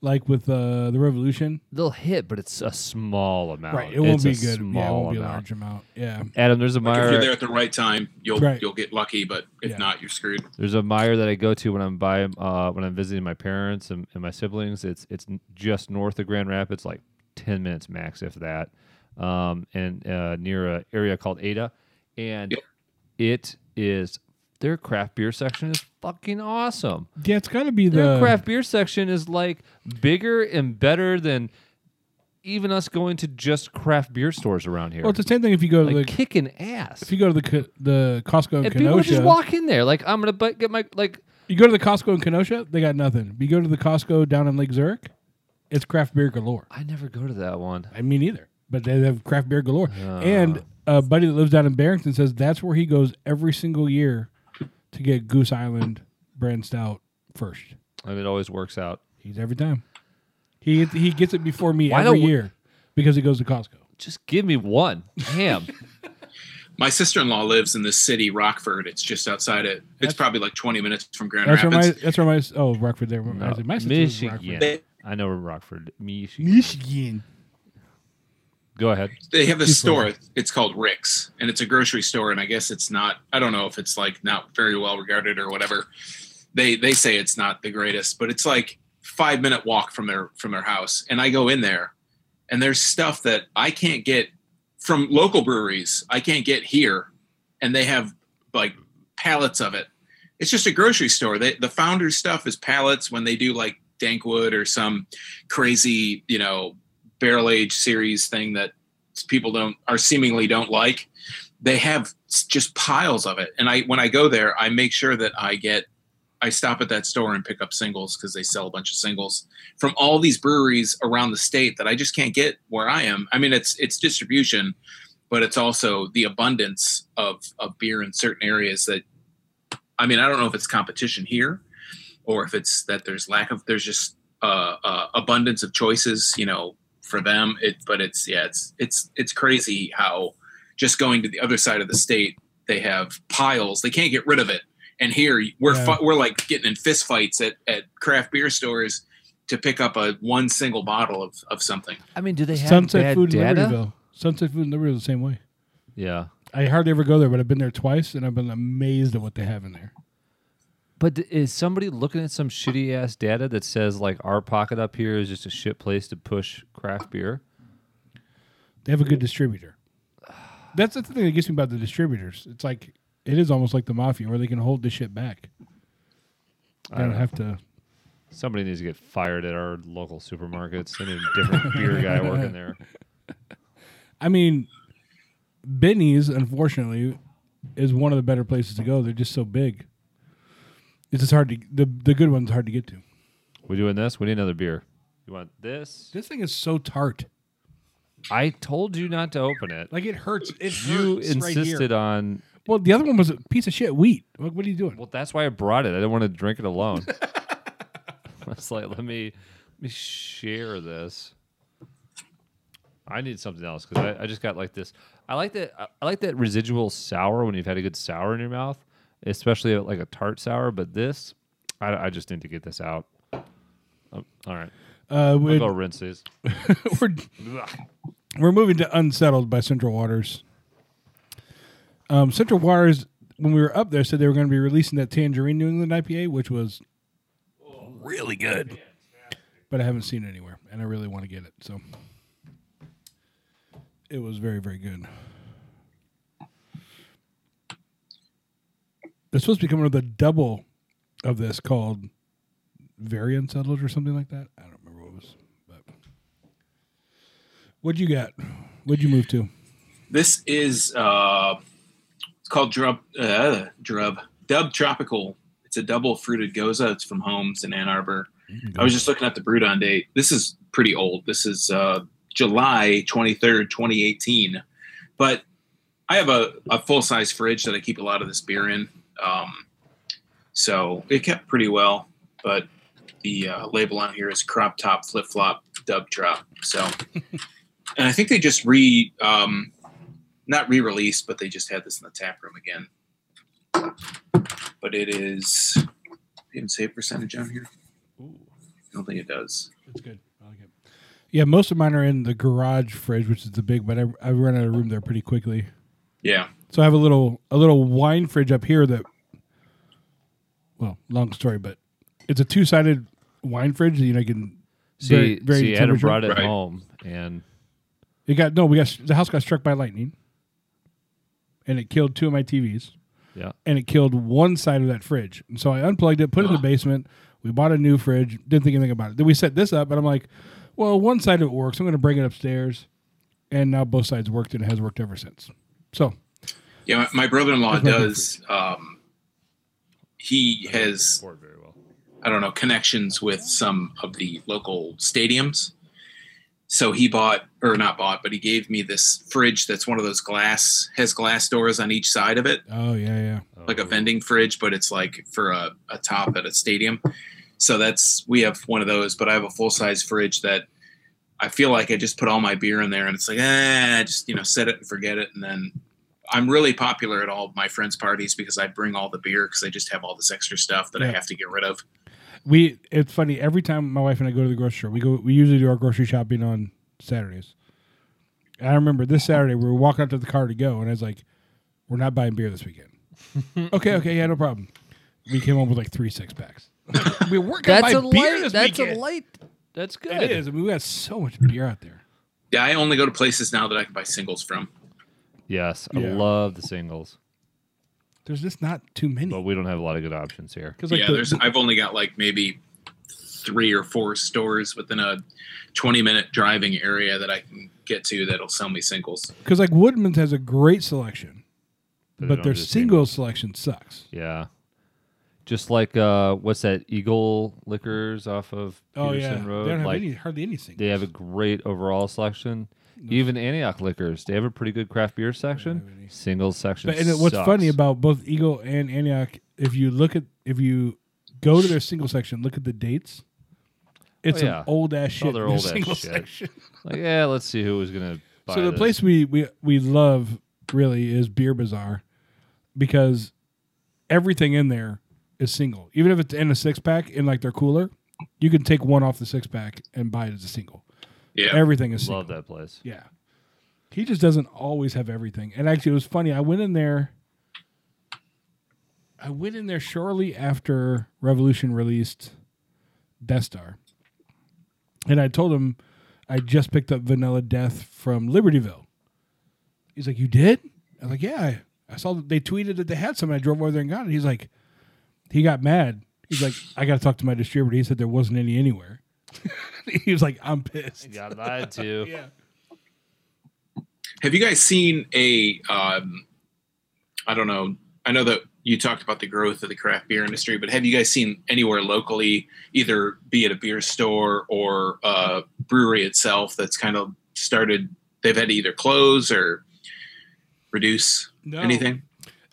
like with uh, the Revolution,
They'll hit, but it's a small amount.
It won't
It's
be
a
good.
Small
yeah, it won't be a
amount.
large amount. Yeah,
Adam, there's a
Like if
Meyer.
you're there at the right time, you'll
Right.
you'll get lucky, but if
Yeah.
not, you're screwed.
There's a Meyer that I go to when I'm by uh, when I'm visiting my parents and, and my siblings. It's it's n- just north of Grand Rapids, like ten minutes max, if that, um, and uh, near a area called Ada, and
Yep.
it is their craft beer section is fucking awesome.
yeah. It's got to be
Their
the
craft beer section is like bigger and better than even us going to just craft beer stores around here.
Well, it's the same thing if you go to
like
the
kicking ass.
if you go to the Co- the Costco in
and people
Kenosha.
just walk in there like I'm gonna bu- get my like
you go to the Costco in Kenosha, they got nothing. But you go to the Costco down in Lake Zurich, it's craft beer galore.
I never go to that one.
I mean, either, but they have craft beer galore.
Ah.
and a buddy that lives down in Barrington says that's where he goes every single year to get Goose Island brand stout first.
and it always works out.
He's every time. He he gets it before me
Why
every
don't we-
year because he goes to Costco.
Just give me one.
[LAUGHS]
Damn.
My sister in law lives in this city, Rockford. It's just outside it. It's probably like 20 minutes from Grand
That's where my
Rapids.
that's where my oh Rockford there. I said, my sister's from Rockford.
Michigan. I know we're Rockford. Michigan.
Michigan.
Go ahead.
they have this
Keep
store. It's called Rick's, and it's a grocery store. And I guess it's not. I don't know if it's like not very well regarded or whatever. They they say it's not the greatest, but it's like five minute walk from their from their house. And I go in there, and there's stuff that I can't get from local breweries. I can't get here, and they have like pallets of it. It's just a grocery store. They, the founder's stuff is pallets when they do like Dankwood or some crazy, you know, barrel age series thing that people don't are seemingly don't like they have s- just piles of it and i when i go there i make sure that i get i stop at that store and pick up singles because they sell a bunch of singles from all these breweries around the state that i just can't get where i am i mean it's it's distribution but it's also the abundance of of beer in certain areas that i mean i don't know if it's competition here or if it's that there's lack of there's just uh, uh abundance of choices you know for them. It, but it's yeah, it's it's it's crazy how just going to the other side of the state, they have piles. They can't get rid of it. And here we're
Yeah.
fu- we're like getting in fist fights at, at craft beer stores to pick up a one single bottle of, of something.
I mean, do they have
Sunset
bad
Food in
data?
Libertyville. Sunset Food in Libertyville is the same way.
Yeah,
I hardly ever go there, but I've been there twice and I've been amazed at what they have in there.
but d- is somebody looking at some shitty ass data that says like our pocket up here is just a shit place to push craft beer?
They have a good distributor. That's the thing that gets me about the distributors. It's like it is almost like the mafia where they can hold this shit back. They don't have to.
Somebody needs to get fired at our local supermarkets. They need a [LAUGHS] different beer guy working there.
I mean, Benny's unfortunately is one of the better places to go. They're just so big. It's just hard to the the good one's hard to get to.
We doing this? We need another beer. You want this?
This thing is so tart.
I told you not to open it.
Like it hurts. It
You
hurts right here.
insisted on.
Well, the other one was a piece of shit wheat. Like, what are you doing?
Well, that's why I brought it. I didn't want to drink it
[LAUGHS]
alone. [LAUGHS] I was like, let me let me share this. I need something else because I, I just got like this. I like that. I- I like that residual sour when you've had a good sour in your mouth, especially uh, like a tart sour. But this, I, I just need to get this out. Um, all right,
Uh,
I'll
we're,
go rinse these.
[LAUGHS] we're, we're moving to Unsettled by Central Waters. Um, Central Waters, when we were up there, said they were going to be releasing that Tangerine New England IPA, which was really good. But I haven't seen it anywhere, and I really want to get it. So it was very, very good. They're supposed to be coming with a double of this called Very Unsettled or something like that. I don't remember what it was. But What'd you got? What'd you move to?
This is uh, it's called Drub uh, Drub Dub Tropical. It's a double fruited goza. It's from Holmes in Ann Arbor. I was just looking at the brewed on date. This is pretty old. This is uh, July twenty third, twenty eighteen. But I have a, a full size fridge that I keep a lot of this beer in. Um, so it kept pretty well. But the uh, label on here is crop top flip flop dub drop. So. And I think they just re um, not re-released, but they just had this in the tap room again. But it is even save percentage on here? I don't think it does.
It's good. I like it. Yeah, most of mine are in the garage fridge, which is the big, but I, I run out of room there pretty quickly.
Yeah.
So I have a little a little wine fridge up here that well, long story, but it's a two sided wine fridge that you know you can
See,
vary- vary
see, Adam
temperature.
brought it
Right.
home, and
It got no, we got the house got struck by lightning, and it killed two of my TVs,
yeah,
and it killed one side of that fridge. And so I unplugged it, put it in the basement. We bought a new fridge. Didn't think anything about it. Then we set this up, and I'm like, well, one side of it works. I'm going to bring it upstairs, and now both sides worked, and it has worked ever since. So
Yeah, my, my brother-in-law
That's my
does. Um, he has, I don't know, connections with some of the local stadiums. So he bought, or not bought, but he gave me this fridge that's one of those glass has glass doors on each side of it,
oh yeah, yeah,
like a vending fridge, but it's like for a, a top at a stadium. So that's we have one of those, but I have a full size fridge that I feel like I just put all my beer in there, and it's like eh, just you know set it and forget it, and then I'm really popular at all of my friends' parties because I bring all the beer because I just have all this extra stuff that I
Yeah.
have to get rid of.
we it's funny every time my wife and I go to the grocery store, we go we usually do our grocery shopping on Saturdays. And I remember this Saturday we were walking up to the car to go, and I was like, "We're not buying beer
[LAUGHS]
this weekend." okay, okay, yeah, no problem. We came home with like three
[LAUGHS]
six packs. we weren't gonna buy beer this
That's
weekend.
a light. That's good.
It is. I mean, we got so much beer out there.
Yeah, I only go to places now that I can buy singles from.
Yes, I
Yeah.
love the singles,
There's just not too many.
but we don't have a lot of good options here.
'Cause, like,
yeah,
the-
there's I've only got like maybe three or four stores within a 20 minute driving area that I can get to that'll sell me singles.
because like Woodman's has a great selection,
they
but
don't
their
do the
single selection sucks.
Yeah. Just like uh, what's that? Eagle Liquors off of
Oh
Peterson
yeah,
Road.
they don't have
like
any hardly any singles.
they have a great overall selection. Even Antioch Liquors, they have a pretty good craft beer section. Singles section.
But and it- what's
sucks.
funny about both Eagle and Antioch, if you look at if you go to their single section, look at the dates. It's
Oh, yeah.
an old ass shit.
Oh, they're
in their
old ass
single
shit.
section.
like, yeah, let's see who was gonna. Buy
[LAUGHS] So the
this.
place we we we love really is Beer Bazaar, because everything in there is single. Even if it's in a six pack in like their cooler, you can take one off the six pack and buy it as a single.
Yeah.
Everything is single.
love that place.
Yeah. He just doesn't always have everything. And actually, it was funny. I went in there. I went in there shortly after Revolution released Death Star. And I told him I just picked up Vanilla Death from Libertyville. He's like, You did? I was like, Yeah. I, I saw that they tweeted that they had some. and I drove over there and got it. He's like, He got mad. He's like, I got to talk to my distributor. He said there wasn't any anywhere. [LAUGHS] he was like, I'm pissed.
Got lied to.
[LAUGHS] Yeah.
Have you guys seen a? Um, I don't know. I know that you talked about the growth of the craft beer industry, but have you guys seen anywhere locally, either be it a beer store or a brewery itself, that's kind of started? They've had to either close or reduce
No.
anything.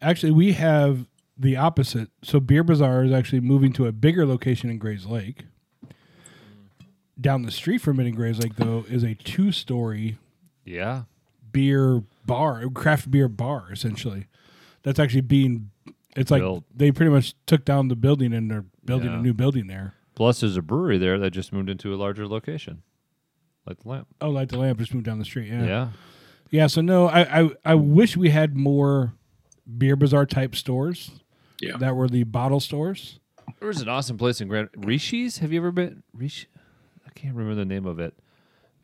Actually, we have the opposite. So Beer Bazaar is actually moving to a bigger location in Grays Lake. Down the street from it in Grays Lake, though, is a two-story
Yeah.
beer bar, craft beer bar, essentially. That's actually being. It's like
Built.
they pretty much took down the building and they're building
Yeah.
a new building there.
Plus, there's a brewery there that just moved into a larger location, like the lamp.
Oh, like the lamp just moved down the street. Yeah.
Yeah.
Yeah, so no, I, I I wish we had more beer bazaar type stores.
Yeah.
That were the bottle stores.
There was an awesome place in Grand Rishi's. Have you ever been Rishi? I can't remember the name of it,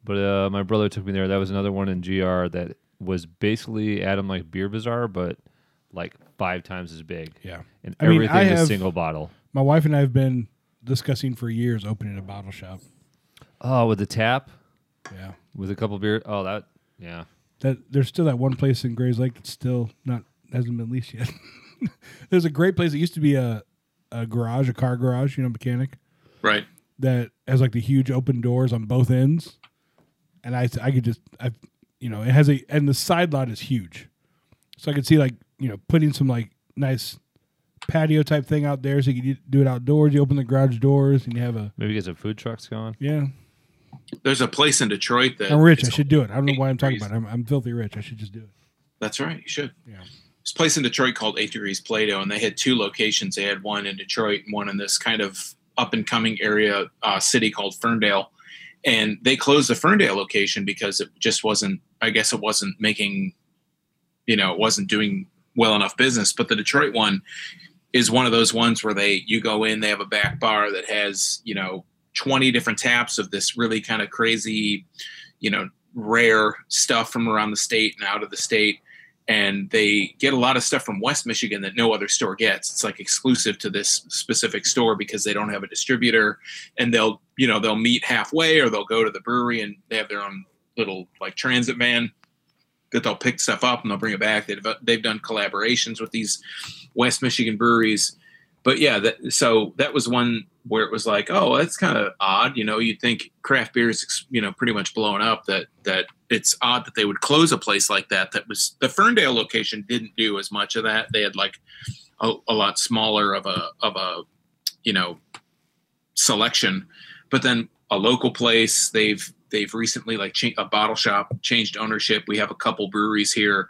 but uh, my brother took me there. That was another one in GR that was basically Adam like Beer Bazaar, but like five times as big.
Yeah.
and
I mean,
everything
I
is
have-
single bottle.
My wife and I have been discussing for years opening a bottle shop.
Oh, with the tap,
Yeah.
with a couple beer. Oh, that yeah.
That there's still that one place in Grays Lake that's still not hasn't been leased yet. [LAUGHS] there's a great place. It used to be a, a garage, a car garage, you know, mechanic
Right.
that has like the huge open doors on both ends. And I I could just I you know, it has a and the side lot is huge. So I could see like, you know, putting some like nice patio type thing out there so you could do it outdoors. You open the garage doors and you have a
Maybe get some food trucks going.
yeah,
There's a place in Detroit that
I'm rich. I
is-
should do it. I don't know why I'm talking
crazy.
about it. I'm, I'm filthy rich. I should just do it.
That's right. You should.
Yeah.
this place in Detroit called Eight Degrees Plato, and they had two locations. They had one in Detroit and one in this kind of up and coming area uh, city called Ferndale. And they closed the Ferndale location because it just wasn't. I guess it wasn't making, you know, it wasn't doing well enough business. But the Detroit one is one of those ones where they you go in, they have a back bar that has you know twenty different taps of this really kind of crazy, you know, rare stuff from around the state and out of the state and they get a lot of stuff from West Michigan that no other store gets. It's like exclusive to this specific store because they don't have a distributor, and they'll you know they'll meet halfway or they'll go to the brewery and they have their own little like transit van that they'll pick stuff up and they'll bring it back. They've uh, they've done collaborations with these West Michigan breweries, but yeah, that, so that was one where it was like, oh, that's kind of odd. You know, you'd think craft beer is ex- you know pretty much blown up. That that it's odd that they would close a place like that. That was the Ferndale location didn't do as much of that. They had like a, a lot smaller of a of a you know selection, but then a local place they've they've recently like cha- a bottle shop changed ownership. We have a couple breweries here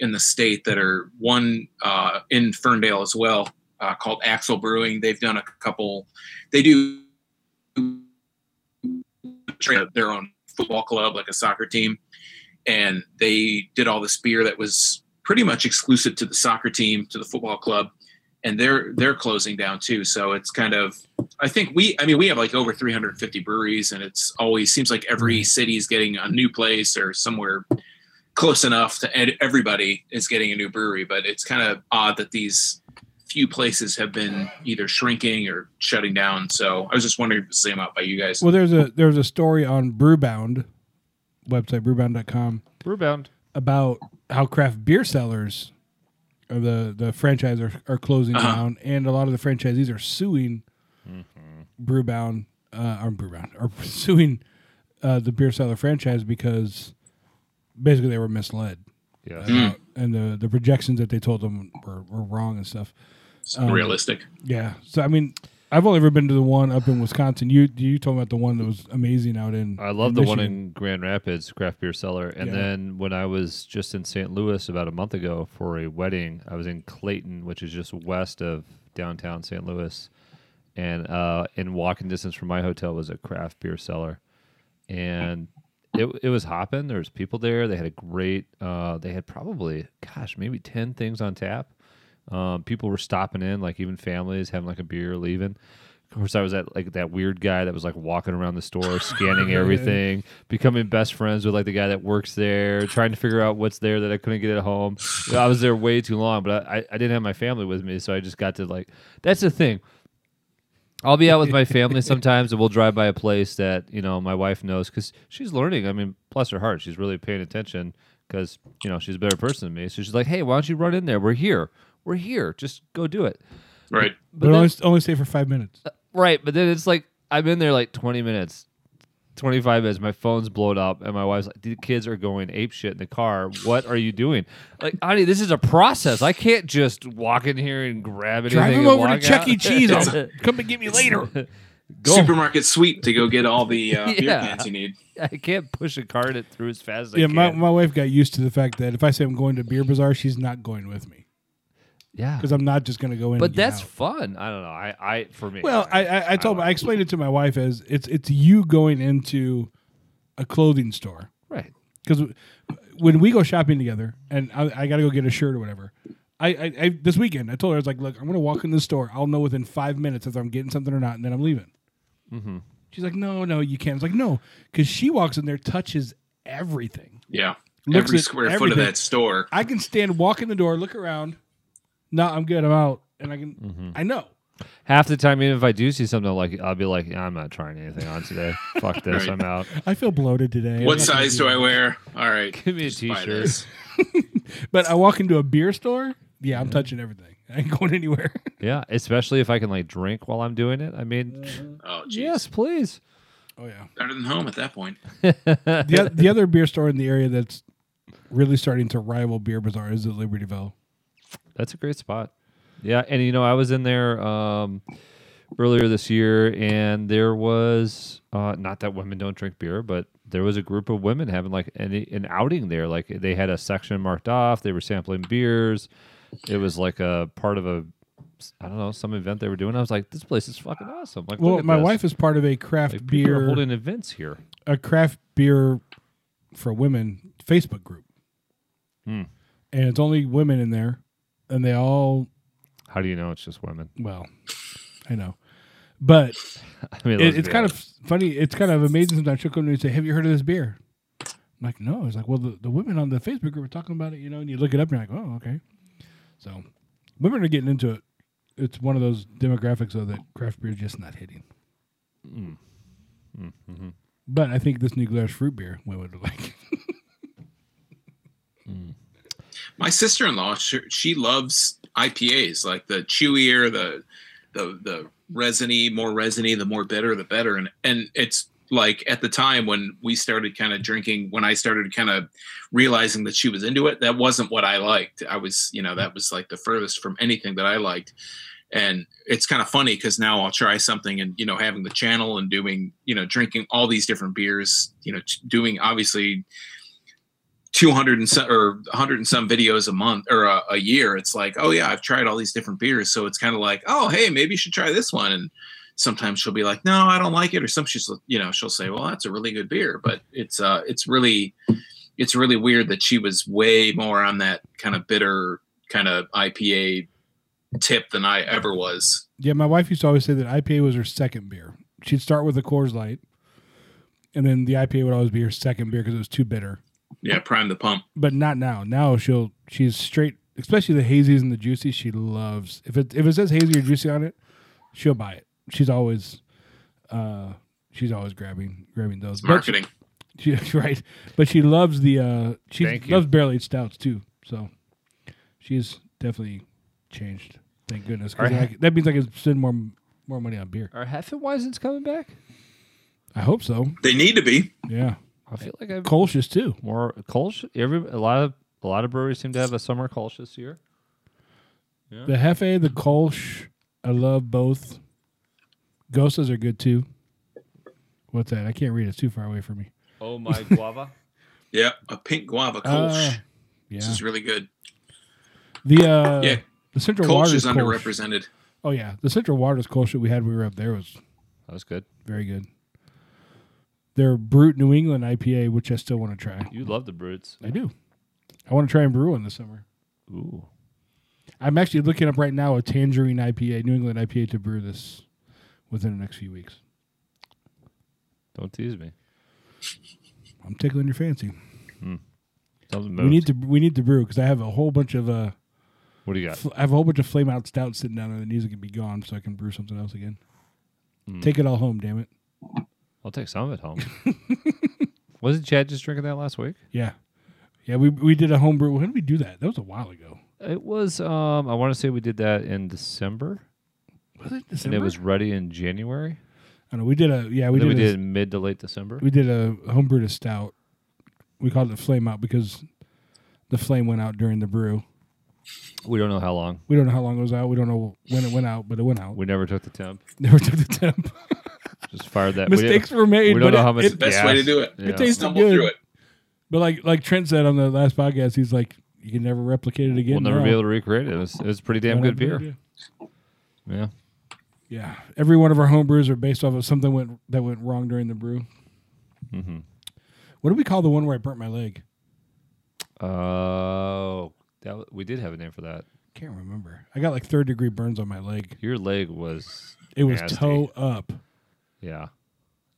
in the state that are one uh, in Ferndale as well uh, called Axel Brewing. They've done a couple. They do their own football club, like a soccer team, and they did all this beer that was pretty much exclusive to the soccer team, to the football club, and they're they're closing down too. So it's kind of, I think we, I mean, we have like over 350 breweries, and it's always seems like every city is getting a new place or somewhere close enough to and everybody is getting a new brewery but it's kind of odd that these few places have been either shrinking or shutting down. So I was just wondering if it's the same out by you guys.
Well, there's a there's a story on Brewbound website brewbound.com
Brewbound.
about how craft beer sellers or the the franchise are, are closing
Uh-huh.
down and a lot of the franchisees are suing Brewbound uh or Brewbound are [LAUGHS] suing uh, the beer seller franchise because basically they were misled
Yeah.
and the the projections that they told them were, were wrong and stuff.
It's
Um,
unrealistic.
Yeah. So I mean, I've only ever been to the one up in Wisconsin. You you told me about the one that was amazing out in.
I love the one
Michigan.
in Grand Rapids, craft beer cellar. And
Yeah.
then when I was just in St. Louis about a month ago for a wedding, I was in Clayton, which is just west of downtown St. Louis, and uh, in walking distance from my hotel was a craft beer cellar, and it it was hopping. There was people there. They had a great. Uh, they had probably gosh maybe ten things on tap. Um, people were stopping in, like even families having like a beer, leaving. Of course, I was at like that weird guy that was like walking around the store, scanning everything, becoming best friends with like the guy that works there, trying to figure out what's there that I couldn't get at home. You know, I was there way too long, but I, I I didn't have my family with me, so I just got to like. That's the thing. I'll be out with my family sometimes, and we'll drive by a place that you know my wife knows because she's learning. I mean, bless her heart, she's really paying attention because you know she's a better person than me. So she's like, "Hey, why don't you run in there? We're here. We're here. Just go do it."
Right.
But,
then-
only, only stay for five minutes.
Uh, Right, but then it's like I'm in there like 20 minutes, 25 minutes. My phone's blown up, and my wife's like, "The kids are going ape shit in the car. What are you doing? Like, honey, this is a process. I can't just walk in here and grab anything.
Drive him
and
over to
walk
Chuck
out."
E.
[LAUGHS]
Cheese. I'll come and get me later.
Go.
Supermarket sweep to go get all
[LAUGHS]
the uh, beer
Yeah.
cans you need.
[LAUGHS] I can't push a cart it through as fast as
Yeah,
I can.
my, my wife got used to the fact that if I say I'm going to Beer Bazaar, she's not going with me
yeah,
because I'm not just going to go in.
but
and get
that's
out.
fun. I don't know. I, I for me.
well, I I, I told I explained it to my wife as it's it's you going into a clothing store
right.
because when we go shopping together and I, I got to go get a shirt or whatever. I, I, I this weekend I told her I was like, look, I'm gonna walk in the store. I'll know within five minutes if I'm getting something or not, and then I'm leaving. Mm-hmm. She's like, no, no, you can't. I was like, no, because she walks in there, touches everything.
Yeah.
Looks
Every
at
square foot
everything.
of that store.
I can stand, walk in the door, look around. No, I'm good. I'm out, and I can. I know.
Half the time, even if I do see something I like, I'll be like, "Yeah, I'm not trying anything on [LAUGHS] today. Fuck this.
Right.
I'm out.
I feel bloated today.
What size do I wear? All right.
Give me a
just buy
t-shirt.
this.
But I walk into a beer store. Yeah, I'm touching everything. I ain't going anywhere.
Yeah, especially if I can like drink while I'm doing it. I mean,
Oh, geez.
yes, please.
oh yeah.
Better than home at that point.
The,
[LAUGHS]
the other beer store in the area that's really starting to rival Beer Bazaar is the Libertyville.
That's a great spot. Yeah, and you know, I was in there um, earlier this year, and there was uh, not that women don't drink beer, but there was a group of women having like an, an outing there. Like they had a section marked off. They were sampling beers. It was like a part of a, I don't know, some event they were doing. I was like, this place is fucking awesome. Like, look
Well,
at
my
this.
wife is part of a craft
like, people are
beer
holding events here.
a craft beer for women Facebook group,
Hmm.
and it's only women in there, and they all
How do you know it's just women? [LAUGHS]
well, I know, but
I mean,
it,
let's
it's
be
kind of
honest.
funny. It's kind of amazing sometimes she'll come to me and say, "Have you heard of this beer?" I'm like, "No." It's like, "Well, the, the women on the Facebook group are talking about it, you know." And you look it up, and you're like, "Oh, okay." So, women are getting into it. It's one of those demographics though that craft beer is just not hitting.
Mm-hmm.
But I think this new glass fruit beer women would like. [LAUGHS]
My sister in law, she, she loves IPAs, like the chewier, the the the resiny, more resiny, the more bitter, the better. And and it's like at the time when we started kind of drinking, when I started kind of realizing that she was into it, that wasn't what I liked. I was, you know, that was like the furthest from anything that I liked. And it's kind of funny because now I'll try something and, you know, having the channel and doing, you know, drinking all these different beers, you know, t- doing obviously 200 and some, or 100 and some videos a month or a, a year it's like oh yeah i've tried all these different beers so it's kind of like oh hey maybe you should try this one and sometimes she'll be like no i don't like it or some she's you know she'll say well that's a really good beer but it's uh it's really it's really weird that she was way more on that kind of bitter kind of ipa tip than i ever was
Yeah, my wife used to always say that IPA was her second beer. She'd start with a Coors Light, and then the IPA would always be her second beer because it was too bitter.
yeah prime the pump
But not now. Now she'll she's straight, especially the hazies and the juicy. She loves if it if it says hazy or juicy on it, she'll buy it. She's always, uh, she's always grabbing grabbing those.
it's
But she-
marketing
she, [LAUGHS] right, but she loves the uh, she
Thank you.
loves barrel aged stouts too. So she's definitely changed. Thank goodness. 'cause
Are-
I c- that means I can spend more more money on beer.
Are Heffenweisen's coming back?
I hope so.
they need to be
Yeah.
I feel like I've
Kolsch is too.
more Kolsch. Every a lot of a lot of breweries seem to have a summer Kolsch this year.
The Hefe, the Kolsch, I love both. Gosas are good too. What's that? I can't read. It's too far away from me.
Oh my [LAUGHS] guava!
yeah a pink guava kolsch
Uh,
this
yeah.
is really good
The uh,
Yeah.
the Central
kolsch
Waters
is
Kolsch.
underrepresented
Oh yeah, the Central Waters Kolsch that we had when we were up there was
That was good.
very good. Their Brute New England IPA, which I still want to try.
You love the brutes.
I do. I want to try and brew one this summer.
Ooh,
I'm actually looking up right now a Tangerine IPA, New England IPA to brew this within the next few weeks.
don't tease me.
I'm tickling your fancy.
Something
We
moved.
need to we need to brew because I have a whole bunch of uh
what do you got?
fl- I have a whole bunch of flame out stout sitting down there that needs to be gone so I can brew something else again.
Hmm.
Take it all home, damn it.
I'll take some of it [LAUGHS] home. Wasn't Chad just drinking that last week?
Yeah, yeah. We we did a home brew. When did we do that? That was a while ago.
It was. Um, I want to say we did that in December,
Was it
and
December?
it was ready in January.
I don't know. We did a yeah.
We
We
then
did
we
a,
did it in mid to late December.
we did a home brew to stout. We called it flame out because the flame went out during the brew.
We don't know how long.
We don't know how long it was out. We don't know when it went out, but it went out.
We never took the temp.
[LAUGHS] Never took the
[LAUGHS]
temp.
Just fired that. we didn't-
Mistakes were
We
made.
don't
but
know
it-
how much.
it-
Best way to
gas-
do it.
Yeah.
It tastes
stumble
good.
through it
But like like Trent said on the last podcast, he's like, you can never replicate it again.
We'll never
now.
be able to recreate it. It was, it was pretty damn
Don't
good
have no
beer.
idea.
Yeah.
Yeah, every one of our home brews are based off of something went that went wrong during the brew.
Mm-hmm.
What do we call the one where I burnt my leg?
Oh, that w- we did have a name for that.
Can't remember. I got like third degree burns on my leg.
Your leg was.
It was
nasty.
toe up.
Yeah. Yeah.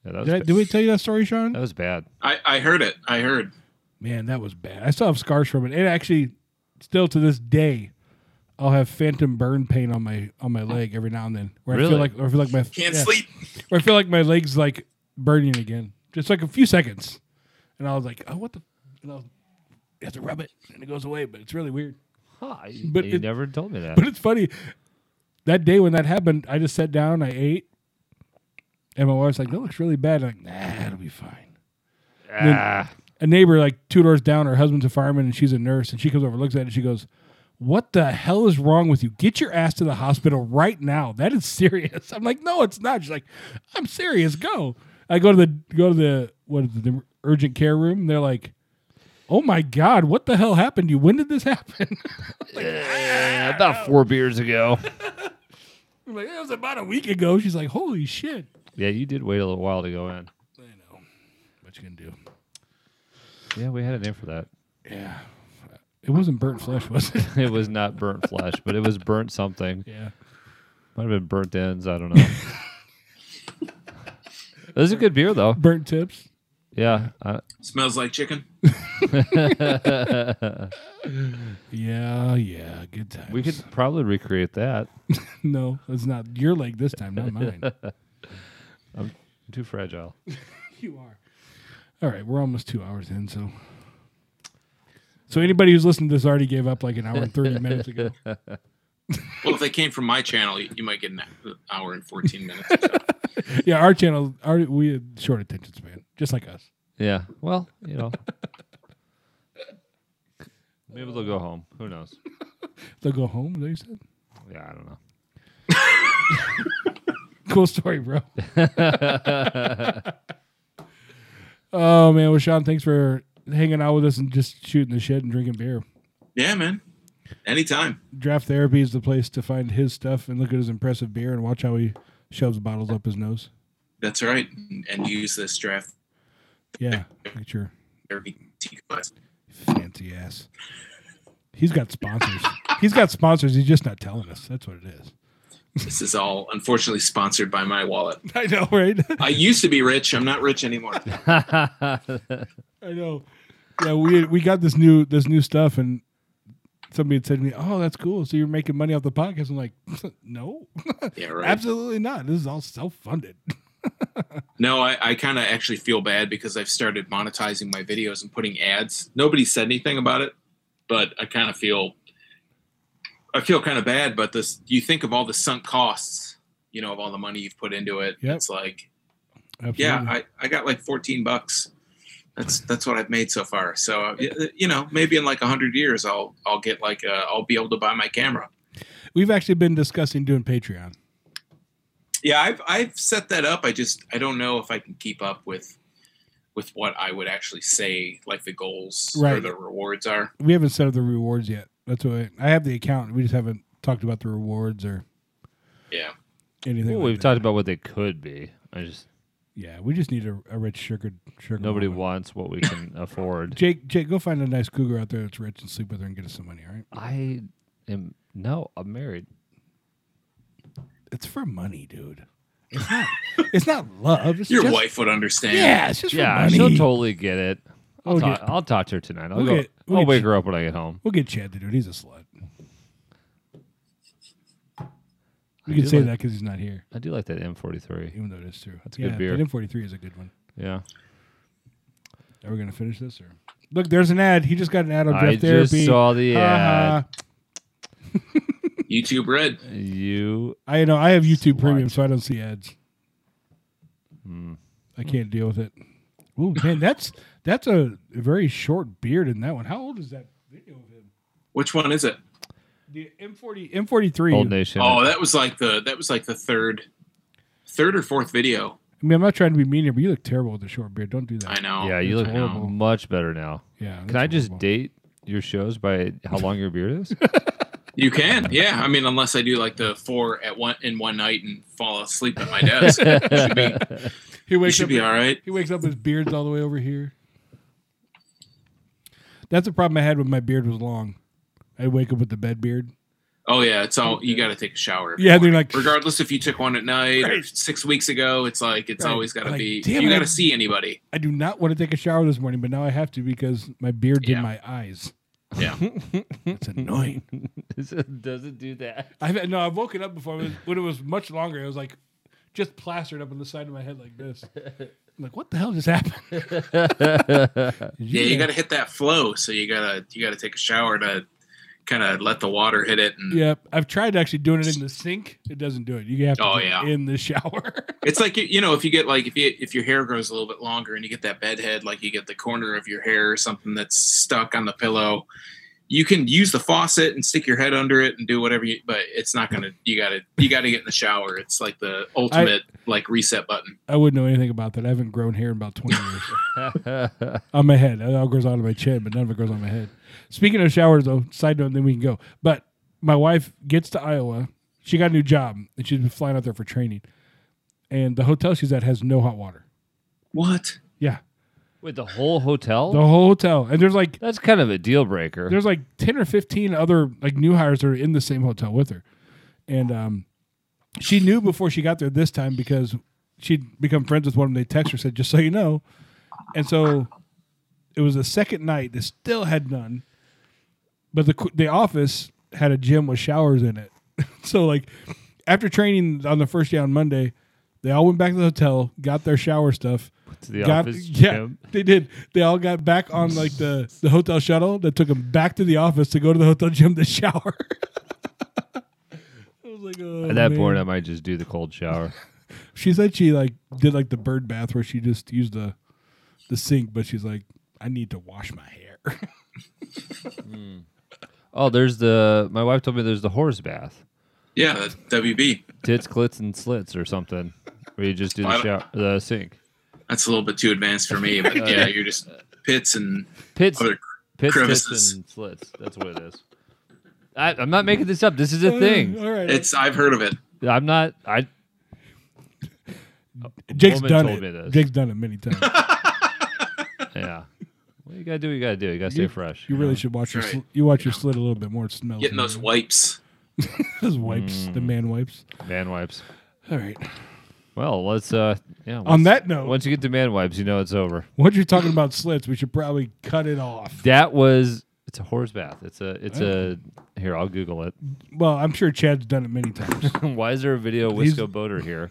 That was.
Did, I,
ba-
did we tell you that story, Sean?
That was bad.
I, I heard it. I heard.
Man, that was bad. I still have scars from it. And actually, still to this day, I'll have phantom burn pain on my on my leg every now and then. Where I
Really?
feel like or I feel like my
Can't
yeah.
sleep.
Where I feel like my legs like burning again, just like a few seconds, and I was like, "Oh, what the?" And I was, you have to rub it, and it goes away, but it's really weird. [LAUGHS]
Huh,
But
you
it-
never told me that.
But it's funny. That day when that happened, I just sat down, I ate, and my wife's like, "That looks really bad." I'm like, "Nah, it'll be fine."
ah,
A neighbor, like two doors down, her husband's a fireman and she's a nurse, and she comes over, looks at it, and she goes, "What the hell is wrong with you? Get your ass to the hospital right now. That is [LAUGHS] serious." I'm like, "No, it's not." She's like, "I'm serious. Go." I go to the go to the what is it, the urgent care room. They're like, "Oh my god, what the hell happened to you? When did this [LAUGHS] happen?"
Yeah, about four beers ago.
I'm like, it was about a week ago. She's like, "Holy shit!"
[LAUGHS] yeah, you did wait a little while to go in.
I know. What you gonna do?
Yeah, we had a name for that. [LAUGHS]
Yeah. It wasn't burnt flesh, was it?
It was not burnt flesh, but it was burnt something.
yeah.
Might have been burnt ends. I [LAUGHS] don't know. it was a good beer though.
[LAUGHS] Burnt tips.
Yeah, I,
Smells like chicken.
Yeah, yeah. Good times.
we could probably recreate that.
No, it's not your leg this time, not mine.
I'm too fragile.
you are. All right, we're almost two hours in, so. So anybody who's listened to this already gave up like an hour and thirty minutes ago.
Well, if they came from my channel, you, you might get an hour and 14 minutes.
Yeah, our channel, our we had short attention span, just like us.
Yeah. Well, you know. [LAUGHS] Maybe they'll go home. Who knows?
They'll go home. Is that what you said? [LAUGHS]
Yeah, I don't know.
Cool story, bro. oh man, well, Sean, thanks for hanging out with us and just shooting the shit and drinking beer.
yeah, man. Anytime.
Draft Therapy is the place to find his stuff and look at his impressive beer and watch how he shoves bottles up his nose.
That's right. And use this draft
Yeah, look at your
therapy tea class.
fancy ass. He's got sponsors. He's got sponsors. He's just not telling us. That's what it is.
This is all unfortunately sponsored by my wallet.
I know, right?
I used to be rich. I'm not rich anymore.
[LAUGHS]
[LAUGHS]
I know. Yeah, we we got this new this new stuff, and somebody had said to me, "Oh, that's cool. So you're making money off the podcast?" I'm like, [LAUGHS] "No,
Yeah, right.
absolutely not. This is all self [LAUGHS] funded."
No, I, I kind of actually feel bad because I've started monetizing my videos and putting ads. Nobody said anything about it, but I kind of feel I feel kind of bad. But this, you think of all the sunk costs, you know, of all the money you've put into it.
Yep.
It's like, yeah, I, I got like 14 bucks. That's that's what I've made so far. So uh, y- you know, maybe in like 100 years, I'll I'll get like a, I'll be able to buy my camera.
we've actually been discussing doing Patreon.
yeah i've i've set that up i just i don't know if i can keep up with with what i would actually say like the goals or
Right.
the rewards are
We haven't set up the rewards yet. That's why I have the account. We just haven't talked about the rewards or
yeah
anything.
Well,
like
we've
that.
talked about what they could be. I just
Yeah, we just need a, a rich sugar sugar.
nobody
mama.
wants what we [COUGHS] can afford.
Jake, Jake, go find a nice cougar out there that's rich and sleep with her and get us some money. All right,
I am no. I'm married.
it's for money, dude. It's
[LAUGHS]
not. it's not love. It's
your
just,
wife would understand
Yeah, it's just
yeah,
for
she'll
money.
totally get it. I'll,
We'll
talk,
get-
I'll talk to her tonight. I'll
we'll
go.
get- we'll
I'll
get
wake
you-
her up when I get home.
we'll get Chad to do it. He's a slut. We
I
can
do
say
like-
that because he's not here,
I do like that M43.
even though it is true. That's
a good beer.
N forty three is a good one.
Yeah,
Are we gonna finish this or? Look, there's an ad. He just got an ad on Draft
I
Therapy. Ah.
just saw the
Ha
ad.
ha.
youtube red
You
I know. I have YouTube
Slut.
Premium, so I don't see ads.
Hmm.
I can't deal with it. Ooh, man, that's that's a very short beard in that one. How old is that video of him?
which one is it
The M forty M forty three.
old
I
nation.
oh that was like the that was like the third third or fourth video
mean, I'm not trying to be mean here, but you look terrible with a short beard. Don't do that.
i know
yeah, you
that's
look
horrible.
much better now.
Yeah.
Can I just date your shows by how long your beard is?
you can yeah i mean unless i do like the four at one in one night and fall asleep
[LAUGHS]
at my desk you should be,
He
you
wakes
should
up.
be all right
He wakes up. His beard's all the way over here. That's a problem I had when my beard was long. I'd wake up with the bed beard.
Oh yeah, it's all you got to take a shower.
Yeah, they're like-
regardless if you took one at night or six weeks ago, it's like it's
Right.
always got to
Like,
be.
damn
You
it,
got
I-
to see
[LAUGHS]
anybody.
I do not want to take a shower this morning, but now I have to because my beard's in
Yeah.
my eyes.
Yeah,
It's annoying.
[LAUGHS] Does it doesn't do [LAUGHS] that.
[LAUGHS] I've no, I've woken up before when it- when it was much longer. It was like just plastered up on the side of my head like this. I'm like, what the hell just happened? [LAUGHS]
yeah, you got to hit that flow. So you gotta you gotta take a shower to kind of let the water hit it. And
Yep, I've tried actually doing it in the sink. It doesn't do it. You have to
Oh,
do it
yeah.
in the shower. [LAUGHS]
It's like you- you know if you get like if you if your hair grows a little bit longer and you get that bed head, like you get the corner of your hair or something that's stuck on the pillow. you can use the faucet and stick your head under it and do whatever you but it's not gonna you gotta you gotta get in the shower it's like the ultimate like reset button
I wouldn't know anything about that. I haven't grown hair in about 20 years. [LAUGHS] on my head. It all grows onto my chin, but none of it grows on my head. Speaking of showers, though, side note, then we can go. But my wife gets to Iowa. She got a new job, and she's been flying out there for training. And the hotel she's at has no hot water.
what
Yeah,
Wait, the whole hotel?
the whole hotel. And there's like
That's kind of a deal breaker.
there's like 10 or 15 other like new hires that are in the same hotel with her and um, she knew before she got there this time because she'd become friends with one of them they text her said just so you know and so it was the second night they still had none but the qu- the office had a gym with showers in it [LAUGHS] so like after training on the first day on monday they all went back to the hotel got their shower stuff
to the
got-
office
[LAUGHS] Yeah,
gym.
they did. They all got back on like the, the hotel shuttle that took them back to the office to go to the hotel gym to [LAUGHS] shower. I was like, oh,
At that
man.
point, I might just do the cold shower.
she said she like did like the bird bath where she just used the the sink, but she's like, I need to wash my
[LAUGHS]
hair.
Oh, there's the. My wife told me there's the horse bath.
yeah the wb
Tits, clits, and slits or something. Where you just do the
Why
shower, the sink.
that's a little bit too advanced for me
[LAUGHS]
but yeah you're just pits and
Pits,
other
pits, tits,
crevices.
and slits. That's what it is. I, I'm not making this up. This is a thing.
[LAUGHS]
[LAUGHS]
all right,
it's i've heard of it
I'm not. I
Jake's
woman
done
told
it.
me this.
Jake's done it many
[LAUGHS]
times.
yeah. Well, you gotta do what you gotta do. You gotta stay fresh.
you really should watch your
Right.
sl- you watch your slit a little bit more. It smells.
getting
in
those
there.
wipes
those wipes,
Mm.
the man wipes.
man wipes.
All right.
Well, let's. uh Yeah.
On
once-
that note,
once you get to man wipes, you know it's over.
once you're talking about slits, we should probably cut it off.
That was. It's a horse bath. It's a. It's a. Here, I'll Google it. [LAUGHS]
Well, I'm sure Chad's done it many times.
Why is there a video of
He's-
Wisco Boater here?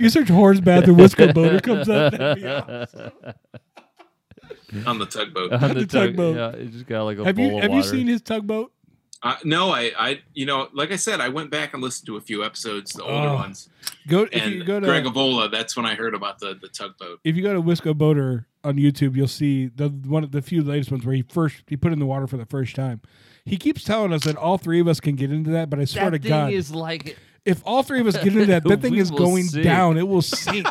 you search horse bath and Wisco boater comes up.
[LAUGHS]
that'd be awesome.
on the tugboat
on
the
tug-
tugboat.
Yeah, it just got like a
Have
bowl
you
of
have you
water.
seen his tugboat?
Uh, no, I, I, you know, like I said, I went back and listened to a few episodes, the older
Oh.
ones,
Go if
and
you go to
Greg Avola. That's when I heard about the the tugboat.
if you go to Wisco boater on YouTube, you'll see the one of the few latest ones where he first he put in the water for the first time. He keeps telling us that all three of us can get into that, but I swear
that
to
thing
God,
is like
if all three of us get into that,
[LAUGHS]
that thing
We
is
will
going
sink.
down.
[LAUGHS]
It will sink.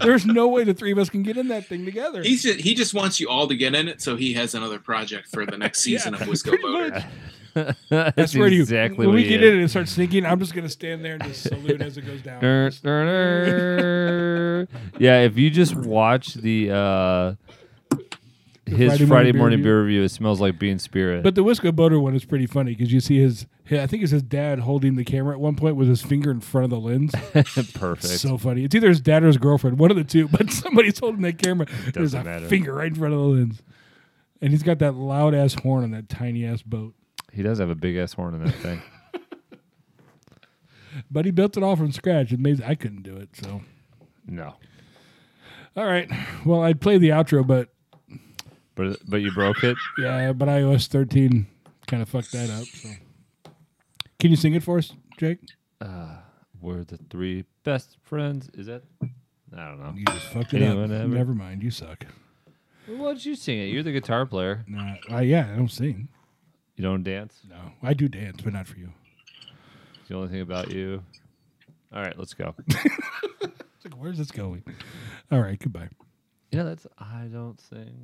There's no way the three of us can get in that thing together.
He's just, he just wants you all to get in it, so he has another project for
[LAUGHS]
the next season of Wisco
pretty
Boater.
much. I
[LAUGHS] that's
swear to you,
exactly
when
what
we
he
get
is.
in and it starts sinking, I'm just gonna stand there and just salute as it goes down.
Dur, dur, dur. yeah, if you just watch the uh his Friday, morning beer review, it smells like bean spirit.
But the Wisco Boater one is pretty funny because you see his, hi- I think it's his dad holding the camera at one point with his finger in front of the lens.
[LAUGHS] perfect.
so funny. It's either his dad or his girlfriend, one of the two, [LAUGHS] but somebody's holding that camera. There's a
Doesn't matter.
finger right in front of the lens. And he's got that loud ass horn on that tiny ass boat.
he does have a big ass horn in that thing.
But he built it all from scratch. It made, I couldn't do it. So,
[LAUGHS] No,
all right. Well, I'd play the outro, but
but but you broke it.
yeah, but iOS 13 kind of fucked that up. So, can you sing it for us, Jake?
We're the three best friends. Is that? I don't know.
You just fucked it up.
Anyone ever?
Never mind. You suck.
Why don't you sing it? You're the guitar player.
Nah, I, yeah, I don't sing.
You don't dance.
No, I do dance, but not for you.
It's the only thing about you. All right, let's go. [LAUGHS]
It's like, where's this going? All right, goodbye.
Yeah, that's I don't sing.